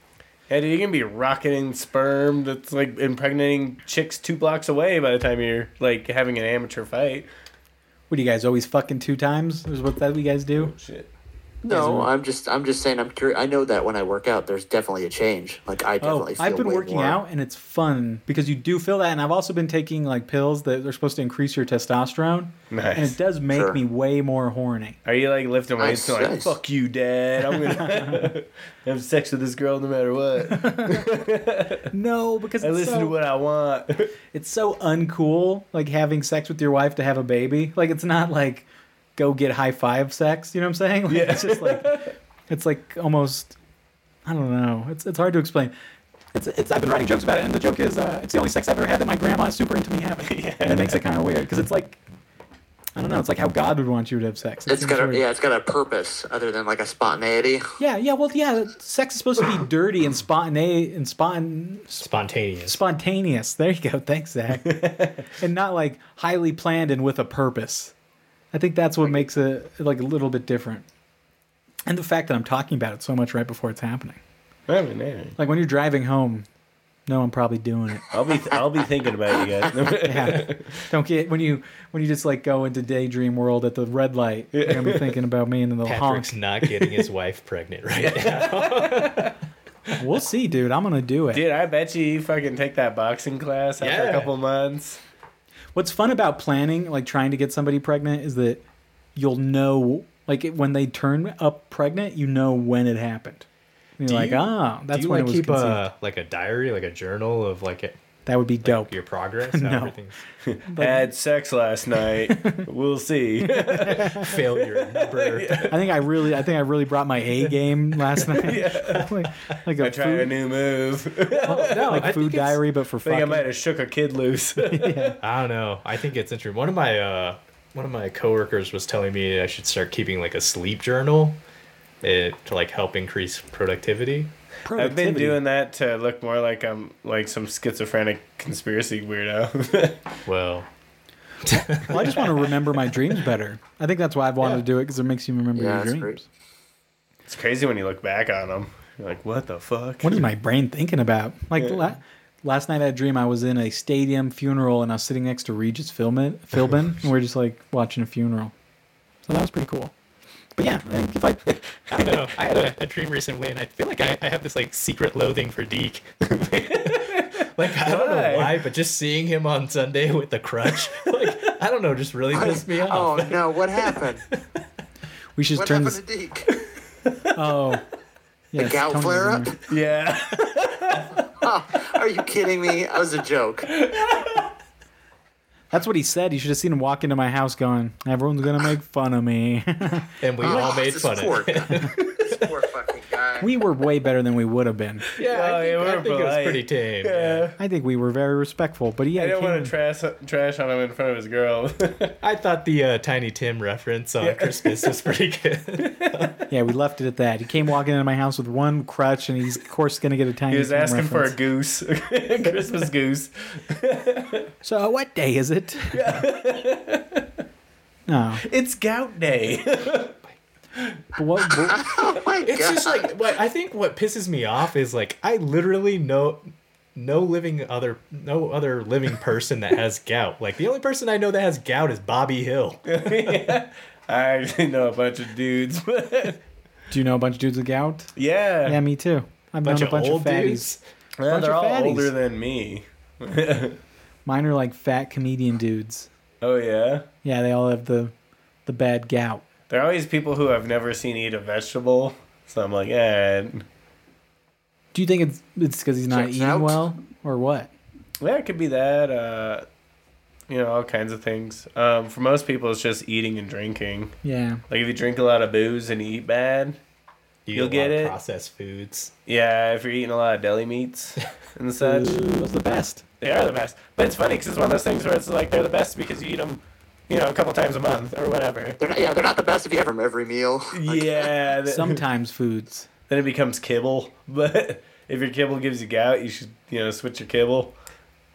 [SPEAKER 1] Yeah, dude, you can be rocketing sperm that's like impregnating chicks two blocks away by the time you're like having an amateur fight.
[SPEAKER 4] *laughs* what do you guys always fucking two times? Is what that we guys do?
[SPEAKER 1] Shit.
[SPEAKER 2] No, I'm just I'm just saying I'm curious. I know that when I work out, there's definitely a change. Like I
[SPEAKER 4] Oh,
[SPEAKER 2] definitely. feel
[SPEAKER 4] I've been
[SPEAKER 2] way
[SPEAKER 4] working
[SPEAKER 2] more-
[SPEAKER 4] out and it's fun because you do feel that, and I've also been taking like pills that are supposed to increase your testosterone, and
[SPEAKER 1] Nice.
[SPEAKER 4] it does make
[SPEAKER 2] Sure.
[SPEAKER 4] me way more horny.
[SPEAKER 1] Are you like lifting weights and
[SPEAKER 2] Nice,
[SPEAKER 1] like,
[SPEAKER 2] nice.
[SPEAKER 1] fuck you, dad? I'm gonna *laughs* have sex with this girl no matter what.
[SPEAKER 4] No, because *laughs*
[SPEAKER 1] I
[SPEAKER 4] it's
[SPEAKER 1] listen
[SPEAKER 4] so,
[SPEAKER 1] to what I want. *laughs*
[SPEAKER 4] it's so uncool like having sex with your wife to have a baby like it's not like go get high five sex you know what i'm saying like, it's just like it's like almost i don't know it's, it's hard to explain
[SPEAKER 5] It's, it's, I've been writing jokes about it, and the joke is uh, it's the only sex I've ever had that my grandma is super into me having. *laughs* And it makes it kind of weird, because it's like,
[SPEAKER 4] i don't know it's like how god would want you to have sex
[SPEAKER 2] It's got
[SPEAKER 4] weird.
[SPEAKER 2] a yeah, it's got a purpose other than like a spontaneity.
[SPEAKER 4] yeah yeah well yeah sex is supposed to be dirty and spontaneous and spon-
[SPEAKER 3] spontaneous.
[SPEAKER 4] spontaneous there you go thanks zach and not like highly planned and with a purpose i think that's what makes it like a little bit different and the fact that i'm talking about it so much right before it's happening
[SPEAKER 1] I mean, yeah.
[SPEAKER 4] Like when you're driving home, no, I'm probably doing it.
[SPEAKER 1] I'll be I'll be thinking about you guys.
[SPEAKER 4] Yeah. Don't get when you when you just like go into daydream world at the red light. You're gonna be thinking about me and then they'll
[SPEAKER 3] Patrick's
[SPEAKER 4] honk.
[SPEAKER 3] not getting his wife pregnant right now.
[SPEAKER 4] We'll see, dude. I'm gonna do it.
[SPEAKER 1] Dude, I bet you, you fucking take that boxing class after
[SPEAKER 3] Yeah.
[SPEAKER 1] a couple months.
[SPEAKER 4] What's fun about planning, like trying to get somebody pregnant, is that you'll know, like it, when they turn up pregnant, you know when it happened. And you're like,
[SPEAKER 3] you-
[SPEAKER 4] ah, oh, that's
[SPEAKER 3] Do you
[SPEAKER 4] when
[SPEAKER 3] like
[SPEAKER 4] it was
[SPEAKER 3] keep uh, a
[SPEAKER 4] conceived.
[SPEAKER 3] like a diary, like a journal of like it-
[SPEAKER 4] That would be dope.
[SPEAKER 3] your progress? how
[SPEAKER 4] *laughs* No.
[SPEAKER 3] everything's-
[SPEAKER 1] Had sex last
[SPEAKER 4] *laughs*
[SPEAKER 1] night. we'll see.
[SPEAKER 3] failure number.
[SPEAKER 4] I think I really, I think I really brought my A game last night. *laughs* like, like a
[SPEAKER 1] I tried a
[SPEAKER 4] food, oh,
[SPEAKER 1] new move. *laughs*
[SPEAKER 3] no,
[SPEAKER 4] like
[SPEAKER 3] I
[SPEAKER 4] food
[SPEAKER 3] think it's-
[SPEAKER 4] diary, but for
[SPEAKER 1] I think I
[SPEAKER 4] fucking.
[SPEAKER 1] might have shook a kid loose. *laughs*
[SPEAKER 3] I don't know. I think it's interesting. One of my uh, one of my coworkers was telling me I should start keeping like a sleep journal, it, to like help increase productivity.
[SPEAKER 1] I've been
[SPEAKER 4] Productivity.
[SPEAKER 1] doing that to look more like I'm like some schizophrenic conspiracy weirdo. *laughs*
[SPEAKER 3] Well,
[SPEAKER 4] Well, I just want to remember my dreams better. I think that's why I've wanted to do it because it makes you remember
[SPEAKER 2] Yeah,
[SPEAKER 4] your
[SPEAKER 2] that's
[SPEAKER 4] dreams.
[SPEAKER 3] *laughs*
[SPEAKER 2] great.
[SPEAKER 1] it's crazy when you look back on them. You're like, what the fuck?
[SPEAKER 4] What is my brain thinking about? Like la- last night, I had a dream. I was in a stadium funeral and I was sitting next to Regis Philbin,
[SPEAKER 2] *laughs*
[SPEAKER 4] Philbin and we are just like watching a funeral.
[SPEAKER 5] so that was pretty cool. But yeah, I think if I, *laughs* I
[SPEAKER 3] I
[SPEAKER 5] don't
[SPEAKER 3] don't
[SPEAKER 5] know.
[SPEAKER 3] know. I had a, a dream recently, and I feel like I, I have this like secret loathing for Deke. *laughs* like I don't
[SPEAKER 1] Why?
[SPEAKER 3] know why, but just seeing him on Sunday with the crutch, *laughs* like I don't know, just really pissed me off.
[SPEAKER 2] *laughs* Oh no,
[SPEAKER 3] *laughs*
[SPEAKER 2] what happened?
[SPEAKER 4] We should
[SPEAKER 2] What
[SPEAKER 4] turn
[SPEAKER 2] happened
[SPEAKER 4] this.
[SPEAKER 2] to Deke?
[SPEAKER 4] Oh, yes,
[SPEAKER 2] Gout
[SPEAKER 4] Tony's
[SPEAKER 2] flare up?
[SPEAKER 4] in there.
[SPEAKER 1] *laughs* Yeah.
[SPEAKER 2] Are you kidding me? That was a
[SPEAKER 3] *laughs*
[SPEAKER 2] joke.
[SPEAKER 4] That's what he said. You should have seen him walk into my house going,
[SPEAKER 2] *laughs*
[SPEAKER 4] "Everyone's gonna make fun of me." *laughs*
[SPEAKER 3] And we all
[SPEAKER 2] Oh,
[SPEAKER 3] made
[SPEAKER 2] this
[SPEAKER 3] *laughs* fun of
[SPEAKER 2] poor
[SPEAKER 3] it.
[SPEAKER 2] guy. This poor fucking guy.
[SPEAKER 4] we were way better than we would have been.
[SPEAKER 3] Oh, Yeah,
[SPEAKER 1] Well,
[SPEAKER 3] I
[SPEAKER 1] yeah,
[SPEAKER 3] think, I
[SPEAKER 1] we're
[SPEAKER 3] think it was
[SPEAKER 1] polite.
[SPEAKER 3] pretty
[SPEAKER 1] *laughs*
[SPEAKER 3] tame.
[SPEAKER 1] Yeah.
[SPEAKER 4] I think we were very respectful, but yeah,
[SPEAKER 1] I
[SPEAKER 4] he
[SPEAKER 1] don't
[SPEAKER 4] came-
[SPEAKER 1] want to trash trash on him in front of his girl. *laughs*
[SPEAKER 3] I thought the uh, Tiny Tim reference on Christmas was *laughs* pretty good.
[SPEAKER 4] yeah, we left it at that. He came walking into my house with one crutch, and he's of course gonna get a tiny.
[SPEAKER 1] he was
[SPEAKER 4] Tim
[SPEAKER 1] asking for a
[SPEAKER 4] reference.
[SPEAKER 1] goose, *laughs* Christmas goose.
[SPEAKER 4] So what day
[SPEAKER 1] *laughs*
[SPEAKER 4] is it? no,
[SPEAKER 1] It's Gout Day.
[SPEAKER 4] but what, what-
[SPEAKER 2] Oh my
[SPEAKER 3] It's
[SPEAKER 2] god!
[SPEAKER 3] just like what I think what pisses me off is like I literally know no living other no other living person that has gout. Like the only person I know that has gout is Bobby Hill.
[SPEAKER 1] *laughs* I actually know a bunch of dudes, *laughs* but
[SPEAKER 4] do you know a bunch of dudes with *laughs* gout?
[SPEAKER 1] yeah,
[SPEAKER 4] Yeah, me too. I've known a bunch of fatties.
[SPEAKER 1] Yeah,
[SPEAKER 4] bunch
[SPEAKER 1] they're
[SPEAKER 4] of
[SPEAKER 1] all
[SPEAKER 4] fatties.
[SPEAKER 1] older than me.
[SPEAKER 4] Mine are like fat comedian dudes.
[SPEAKER 1] Oh yeah,
[SPEAKER 4] Yeah, they all have the the bad gout.
[SPEAKER 1] they're always people who I've never seen eat a vegetable. So I'm like, eh,
[SPEAKER 4] Do you think it's it's because he's not
[SPEAKER 2] Checks
[SPEAKER 4] eating
[SPEAKER 2] out.
[SPEAKER 4] well or what?
[SPEAKER 1] Yeah, it could be that. Uh, you know, all kinds of things. Um, for most people, it's just eating and drinking.
[SPEAKER 2] *laughs*
[SPEAKER 4] Yeah,
[SPEAKER 1] Like if you drink a lot of booze and you eat bad,
[SPEAKER 3] You
[SPEAKER 1] You'll
[SPEAKER 3] eat a lot
[SPEAKER 1] get
[SPEAKER 3] of
[SPEAKER 1] it.
[SPEAKER 3] Processed foods.
[SPEAKER 1] yeah. If you're eating a lot of deli meats and such,
[SPEAKER 5] Those are the best. They are the best. But it's funny because it's one of those things where it's like they're the best because you eat them, you know, a couple times a month or whatever.
[SPEAKER 2] they're not, yeah, they're not the best if you have them every
[SPEAKER 3] *laughs*
[SPEAKER 2] meal.
[SPEAKER 1] *laughs* yeah, th-
[SPEAKER 4] sometimes foods.
[SPEAKER 1] then it becomes kibble. *laughs* But if your kibble gives you gout, you should you know switch your kibble.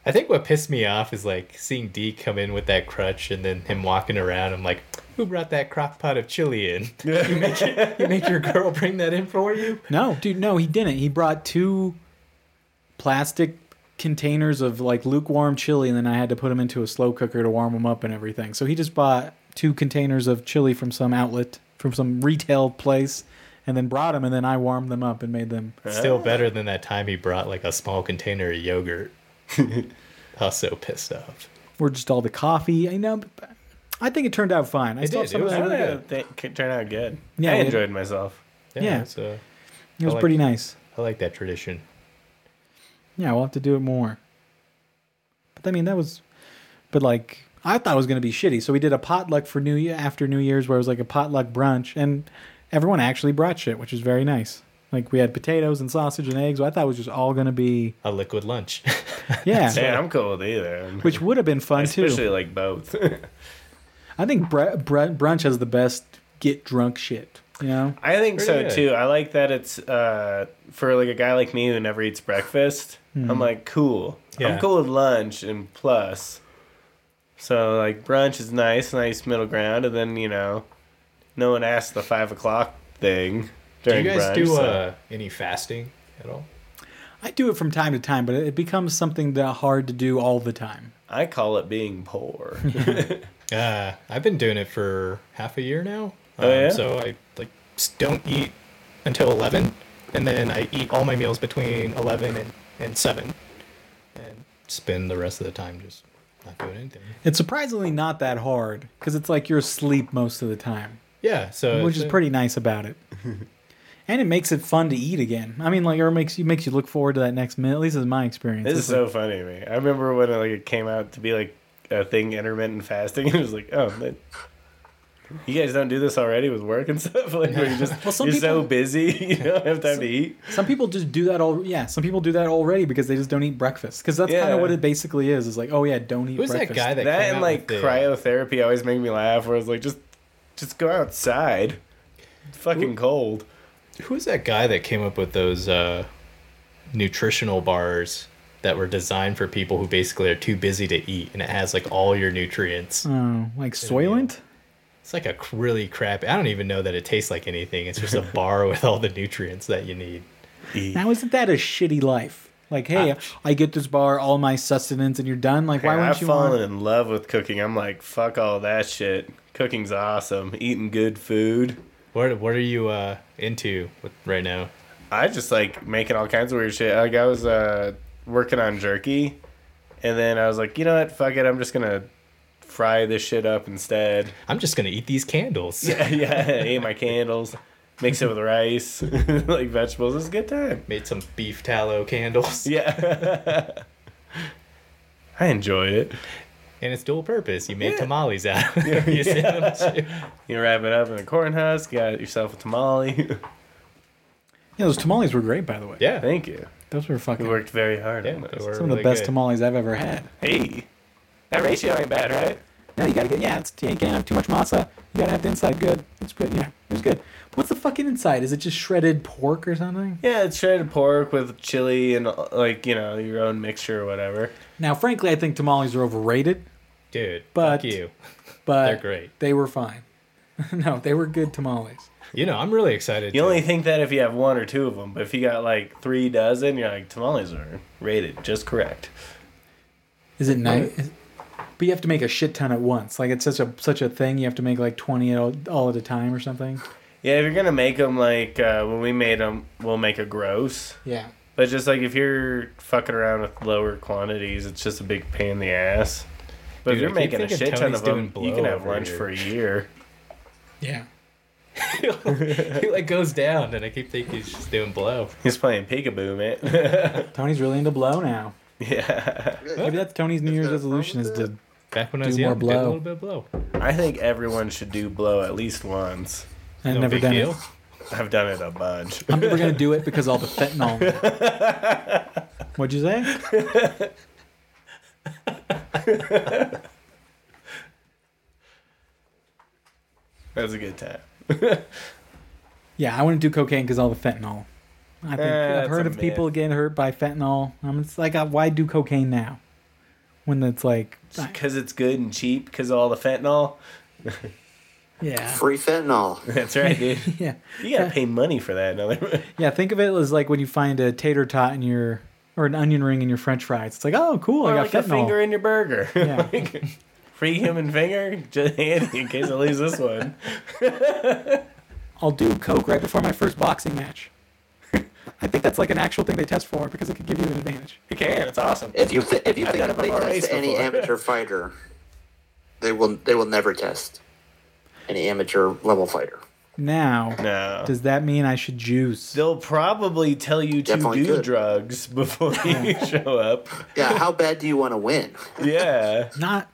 [SPEAKER 3] I think what pissed me off is like seeing D come in with that crutch and then him walking around. I'm like, who brought that crock pot of chili in? you, make your, you make your girl bring that in for you?
[SPEAKER 4] No, dude, no, he didn't. He brought two plastic containers of like lukewarm chili, and then I had to put them into a slow cooker to warm them up and everything. So he just bought two containers of chili from some outlet, from some retail place, and then brought them, and then I warmed them up and made them.
[SPEAKER 3] Still better than that time he brought like a small container of
[SPEAKER 1] *laughs*
[SPEAKER 3] yogurt. I was so pissed off.
[SPEAKER 4] Or just all the coffee. I know. but I think it turned out fine. I
[SPEAKER 3] It
[SPEAKER 4] still
[SPEAKER 3] did.
[SPEAKER 4] have some
[SPEAKER 3] It
[SPEAKER 4] of
[SPEAKER 3] was
[SPEAKER 1] I
[SPEAKER 4] that.
[SPEAKER 3] really
[SPEAKER 1] don't
[SPEAKER 3] good.
[SPEAKER 1] know. They c- turn out good.
[SPEAKER 4] Yeah,
[SPEAKER 1] I
[SPEAKER 4] it-
[SPEAKER 1] enjoyed myself.
[SPEAKER 4] Yeah.
[SPEAKER 3] So
[SPEAKER 4] It was
[SPEAKER 3] I like
[SPEAKER 4] pretty
[SPEAKER 3] it.
[SPEAKER 4] nice.
[SPEAKER 3] uh, I like that tradition.
[SPEAKER 4] Yeah, we'll have to do it more. But I mean, that was, but like, I thought it was gonna be shitty. So we did a potluck for New Year after New Year's, where it was like a potluck brunch, and everyone actually brought shit, which is very nice. Like we had potatoes and sausage and eggs. I thought it was just all gonna
[SPEAKER 3] *laughs*
[SPEAKER 4] be
[SPEAKER 3] A liquid lunch.
[SPEAKER 1] Hey,
[SPEAKER 4] yeah,
[SPEAKER 1] I'm cool with either.
[SPEAKER 4] which would have been fun
[SPEAKER 1] Especially
[SPEAKER 4] too.
[SPEAKER 1] like
[SPEAKER 3] *laughs*
[SPEAKER 1] both.
[SPEAKER 4] I think bre- bre- brunch has the best get drunk shit. You know,
[SPEAKER 1] I think so
[SPEAKER 3] Pretty good.
[SPEAKER 1] too. I like that it's uh, for like a guy like me who never eats breakfast. I'm like cool.
[SPEAKER 3] Hmm. Yeah.
[SPEAKER 1] I'm cool with lunch and plus. So like brunch is nice, nice middle ground, and then you know, no one asks the five o'clock thing
[SPEAKER 3] do
[SPEAKER 1] during
[SPEAKER 3] you guys
[SPEAKER 1] brunch.
[SPEAKER 3] do
[SPEAKER 1] so-
[SPEAKER 3] uh, any fasting at all?
[SPEAKER 4] I do it from time to time, but it becomes something that hard to do all the time.
[SPEAKER 1] I call it being poor.
[SPEAKER 3] Uh, I've been doing it for half a year now. Um,
[SPEAKER 1] Oh, yeah?
[SPEAKER 3] So I like s- don't eat until eleven, and then I eat all my meals between eleven and, and seven, and spend the rest of the time just not doing anything.
[SPEAKER 4] It's surprisingly not that hard because it's like you're asleep most of the time.
[SPEAKER 3] Yeah. So
[SPEAKER 4] which
[SPEAKER 3] it's
[SPEAKER 4] is
[SPEAKER 3] a-
[SPEAKER 4] pretty nice about it. and it makes it fun to eat again. I mean, like, or it makes you makes you look forward to that next meal. At least is my experience.
[SPEAKER 1] this is
[SPEAKER 4] It's
[SPEAKER 1] so funny to me. I remember when like it came out to be like a thing intermittent fasting. *laughs* It was like oh. That, you guys don't do this already with work and *laughs* stuff. Like where you're just
[SPEAKER 4] Well, some
[SPEAKER 1] you're so
[SPEAKER 4] people-
[SPEAKER 1] busy, *laughs* you don't have time to eat.
[SPEAKER 4] like- some people just do that all. Yeah, some people do that already because they just don't eat breakfast. Because that's kind
[SPEAKER 1] Yeah.
[SPEAKER 4] of what it basically is. Is like, oh yeah, don't eat.
[SPEAKER 3] Who's that
[SPEAKER 4] breakfast.
[SPEAKER 3] guy that
[SPEAKER 1] that
[SPEAKER 3] came
[SPEAKER 1] and
[SPEAKER 3] out
[SPEAKER 1] like
[SPEAKER 4] uh,
[SPEAKER 3] with the- uh,
[SPEAKER 1] cryotherapy always make me laugh. Where I was like, just, just go outside. It's fucking cold.
[SPEAKER 3] Who's that guy that came up with those uh, nutritional bars that were designed for people who basically are too busy to eat, and it has like all your nutrients?
[SPEAKER 4] Oh, like Soylent.
[SPEAKER 3] It's like a cr- really crap. I don't even know that it tastes like anything. It's just a bar with all the nutrients that you need.
[SPEAKER 4] Now isn't that a shitty life? Like, hey, I get this bar, all my sustenance, and you're done. Like, why
[SPEAKER 1] And
[SPEAKER 4] wouldn't
[SPEAKER 1] I've
[SPEAKER 4] you
[SPEAKER 1] fallen
[SPEAKER 4] want?
[SPEAKER 1] in love with cooking. I'm like, fuck all that shit. Cooking's awesome. Eating good food.
[SPEAKER 3] What What are you uh, into with, right now?
[SPEAKER 1] I just like making all kinds of weird shit. Like I was uh, working on jerky, and then I was like, you know what? Fuck it. I'm just gonna fry this shit up instead. *laughs*
[SPEAKER 3] I'm just gonna eat these candles.
[SPEAKER 1] yeah, I ate my candles. Mix it with rice, *laughs* like vegetables. It's a good time.
[SPEAKER 3] *laughs* Made some beef tallow candles.
[SPEAKER 1] Yeah. *laughs* I enjoyed it.
[SPEAKER 3] And it's dual purpose. You made
[SPEAKER 1] Yeah.
[SPEAKER 3] tamales out of it. *laughs* You send them to-
[SPEAKER 1] You wrap it up in a corn husk, got yourself a tamale.
[SPEAKER 4] Yeah, those tamales were great, by the way.
[SPEAKER 1] *laughs*
[SPEAKER 3] Yeah.
[SPEAKER 1] Thank you.
[SPEAKER 4] Those were fucking
[SPEAKER 1] We worked very hard
[SPEAKER 3] Yeah,
[SPEAKER 1] on those.
[SPEAKER 3] those
[SPEAKER 1] We're
[SPEAKER 4] some of the
[SPEAKER 1] really
[SPEAKER 4] best
[SPEAKER 1] good.
[SPEAKER 4] tamales I've ever had.
[SPEAKER 5] Hey, that ratio ain't bad, right? No, you gotta get yeah. It's, you can't have too much masa. You gotta have the inside good. It's good. Yeah, it's good.
[SPEAKER 4] What's the fucking inside? Is it just shredded pork or something?
[SPEAKER 1] Yeah, it's shredded pork with chili and uh, like you know your own mixture or whatever.
[SPEAKER 4] Now, frankly, I think tamales are overrated,
[SPEAKER 3] Dude,
[SPEAKER 4] But-
[SPEAKER 3] fuck you.
[SPEAKER 4] but
[SPEAKER 3] They're great.
[SPEAKER 4] They were fine. *laughs* no, they were good tamales.
[SPEAKER 3] You know, I'm really excited.
[SPEAKER 1] *laughs* You
[SPEAKER 3] to-
[SPEAKER 1] only think that if you have one or two of them, but if you got like three dozen, you're like tamales are rated just correct.
[SPEAKER 4] Is it nice? But you have to make a shit ton at once. Like it's such a such a thing. You have to make like twenty all, all at a time or something.
[SPEAKER 1] Yeah, if you're gonna make them like uh, when we made them, we'll make a gross.
[SPEAKER 4] Yeah.
[SPEAKER 1] But just like if you're fucking around with lower quantities, it's just a big pain in the ass. But
[SPEAKER 3] Dude,
[SPEAKER 1] if
[SPEAKER 3] I
[SPEAKER 1] you're
[SPEAKER 3] keep
[SPEAKER 1] making a
[SPEAKER 3] thinking
[SPEAKER 1] shit ton
[SPEAKER 3] Tony's
[SPEAKER 1] of them,
[SPEAKER 3] doing
[SPEAKER 1] you can
[SPEAKER 3] blow
[SPEAKER 1] have
[SPEAKER 3] over
[SPEAKER 1] lunch
[SPEAKER 3] here.
[SPEAKER 1] for a year. *laughs*
[SPEAKER 4] Yeah.
[SPEAKER 3] *laughs* he like goes down, and I keep thinking he's just doing blow.
[SPEAKER 1] He's playing peekaboo, man. *laughs*
[SPEAKER 4] Tony's really into blow now.
[SPEAKER 1] yeah.
[SPEAKER 4] Maybe that's Tony's New Year's
[SPEAKER 2] there a problem
[SPEAKER 4] resolution is
[SPEAKER 2] with
[SPEAKER 4] to
[SPEAKER 3] Back when I
[SPEAKER 4] Do
[SPEAKER 3] was
[SPEAKER 4] more
[SPEAKER 3] young, did a
[SPEAKER 4] blow.
[SPEAKER 3] little bit of blow.
[SPEAKER 1] I think everyone should do blow at least once.
[SPEAKER 4] I've
[SPEAKER 3] No
[SPEAKER 4] never
[SPEAKER 3] big
[SPEAKER 4] done
[SPEAKER 3] deal.
[SPEAKER 4] it.
[SPEAKER 1] I've done it a bunch. *laughs*
[SPEAKER 4] I'm never gonna do it because all the fentanyl. in
[SPEAKER 3] *laughs*
[SPEAKER 4] it. What'd you say?
[SPEAKER 1] That was a good time.
[SPEAKER 4] Yeah, I wouldn't do cocaine because all the fentanyl. I think
[SPEAKER 1] Eh,
[SPEAKER 4] I've heard
[SPEAKER 1] that's
[SPEAKER 4] of
[SPEAKER 1] a
[SPEAKER 4] people
[SPEAKER 1] myth.
[SPEAKER 4] getting hurt by fentanyl. I'm just like, uh, why do cocaine now? When it's like,
[SPEAKER 1] Because it's good and cheap, because all the fentanyl. *laughs*
[SPEAKER 4] yeah, *laughs*
[SPEAKER 2] Free fentanyl.
[SPEAKER 1] That's right, dude.
[SPEAKER 4] yeah,
[SPEAKER 1] You gotta pay money for that.
[SPEAKER 4] *laughs*
[SPEAKER 1] Another
[SPEAKER 4] yeah. Think of it as like when you find a tater tot in your or an onion ring in your French fries. It's like, oh, cool,
[SPEAKER 1] or
[SPEAKER 4] I
[SPEAKER 1] like
[SPEAKER 4] got
[SPEAKER 1] a
[SPEAKER 4] fentanyl.
[SPEAKER 1] finger in your burger.
[SPEAKER 4] *laughs* Yeah.
[SPEAKER 1] Like, free human finger, just handy in case I lose this one.
[SPEAKER 5] I'll do coke right before my first boxing match. I think that's like an actual thing they test for because it could give you an advantage. You can. It's awesome.
[SPEAKER 2] If you th- if you
[SPEAKER 5] I've
[SPEAKER 2] think
[SPEAKER 5] done it
[SPEAKER 2] they
[SPEAKER 5] before, I
[SPEAKER 2] test
[SPEAKER 5] raced
[SPEAKER 2] any
[SPEAKER 5] before.
[SPEAKER 2] amateur fighter, they will they will never test any amateur level fighter.
[SPEAKER 4] Now,
[SPEAKER 1] No.
[SPEAKER 4] does that mean I should
[SPEAKER 1] *laughs*
[SPEAKER 4] juice?
[SPEAKER 1] They'll probably tell you to
[SPEAKER 2] Definitely
[SPEAKER 1] do
[SPEAKER 2] could.
[SPEAKER 1] drugs
[SPEAKER 4] *laughs*
[SPEAKER 1] before you show up.
[SPEAKER 2] Yeah, how bad do you want to win?
[SPEAKER 1] Yeah.
[SPEAKER 4] Not.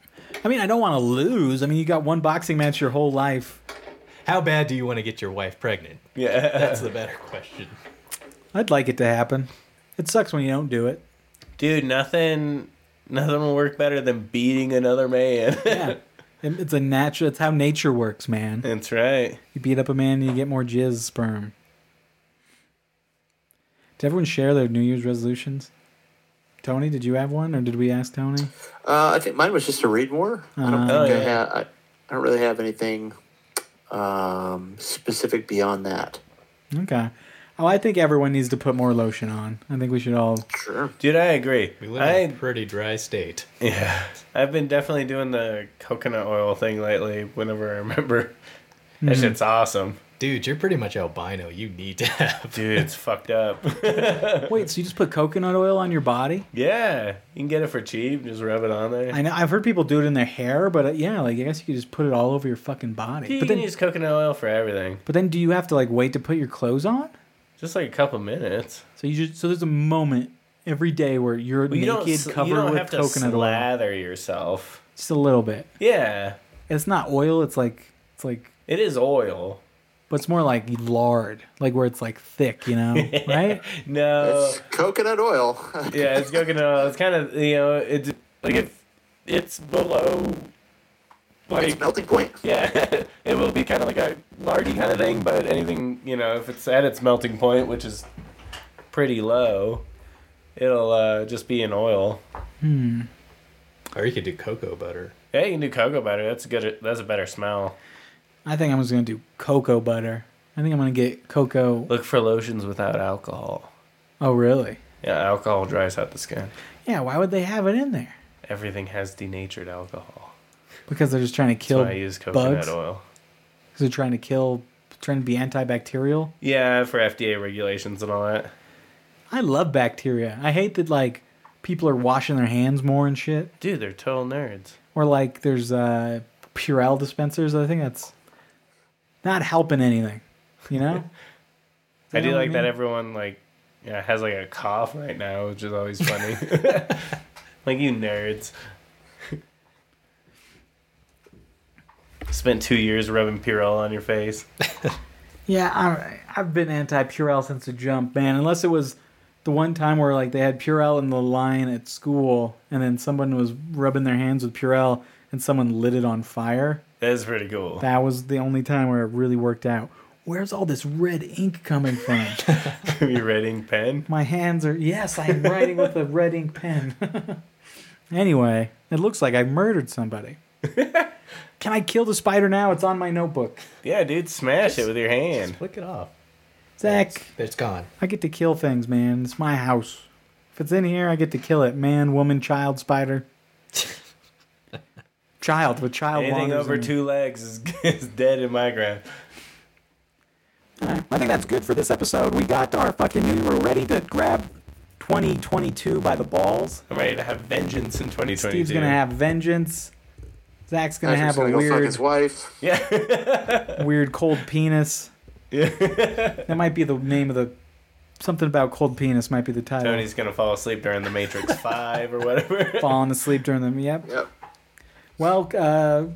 [SPEAKER 4] I mean, I don't want to lose. I mean, you got one boxing match your whole life.
[SPEAKER 3] How bad do you want to get your wife pregnant?
[SPEAKER 1] Yeah. *laughs*
[SPEAKER 3] That's the better question.
[SPEAKER 4] I'd like it to happen. It sucks when you don't do it.
[SPEAKER 1] Dude, nothing nothing will work better than beating another man. *laughs*
[SPEAKER 4] Yeah. It- It's a natural. It's how nature works, man.
[SPEAKER 1] That's right.
[SPEAKER 4] You beat up a man, and you get more jizz sperm. Did everyone share their New Year's resolutions? Tony, did you have one, or did we ask Tony?
[SPEAKER 2] Uh, I think mine was just to read more. I don't
[SPEAKER 1] Oh,
[SPEAKER 2] think I,
[SPEAKER 1] yeah.
[SPEAKER 2] ha- I I don't really have anything um, specific beyond that.
[SPEAKER 4] Okay. Oh, I think everyone needs to put more lotion on. I think we should all.
[SPEAKER 2] Sure.
[SPEAKER 1] Dude, I agree.
[SPEAKER 3] We live in a
[SPEAKER 1] I
[SPEAKER 3] pretty dry state.
[SPEAKER 1] yeah. I've been definitely doing the coconut oil thing lately whenever I remember.
[SPEAKER 4] Mm-hmm.
[SPEAKER 1] That shit's awesome.
[SPEAKER 3] Dude, you're pretty much albino. You need to have. *laughs*
[SPEAKER 1] Dude, it's fucked up. *laughs*
[SPEAKER 4] Hmm. Wait, so you just put coconut oil on your body?
[SPEAKER 1] Yeah. You can get it for cheap, just rub it on there.
[SPEAKER 4] I know I've heard people do it in their hair, but uh, yeah, like I guess you could just put it all over your fucking body.
[SPEAKER 1] you
[SPEAKER 4] But
[SPEAKER 1] can
[SPEAKER 4] then,
[SPEAKER 1] use coconut oil for everything.
[SPEAKER 4] but then, do you have to like wait to put your clothes on?
[SPEAKER 1] Just like a couple minutes.
[SPEAKER 4] So you just so there's a moment every day where you're
[SPEAKER 1] Well, you don't, s-
[SPEAKER 4] naked, covered
[SPEAKER 1] you don't
[SPEAKER 4] with
[SPEAKER 1] have to
[SPEAKER 4] coconut oil,
[SPEAKER 1] slather yourself.
[SPEAKER 4] just a little bit.
[SPEAKER 1] Yeah.
[SPEAKER 4] It's not oil. It's like it's like,
[SPEAKER 1] It is oil.
[SPEAKER 4] but it's more like lard, like where it's like thick, you know,
[SPEAKER 1] *laughs*
[SPEAKER 4] right?
[SPEAKER 1] No.
[SPEAKER 4] Uh,
[SPEAKER 2] It's coconut oil.
[SPEAKER 1] yeah, it's coconut oil. It's kind of, you know, it's
[SPEAKER 5] Like if it's below,
[SPEAKER 2] *laughs* it's
[SPEAKER 5] like
[SPEAKER 2] melting point.
[SPEAKER 5] yeah, *laughs* it will be kind of like a lardy kind of thing. But anything
[SPEAKER 1] you know, if it's at its melting point, which is pretty low, it'll uh, just be in oil.
[SPEAKER 3] Or you could do cocoa butter.
[SPEAKER 1] Yeah, you can do cocoa butter. That's a good. That's a better smell.
[SPEAKER 4] I think I'm just gonna do cocoa butter. I think I'm gonna get cocoa.
[SPEAKER 1] Look for lotions without alcohol.
[SPEAKER 4] Oh, really?
[SPEAKER 1] Yeah, alcohol dries out the skin.
[SPEAKER 4] Yeah. Why would they have it in there?
[SPEAKER 1] Everything has denatured alcohol.
[SPEAKER 4] Because they're just trying to
[SPEAKER 1] That's
[SPEAKER 4] kill
[SPEAKER 1] why I use coconut
[SPEAKER 4] bugs.
[SPEAKER 1] oil.
[SPEAKER 4] Because they're trying to kill, trying to be antibacterial.
[SPEAKER 1] Yeah, for FDA regulations and all that.
[SPEAKER 4] I love bacteria. I hate that like people are washing their hands more and shit.
[SPEAKER 1] Dude, they're total nerds.
[SPEAKER 4] Or like there's uh Purell dispensers. I think that's not helping anything. You
[SPEAKER 1] *laughs*
[SPEAKER 4] know?
[SPEAKER 1] I do
[SPEAKER 4] know what I
[SPEAKER 1] like that
[SPEAKER 4] mean?
[SPEAKER 1] everyone like yeah, has like a cough right now, which is always
[SPEAKER 4] *laughs*
[SPEAKER 1] funny. *laughs* like you nerds. Spent two years rubbing Purell on your face.
[SPEAKER 4] Yeah, I, I've been anti Purell since the jump, man. Unless it was the one time where like they had Purell in the line at school, and then someone was rubbing their hands with Purell, and someone lit it on fire.
[SPEAKER 1] That is pretty cool. *laughs*
[SPEAKER 4] That was the only time where it really worked out. Where's all this red ink
[SPEAKER 1] *laughs*
[SPEAKER 4] coming from?
[SPEAKER 1] you reading pen?
[SPEAKER 4] My hands are yes, I'm writing with a red ink pen. *laughs* anyway, it looks like I
[SPEAKER 1] *laughs*
[SPEAKER 4] murdered somebody. Can I kill the spider now? It's on my notebook.
[SPEAKER 1] Yeah, dude, smash it with your hand.
[SPEAKER 3] Flick it off.
[SPEAKER 4] Zach,
[SPEAKER 5] It's gone.
[SPEAKER 4] I get to kill things, man. It's my house. If it's in here, I get to kill it. Man, woman,
[SPEAKER 1] *laughs*
[SPEAKER 4] child, spider. child with child
[SPEAKER 1] Anything
[SPEAKER 4] wanders
[SPEAKER 1] over
[SPEAKER 4] in.
[SPEAKER 1] two legs is, *laughs* is dead in my ground.
[SPEAKER 5] I think that's good for this episode. We got our fucking new. We're ready to grab 2022 by the balls.
[SPEAKER 1] I'm ready to have vengeance in 2022.
[SPEAKER 4] Steve's gonna have vengeance. Zach's gonna
[SPEAKER 2] Patrick's
[SPEAKER 4] have a
[SPEAKER 2] gonna go fuck
[SPEAKER 4] weird,
[SPEAKER 2] his
[SPEAKER 1] *laughs*
[SPEAKER 2] wife.
[SPEAKER 4] weird cold penis. that might be the name of the something about cold penis. Might be the title.
[SPEAKER 1] Tony's gonna fall asleep during the Matrix Five or whatever.
[SPEAKER 4] Falling asleep during the yep.
[SPEAKER 2] Yep.
[SPEAKER 4] Well, uh,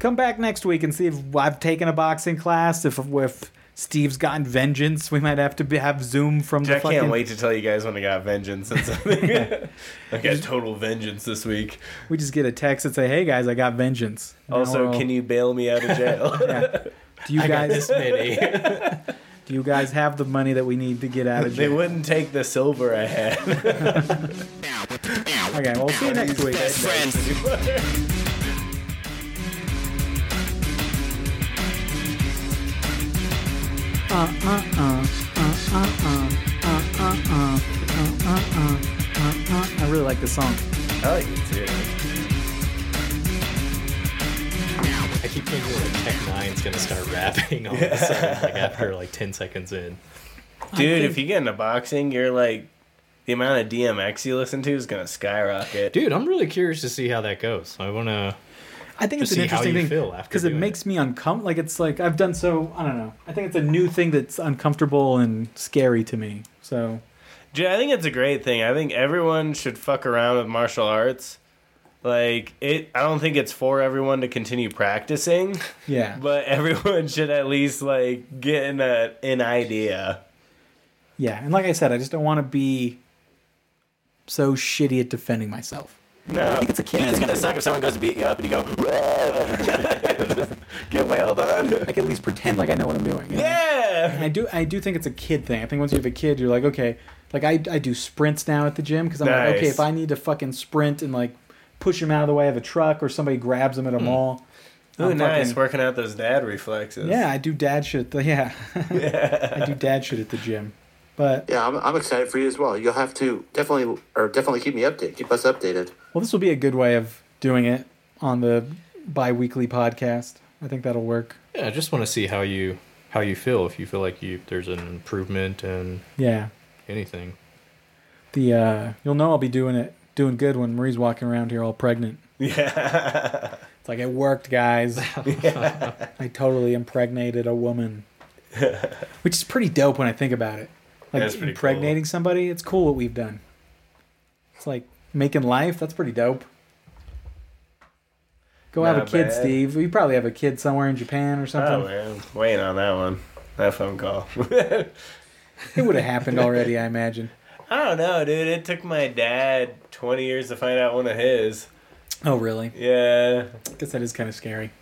[SPEAKER 4] come back next week and see if I've taken a boxing class. If if Steve's gotten vengeance, we might have to be, have Zoom from
[SPEAKER 1] Dude,
[SPEAKER 4] the
[SPEAKER 1] I
[SPEAKER 4] fucking.
[SPEAKER 1] can't wait to tell you guys when I got
[SPEAKER 4] *laughs*
[SPEAKER 1] vengeance and something. *laughs* I got total vengeance this week.
[SPEAKER 4] We just get a text and say, "Hey guys, I got vengeance." Now we're
[SPEAKER 1] Also,
[SPEAKER 4] all-
[SPEAKER 1] can you bail me out
[SPEAKER 4] *laughs*
[SPEAKER 1] of jail?
[SPEAKER 4] Yeah. Do you guys
[SPEAKER 3] many. *laughs*
[SPEAKER 4] do you guys have the money that we need to get out
[SPEAKER 1] *laughs*
[SPEAKER 4] of
[SPEAKER 1] they
[SPEAKER 4] jail?
[SPEAKER 1] wouldn't take the silver I had.
[SPEAKER 4] Okay, well, see you next week. I really like this song.
[SPEAKER 1] I like it too.
[SPEAKER 3] I keep thinking like Tech Nine's gonna start rapping all of a sudden, like after like ten seconds in.
[SPEAKER 1] Dude, if you get into boxing, you're like the amount of DMX you listen to is gonna skyrocket.
[SPEAKER 3] Dude, I'm really curious to see how that goes. I wanna.
[SPEAKER 4] I think
[SPEAKER 3] Just
[SPEAKER 4] it's
[SPEAKER 3] see
[SPEAKER 4] an
[SPEAKER 3] how
[SPEAKER 4] interesting
[SPEAKER 3] you
[SPEAKER 4] thing
[SPEAKER 3] feel after
[SPEAKER 4] because it
[SPEAKER 3] doing
[SPEAKER 4] makes me uncomfortable. Like it's like I've done so. I don't know. I think it's a new thing that's uncomfortable and scary to me. So
[SPEAKER 1] Dude, I think it's a great thing. I think everyone should fuck around with martial arts. Like it, I don't think it's for everyone to continue practicing,
[SPEAKER 4] yeah,
[SPEAKER 1] but everyone should at least like get an, uh, an idea.
[SPEAKER 4] yeah. And like I said, I just don't want to be so shitty at defending myself.
[SPEAKER 5] I think it's a kid. It's gonna suck if someone goes to beat you up and you go, *laughs* get wailed on. I can at least pretend like I know what I'm doing. you know?
[SPEAKER 1] Yeah,
[SPEAKER 4] And I do. I do think it's a kid thing. I think once you have a kid, you're like, okay, like I, I do sprints now at the gym because I'm like,
[SPEAKER 1] Nice.
[SPEAKER 4] okay, if I need to fucking sprint and like push him out of the way of a truck or somebody grabs him at a mall.
[SPEAKER 1] Hmm. ooh,
[SPEAKER 4] I'm
[SPEAKER 1] nice
[SPEAKER 4] fucking-
[SPEAKER 1] working out those dad reflexes.
[SPEAKER 4] Yeah, I do dad shit. At the, yeah, *laughs* I do dad shit at the gym. But
[SPEAKER 2] Yeah, I'm, I'm excited for you as well. You'll have to definitely or definitely keep me updated. Keep us updated.
[SPEAKER 4] well, this will be a good way of doing it on the bi-weekly podcast. I think that'll work.
[SPEAKER 3] Yeah, I just want to see how you how you feel. If you feel like you there's an improvement in
[SPEAKER 4] Yeah,
[SPEAKER 3] anything.
[SPEAKER 4] the uh, you'll know I'll be doing it, doing good when Marie's walking around here all pregnant.
[SPEAKER 1] *laughs* yeah.
[SPEAKER 4] It's like it
[SPEAKER 1] *laughs*
[SPEAKER 4] worked, guys. I totally impregnated
[SPEAKER 1] *laughs*
[SPEAKER 4] a woman, which is pretty dope when I think about it. Like
[SPEAKER 1] That's pretty
[SPEAKER 4] impregnating somebody, it's cool what we've done. It's like making life. That's pretty dope. Go have
[SPEAKER 1] Not
[SPEAKER 4] a kid,
[SPEAKER 1] bad.
[SPEAKER 4] Steve. You probably have a kid somewhere in Japan or something.
[SPEAKER 1] Oh man, waiting on that one. That phone call. *laughs*
[SPEAKER 4] It would have happened already, I imagine.
[SPEAKER 1] I don't know, dude. It took my dad 20 years to find out one of his.
[SPEAKER 4] Oh, really?
[SPEAKER 1] Yeah.
[SPEAKER 4] guess that is kind of scary.